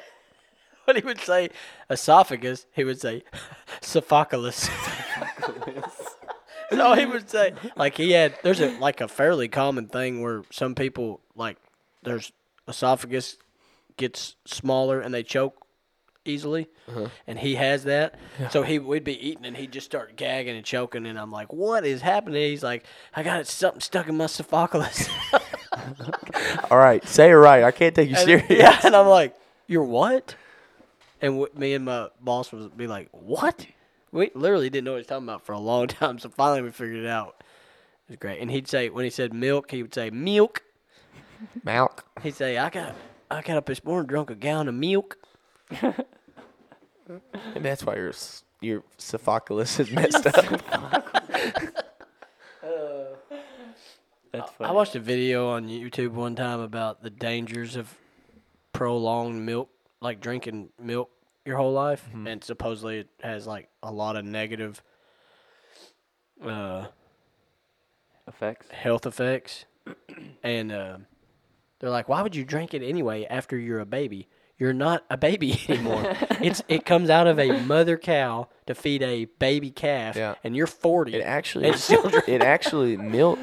D: when he would say esophagus, he would say sophocalus. so he would say like he had there's a like a fairly common thing where some people like there's esophagus gets smaller and they choke easily and he has that so he we'd be eating and he'd just start gagging and choking and i'm like what is happening he's like i got something stuck in my esophagus
C: All right, say it right. I can't take you
D: And-
C: serious.
D: Yeah, and I'm like, "You're what?" And w- me and my boss was be like, "What?" We literally didn't know what he was talking about for a long time, so finally we figured it out. It was great. And he'd say when he said milk, he would say milk.
C: Malk.
D: He'd say, "I got, I got up this morning, drunk a gallon of milk."
C: Maybe that's why your s- your syphilis is messed up.
B: That's funny.
D: I watched a video on YouTube one time about the dangers of prolonged milk, like drinking milk your whole life, and supposedly it has like a lot of negative. Uh,
B: effects.
D: health effects, and uh, They're like, why would you drink it anyway after you're a baby? You're not a baby anymore. it's it comes out of a mother cow to feed a baby calf,
C: Yeah.
D: and you're 40.
C: It actually,
D: And still drink.
C: it actually, milk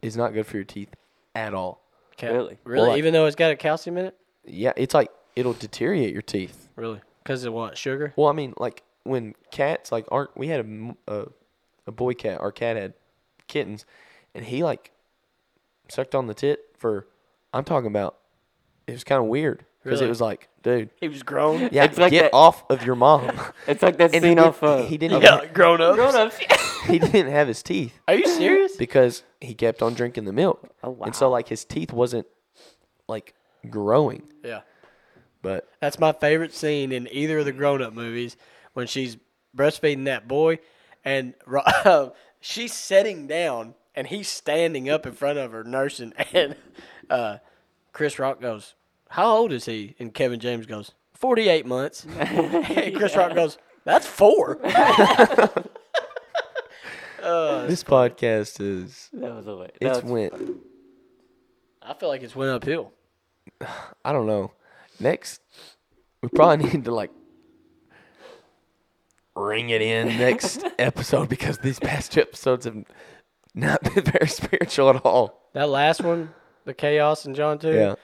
C: is not good for your teeth at all.
D: Ca-
B: Really?
D: really,
C: Well, I-
D: even though it's got a calcium in it,
C: Yeah, it's like it'll deteriorate your teeth.
D: really, because of what sugar?
C: Well, I mean, like when cats like our we had a m- a, a boy cat. Our cat had kittens, and he like sucked on the tit for. I'm talking about. It was kind of weird because
D: Really?
C: it was like, dude,
D: He was grown.
C: yeah,
B: It's like
C: get
B: that-
C: off of your mom.
B: It's like that
C: And he,
B: scene off.
C: didn't-
B: Uh,
C: he didn't.
D: grown up. Grown up.
C: He didn't have his teeth
D: Are you serious?
C: because he kept on drinking the milk.
B: Oh,
C: And so
B: wow.
C: like his teeth wasn't like growing,
D: yeah.
C: but
D: That's my favorite scene in either of the grown up movies when she's breastfeeding that boy and Ro- she's sitting down and he's standing up in front of her nursing. And uh, Chris Rock goes, How old is he? And Kevin James goes, 48 months. and Chris Rock goes, That's four.
C: this podcast is
B: that was a way. that
C: it's
B: was-
C: went.
D: I feel like it's went uphill.
C: I don't know. Next, we probably need to like ring it in next episode because these past two episodes have not been very spiritual at all.
D: That last one, the chaos and John 2,
C: Yeah,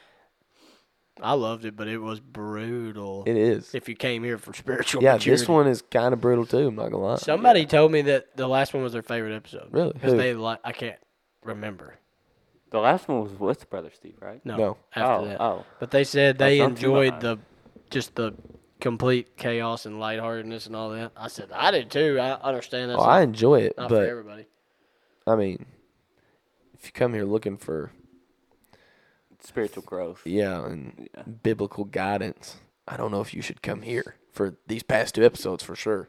D: I loved it, but it was brutal.
C: it is.
D: if you came here for spiritual
C: Yeah,
D: maturity.
C: this one is kind of brutal too. I'm not gonna lie.
D: Somebody told me that the last one was their favorite episode.
C: Really?
D: Because
C: Who?
D: they like I can't remember.
B: The last one was with Brother Steve, right?
D: No.
C: No.
D: After
B: Oh,
D: that.
B: oh.
D: But they said they
B: I'm too
D: enjoyed
B: behind.
D: the just the complete chaos and lightheartedness and all that. I said I did too. I understand that's
C: Oh,
D: not,
C: I enjoy it,
D: not for
C: but
D: everybody.
C: I mean, if you come here looking for
B: Spiritual growth.
C: yeah and biblical guidance, I don't know if you should come here for these past two episodes for sure.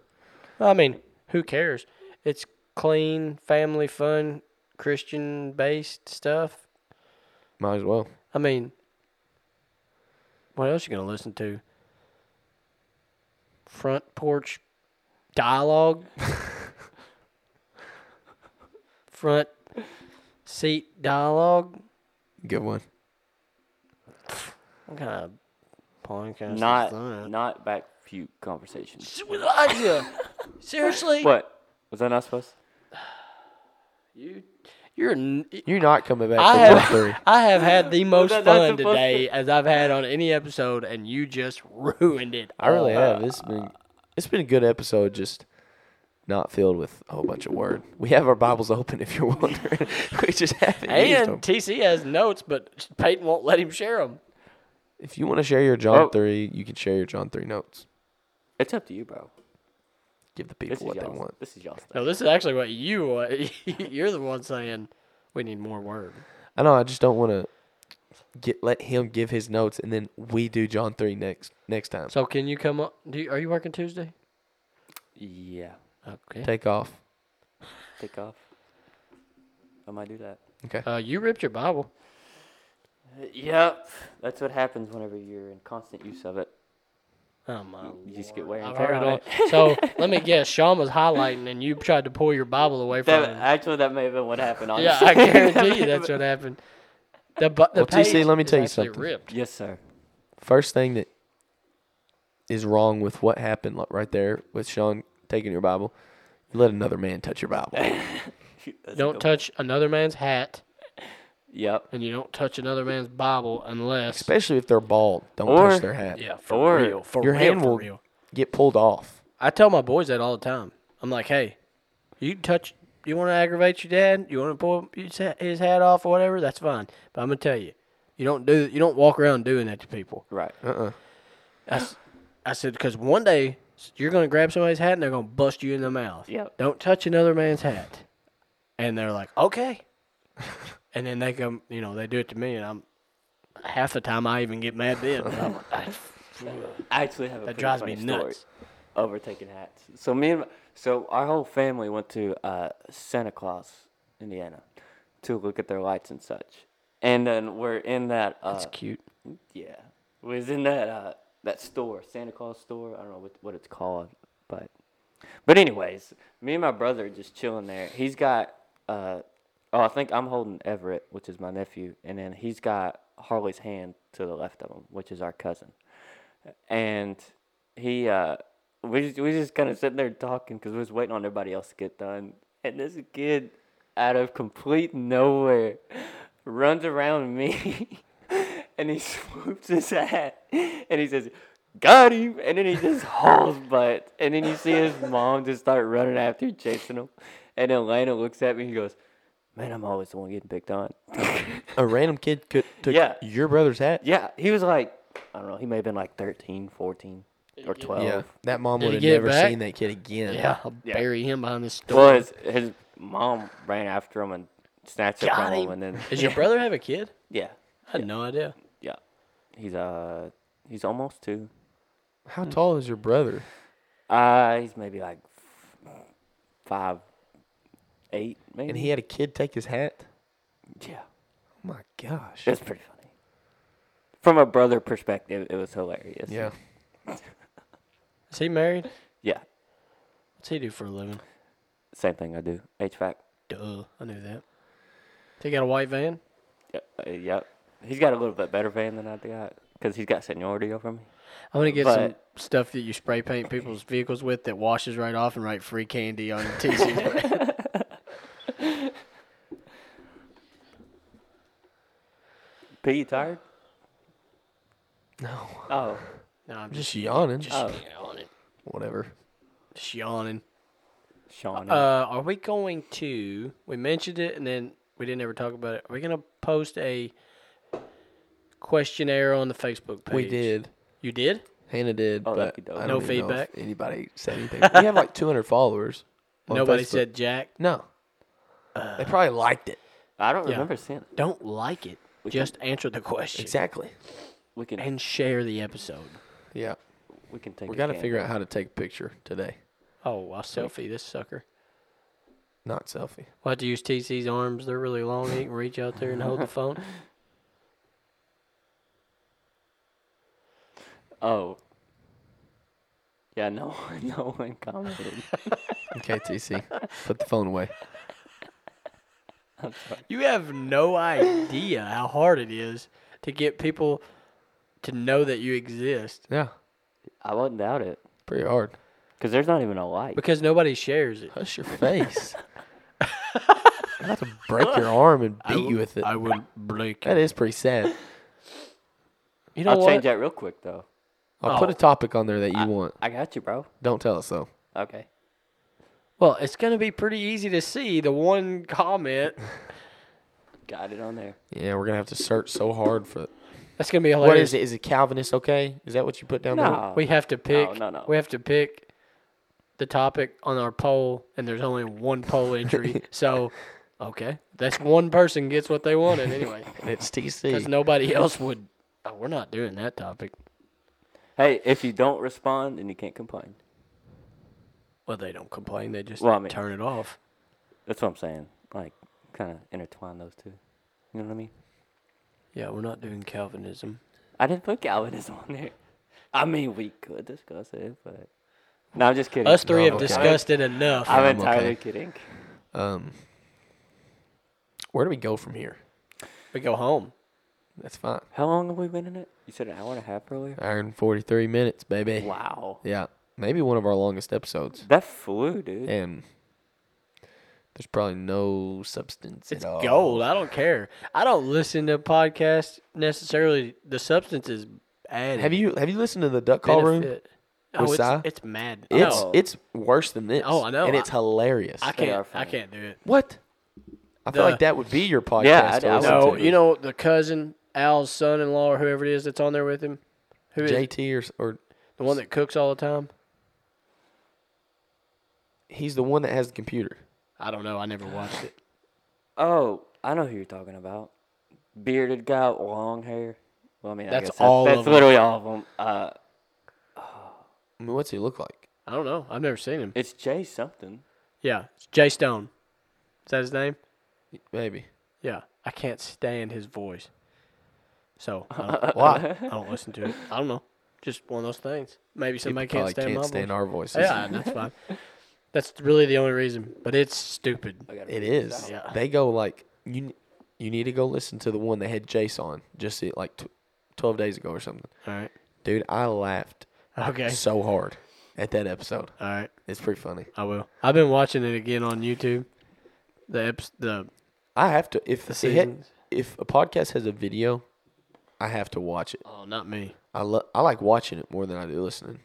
D: I mean, who cares? It's clean, family fun, Christian based stuff.
C: Might as well.
D: I mean, what else you gonna listen to? Front porch dialogue. Front seat dialogue.
C: Good one.
D: What kind of podcast? is
B: Not
D: that?
B: not back few conversations.
D: Elijah. Seriously,
B: What was that not supposed?
D: you're. N-
C: You're not coming back
D: I
C: for
D: have,
C: one three.
D: I have had the most
B: that not supposed
D: fun
B: to-
D: today as I've had on any episode, and you just ruined it.
C: I really
B: Oh,
D: all.
C: have. It's been it's been a good episode, just not filled with a whole bunch of word. We have our Bibles open if you're wondering. we just haven't used them.
D: And TC has notes, but Peyton won't let him share them.
C: if you want to share your John
B: Oh.
C: three, you can share your John three notes.
B: It's up to you, bro.
C: Give the
B: This
C: people
B: is
C: what they
B: y'all.
C: want.
B: This is y'all stuff.
D: No, this is actually what you want. You're the one saying we need more word.
C: I know. I just don't want to get let him give his notes and then we do John three next next time.
D: So can you come up? Do you, are you working Tuesday?
B: Yeah.
D: Okay.
C: Take off.
B: Take off. I might do that.
C: Okay.
D: Uh, you ripped your Bible.
B: Yep. That's what happens whenever you're in constant use of it.
D: Oh my!
B: You just get wear and
D: I've
B: tear
D: heard it
B: on
D: all.
B: it.
D: So let me guess. Sean was highlighting, and you tried to pull your Bible away from
B: That,
D: him.
B: actually, that may have been what happened. Honestly.
D: Yeah, I guarantee you that's what happened. The, bu- the
C: Well, TC,
D: page
C: let me
D: is
C: tell you
D: actually
C: something.
D: Ripped.
B: Yes, sir.
C: First thing that is wrong with what happened like, right there with Sean taking your Bible. You let another man touch your Bible.
B: That's a
D: Don't
B: good-
D: touch another man's hat,
B: Yep.
D: and you don't touch another man's Bible unless.
C: Especially if they're bald, don't
B: Or-
C: touch their hat.
D: yeah, for
B: Or
D: real. For
C: Your
D: real,
C: hand
D: for
C: will
D: real.
C: get pulled off.
D: I tell my boys that all the time. I'm like, hey, you touch, you want to aggravate your dad, you want to pull his ha- his hat off or whatever, that's fine. But I'm gonna tell you, you don't do, you don't walk around doing that to people.
B: Right.
D: I, s- I said because one day you're gonna grab somebody's hat and they're gonna bust you in the mouth.
B: Yep.
D: Don't touch another man's hat. And they're like, okay. and then they come, you know, they do it to me, and I'm half the time I even get mad then. I'm like, "Ah,
B: I actually have a
D: that
B: pretty
D: drives me
B: funny story.
D: nuts.
B: overtaking hats. So me and my, so our whole family went to uh, Santa Claus, Indiana, to look at their lights and such. And then we're in that. Uh,
D: That's cute.
B: yeah, we was in that uh, that store, Santa Claus store. I don't know what, what it's called, but but anyways, me and my brother are just chilling there. He's got uh, oh, I think I'm holding Everett, which is my nephew, and then he's got Harley's hand to the left of him, which is our cousin, and he uh, we just, we just kind of sitting there talking because we was waiting on everybody else to get done, and this kid out of complete nowhere runs around me. And he swoops his hat and he says, Got him! And then he just hauls butt. And then you see his mom just start running after, chasing him. And then Lana looks at me and he goes, Man, I'm always the one getting picked on.
C: A random kid could took
B: Yeah.
C: your brother's hat.
B: yeah, he was like, I don't know, he may have been like 13, 14, or 12.
C: Yeah, that mom
D: Did he
C: would have
D: get it
C: never
D: back?
C: seen that kid again.
D: Yeah, I'll
B: Yeah.
D: bury him behind this door.
B: Well, his, his mom ran after him and snatched it
D: Got
B: from him.
D: him.
B: And then,
D: Does your brother have a kid?
B: yeah,
D: I had no idea.
B: yeah. He's, uh, he's almost two.
C: How tall is your brother?
B: Uh, he's maybe like f- five, eight, maybe.
C: And he had a kid take his hat.
B: yeah.
C: Oh my gosh.
B: It's pretty funny. From a brother perspective, it was hilarious.
C: Yeah.
D: Is he married?
B: Yeah.
D: What's he do for a living?
B: Same thing I do. HVAC.
D: Duh, I knew that. He got a white van.
B: Yep. Uh, yep. He's got a little bit better van than I got because he's got seniority over me.
D: I'm gonna get some
B: But-
D: stuff that you spray paint people's vehicles with that washes right off and write free candy on your TC.
B: P, you tired?
C: No.
B: Oh.
D: no, I'm just
C: Just yawning.
D: just
B: Oh.
D: yawning.
C: Whatever.
D: Just yawning.
B: Sean.
D: Uh, are we going to? We mentioned it and then we didn't ever talk about it. Are we gonna post a questionnaire on the Facebook page?
C: We did.
D: You did?
C: Hannah did,
B: Oh,
C: but
B: okey-doke.
C: I
D: No
C: don't even know if
D: feedback?
C: anybody said anything. we have like 200 followers. on
D: Nobody
C: Facebook.
D: said Uh, Jack.
C: no. they probably liked it.
B: I don't
D: yeah.
B: remember seeing it.
D: Don't like it.
B: can-
D: Just answer the question
C: Exactly.
B: We can
D: and share the episode.
C: Yeah.
B: we can take.
C: We
B: a
C: got to
B: can.
C: figure out how to take a picture today.
D: Oh, I'll selfie this sucker.
C: Not selfie.
D: We'll have to use TC's arms. They're really long. He can reach out there and hold the phone.
B: Oh. Yeah. No. one- No one commented.
C: Okay, TC. Put the phone away.
D: You have no idea how hard it is to get people to know that you exist
C: Yeah.
B: I wouldn't doubt it
C: Pretty hard.
B: because there's not even a like.
D: because nobody shares it.
C: Hush your face. I'm about to break your arm and beat you with it.
D: I would break.
C: that is pretty sad.
D: You know
B: I'll
D: what?
B: change that real quick though.
C: I'll put a topic on there that you want.
B: I got you, bro.
C: Don't tell us though.
B: Okay.
D: Well, it's gonna be pretty easy to see the one comment.
B: Got it on there.
C: Yeah, we're gonna have to search so hard for.
D: That's gonna be hilarious.
C: What is it? Is it Calvinist? Okay, is that what you put down
B: No.
D: We have to pick.
B: no, no.
D: We have to pick the topic on our poll, and there's only one poll entry. so, okay, that's one person gets what they wanted anyway,
C: there? It's
D: because
C: TC.
D: nobody else would. Oh, we're not doing that topic.
B: Hey, if you don't respond, then you can't complain.
D: Well, they don't complain. They just
B: Well, I mean-
D: turn it off.
B: That's what I'm saying. Like, kind of intertwine those two. You know what I mean?
D: Yeah, we're not doing Calvinism.
B: I didn't put Calvinism on there. I mean, we could discuss it, but no, I'm just kidding.
D: Us three
C: No,
D: have
C: okay.
D: discussed it enough.
B: I'm
C: I'm
B: entirely
C: okay.
B: kidding.
C: Um, where do we go from here?
D: we go home.
C: That's fine.
B: How long have we been in it? You said an hour and a half earlier.
C: Hour and forty-three minutes, baby.
B: Wow,
C: Yeah, maybe one of our longest episodes,
B: that flew, dude.
C: and there's probably no substance
D: It's
C: at all.
D: gold. I don't care. I don't listen to podcasts necessarily. The substance is added.
C: Have you have you listened to the duck call room?
D: benefit. Oh,
C: with
D: it's,
C: Sai?
D: it's mad.
C: It's
D: no,
C: it's worse than this.
D: Oh, I know.
C: and it's
D: I-
C: hilarious.
D: I
B: they are
D: can't. I
B: funny.
D: can't do it.
C: What? I feel
D: The-
C: like that would be your podcast.
B: Yeah, I-
C: to
B: I
C: listen
B: would
D: No,
C: to.
D: you know the cousin Al's son-in-law or whoever it is that's on there with him. Who is
C: JT or s- or
D: the one that cooks all the time?
C: he's the one that has the computer.
D: I don't know. I never watched it.
B: Oh, I know who you're talking about. Bearded guy, with long hair. Well, I mean, I
D: That's
B: guess
D: all
B: That's,
D: of
B: that's
D: 'em.
B: literally all of them. Uh,
C: I mean, what's he look like?
D: I don't know. I've never seen him.
B: it's Jay something.
D: Yeah, it's Jay Stone. Is that his name?
C: Maybe.
D: Yeah, I can't stand his voice. So I don't,
C: Why?
D: I don't listen to it. I don't know. Just one of those things. Maybe somebody
C: People
D: can't
C: probably
D: stand my
C: can't stand
D: voice.
C: our voices.
D: yeah, that's fine. That's really the only reason. But it's stupid.
B: I gotta
C: It
B: figure
C: is.
B: this out.
D: Yeah.
C: They go like you. You need to go listen to the one that had Jace on just it- like tw- 12 days ago or something.
D: All right.
C: Dude, I laughed
D: Okay.
C: so hard at that episode.
D: All right.
C: It's pretty funny.
D: I will. I've been watching it again on YouTube. The eps- the
C: I have to if
D: The
C: it had-
D: seasons.
C: if a podcast has a video, I have to watch it.
D: oh, not me.
C: I lo- I like watching it more than I do listening.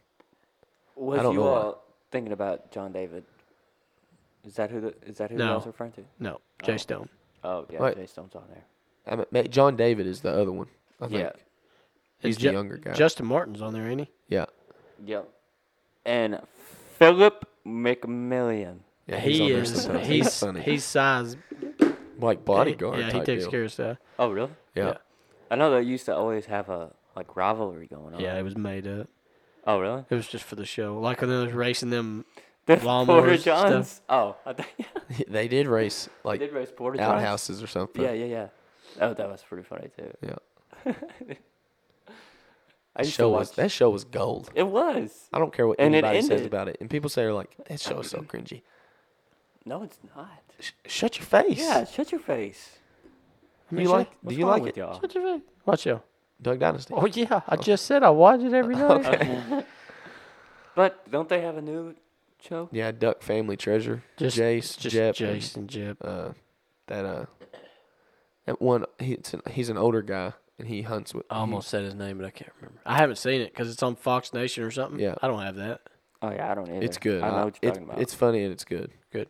B: Was
C: I don't
B: you
C: know why.
B: all thinking about John David? Is that who? The, is that who
D: No.
B: I was referring to?
D: No, Jay Stone.
B: Oh yeah,
C: Wait.
B: Jay Stone's on there.
C: I mean, Ma- John David is the other one. I think.
B: Yeah.
C: He's
D: It's
C: the
D: Ju-
C: younger guy.
D: Justin Martin's on there, ain't he?
C: yeah.
B: Yep. And Philip McMillian.
C: Yeah,
D: he
C: there
D: is.
C: sometimes.
D: He's he's size
C: like bodyguard.
D: Yeah, he
C: type
D: takes
C: deal.
D: care of stuff.
B: Oh really?
C: Yeah.
D: yeah.
B: I know they used to always have a like rivalry going on.
D: Yeah, it was made up.
B: Oh really?
D: It was just for the show. Like when they was racing them.
B: The
D: Lawnmowers,
B: Porter
D: stuff.
B: Johns. Oh, I thought yeah.
C: they did race
B: They
C: like
B: did race Porter Johns.
C: outhouses or something.
B: Yeah, yeah, yeah. Oh, that was pretty funny too.
C: yeah.
B: I
C: That
B: used to
C: show was
B: watch.
C: that show was gold.
B: It was.
C: I don't care what
B: And it
C: anybody says
B: ended.
C: about it. And people say are like that show is so cringy.
B: No, it's not.
C: Sh- shut your face.
B: Yeah, shut your face.
C: Do
D: mean,
C: you
D: shut-
C: like? Do
B: What's
C: you
B: wrong
C: like
B: with
C: it?
B: y'all?
D: What you mean? What show?
C: Doug Dynasty.
D: Oh yeah, I just said I watch it every night.
B: But don't they have a new show?
C: Yeah, Duck Family Treasure.
D: Just
C: Jace,
D: just
C: Jep, and,
D: Jason Jep.
C: uh, that uh, that one. He, it's an, he's an older guy and he hunts with.
D: I almost said his name, but I can't remember. I haven't seen it because it's on Fox Nation or something.
C: Yeah.
D: I don't have that.
B: Oh yeah, I don't either.
C: It's good.
B: I know
C: I-
B: what
C: it-
B: you're talking about.
C: It's funny and it's good.
D: Good.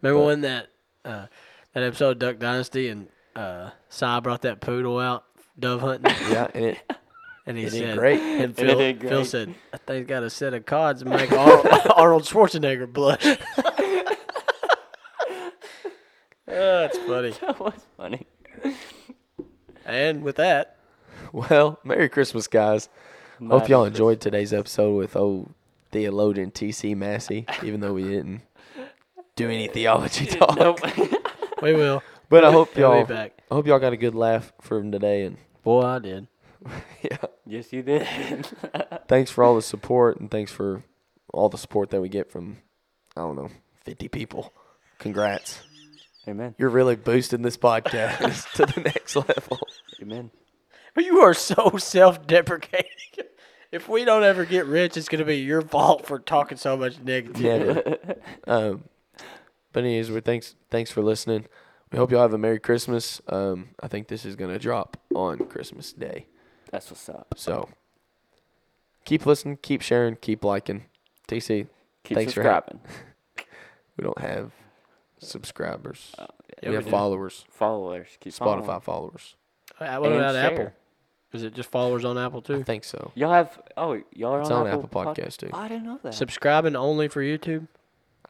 D: Remember
C: But-
D: when that uh, that episode of Duck Dynasty and uh, Cy brought that poodle out dove hunting,
C: Yeah, and it
D: and he
C: It did
D: said,
C: great.
D: and
B: It
D: Phil,
B: did
D: Phil
B: great.
D: said, "I think he's got a set of cards to make Arnold, Arnold Schwarzenegger blush." oh, that's funny.
B: that was funny.
D: And with that,
C: well, Merry Christmas, guys. Hope
B: Merry
C: y'all enjoyed today's episode with old theologian TC Massey, even though we didn't do any theology talk.
B: Nope.
D: we will.
C: But I hope
D: We'll
C: y'all
D: be back.
C: I hope y'all got a good laugh from today and
D: Boy, I did.
C: yeah.
B: yes, you did.
C: Thanks for all the support and thanks for all the support that we get from I don't know, 50 people. Congrats.
B: Amen.
C: You're really boosting this podcast to the next level.
B: Amen.
D: You are so self-deprecating. If we don't ever get rich, it's gonna be your fault for talking so much negative.
C: Never. um, but anyways, we are thanks thanks for listening. We hope y'all have a Merry Christmas. Um, I think this is gonna drop on Christmas Day.
B: That's what's up.
C: So keep listening, keep sharing, keep liking. TC,
B: Keep
C: Thanks for having-
B: subscribing.
C: we don't have subscribers.
D: yeah,
C: we
D: we
C: have
D: do.
C: followers,
B: Followers. Keep
C: Spotify
B: following.
C: followers.
D: Uh, What
B: And
D: about
B: share.
D: Apple? Is it just followers on Apple
C: I
D: too?
C: think so.
B: Y'all have. Oh, y'all are
C: It's
B: on,
C: on Apple
B: Pod-
C: Podcast, too.
B: I didn't know that.
D: Subscribing only for YouTube?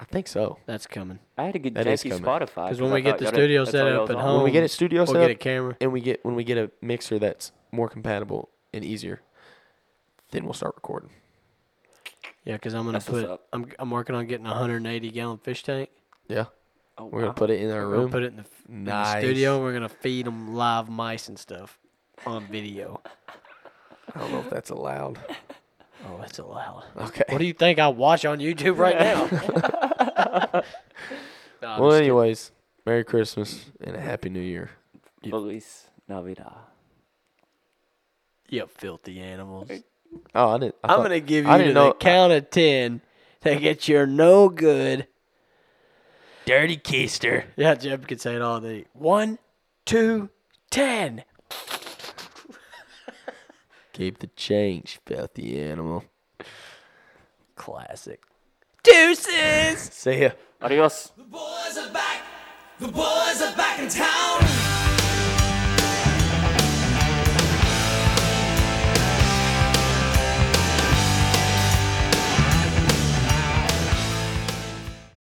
C: I think so.
D: That's coming.
B: I had to get
C: That is
B: Jackie
C: coming.
B: Spotify.
D: Because when
B: I
D: we get
B: thought
D: the
B: y'all did-
D: studio
B: that's
D: set
B: all y'all
D: up
B: was
D: at
B: on.
D: home,
C: When we get it studio
D: We'll
C: set
D: get a
C: up,
D: camera.
C: and we get when we get a mixer that's more compatible and easier, then we'll start recording.
D: Yeah, because I'm gonna
B: That's what's
D: put.
B: up.
D: I'm I'm working on getting a 180 gallon fish tank.
C: Yeah,
B: Oh,
C: we're gonna
B: wow.
C: put it in our
D: We're gonna
C: room.
D: put it in the, in the
C: Nice.
D: studio. and We're gonna feed them live mice and stuff on video.
C: I don't know if that's allowed.
D: Oh, that's allowed.
C: Okay.
D: What do you think I watch on YouTube right now? Nah, I'm
C: well,
D: just kidding.
C: anyways, Merry Christmas and a Happy New Year.
B: Feliz Navidad.
D: you filthy animals.
C: Oh, I didn't. I
D: I'm
C: thought-
D: gonna give you
C: I
D: to
C: didn't
D: the
C: know.
D: count of ten to get your no good dirty keister. Yeah, Jeb could say it all day. One, two, ten.
C: Keep the change, filthy animal.
D: Classic. Deuces.
C: See ya.
B: Adios.
A: The boys are back. The boys are back in town.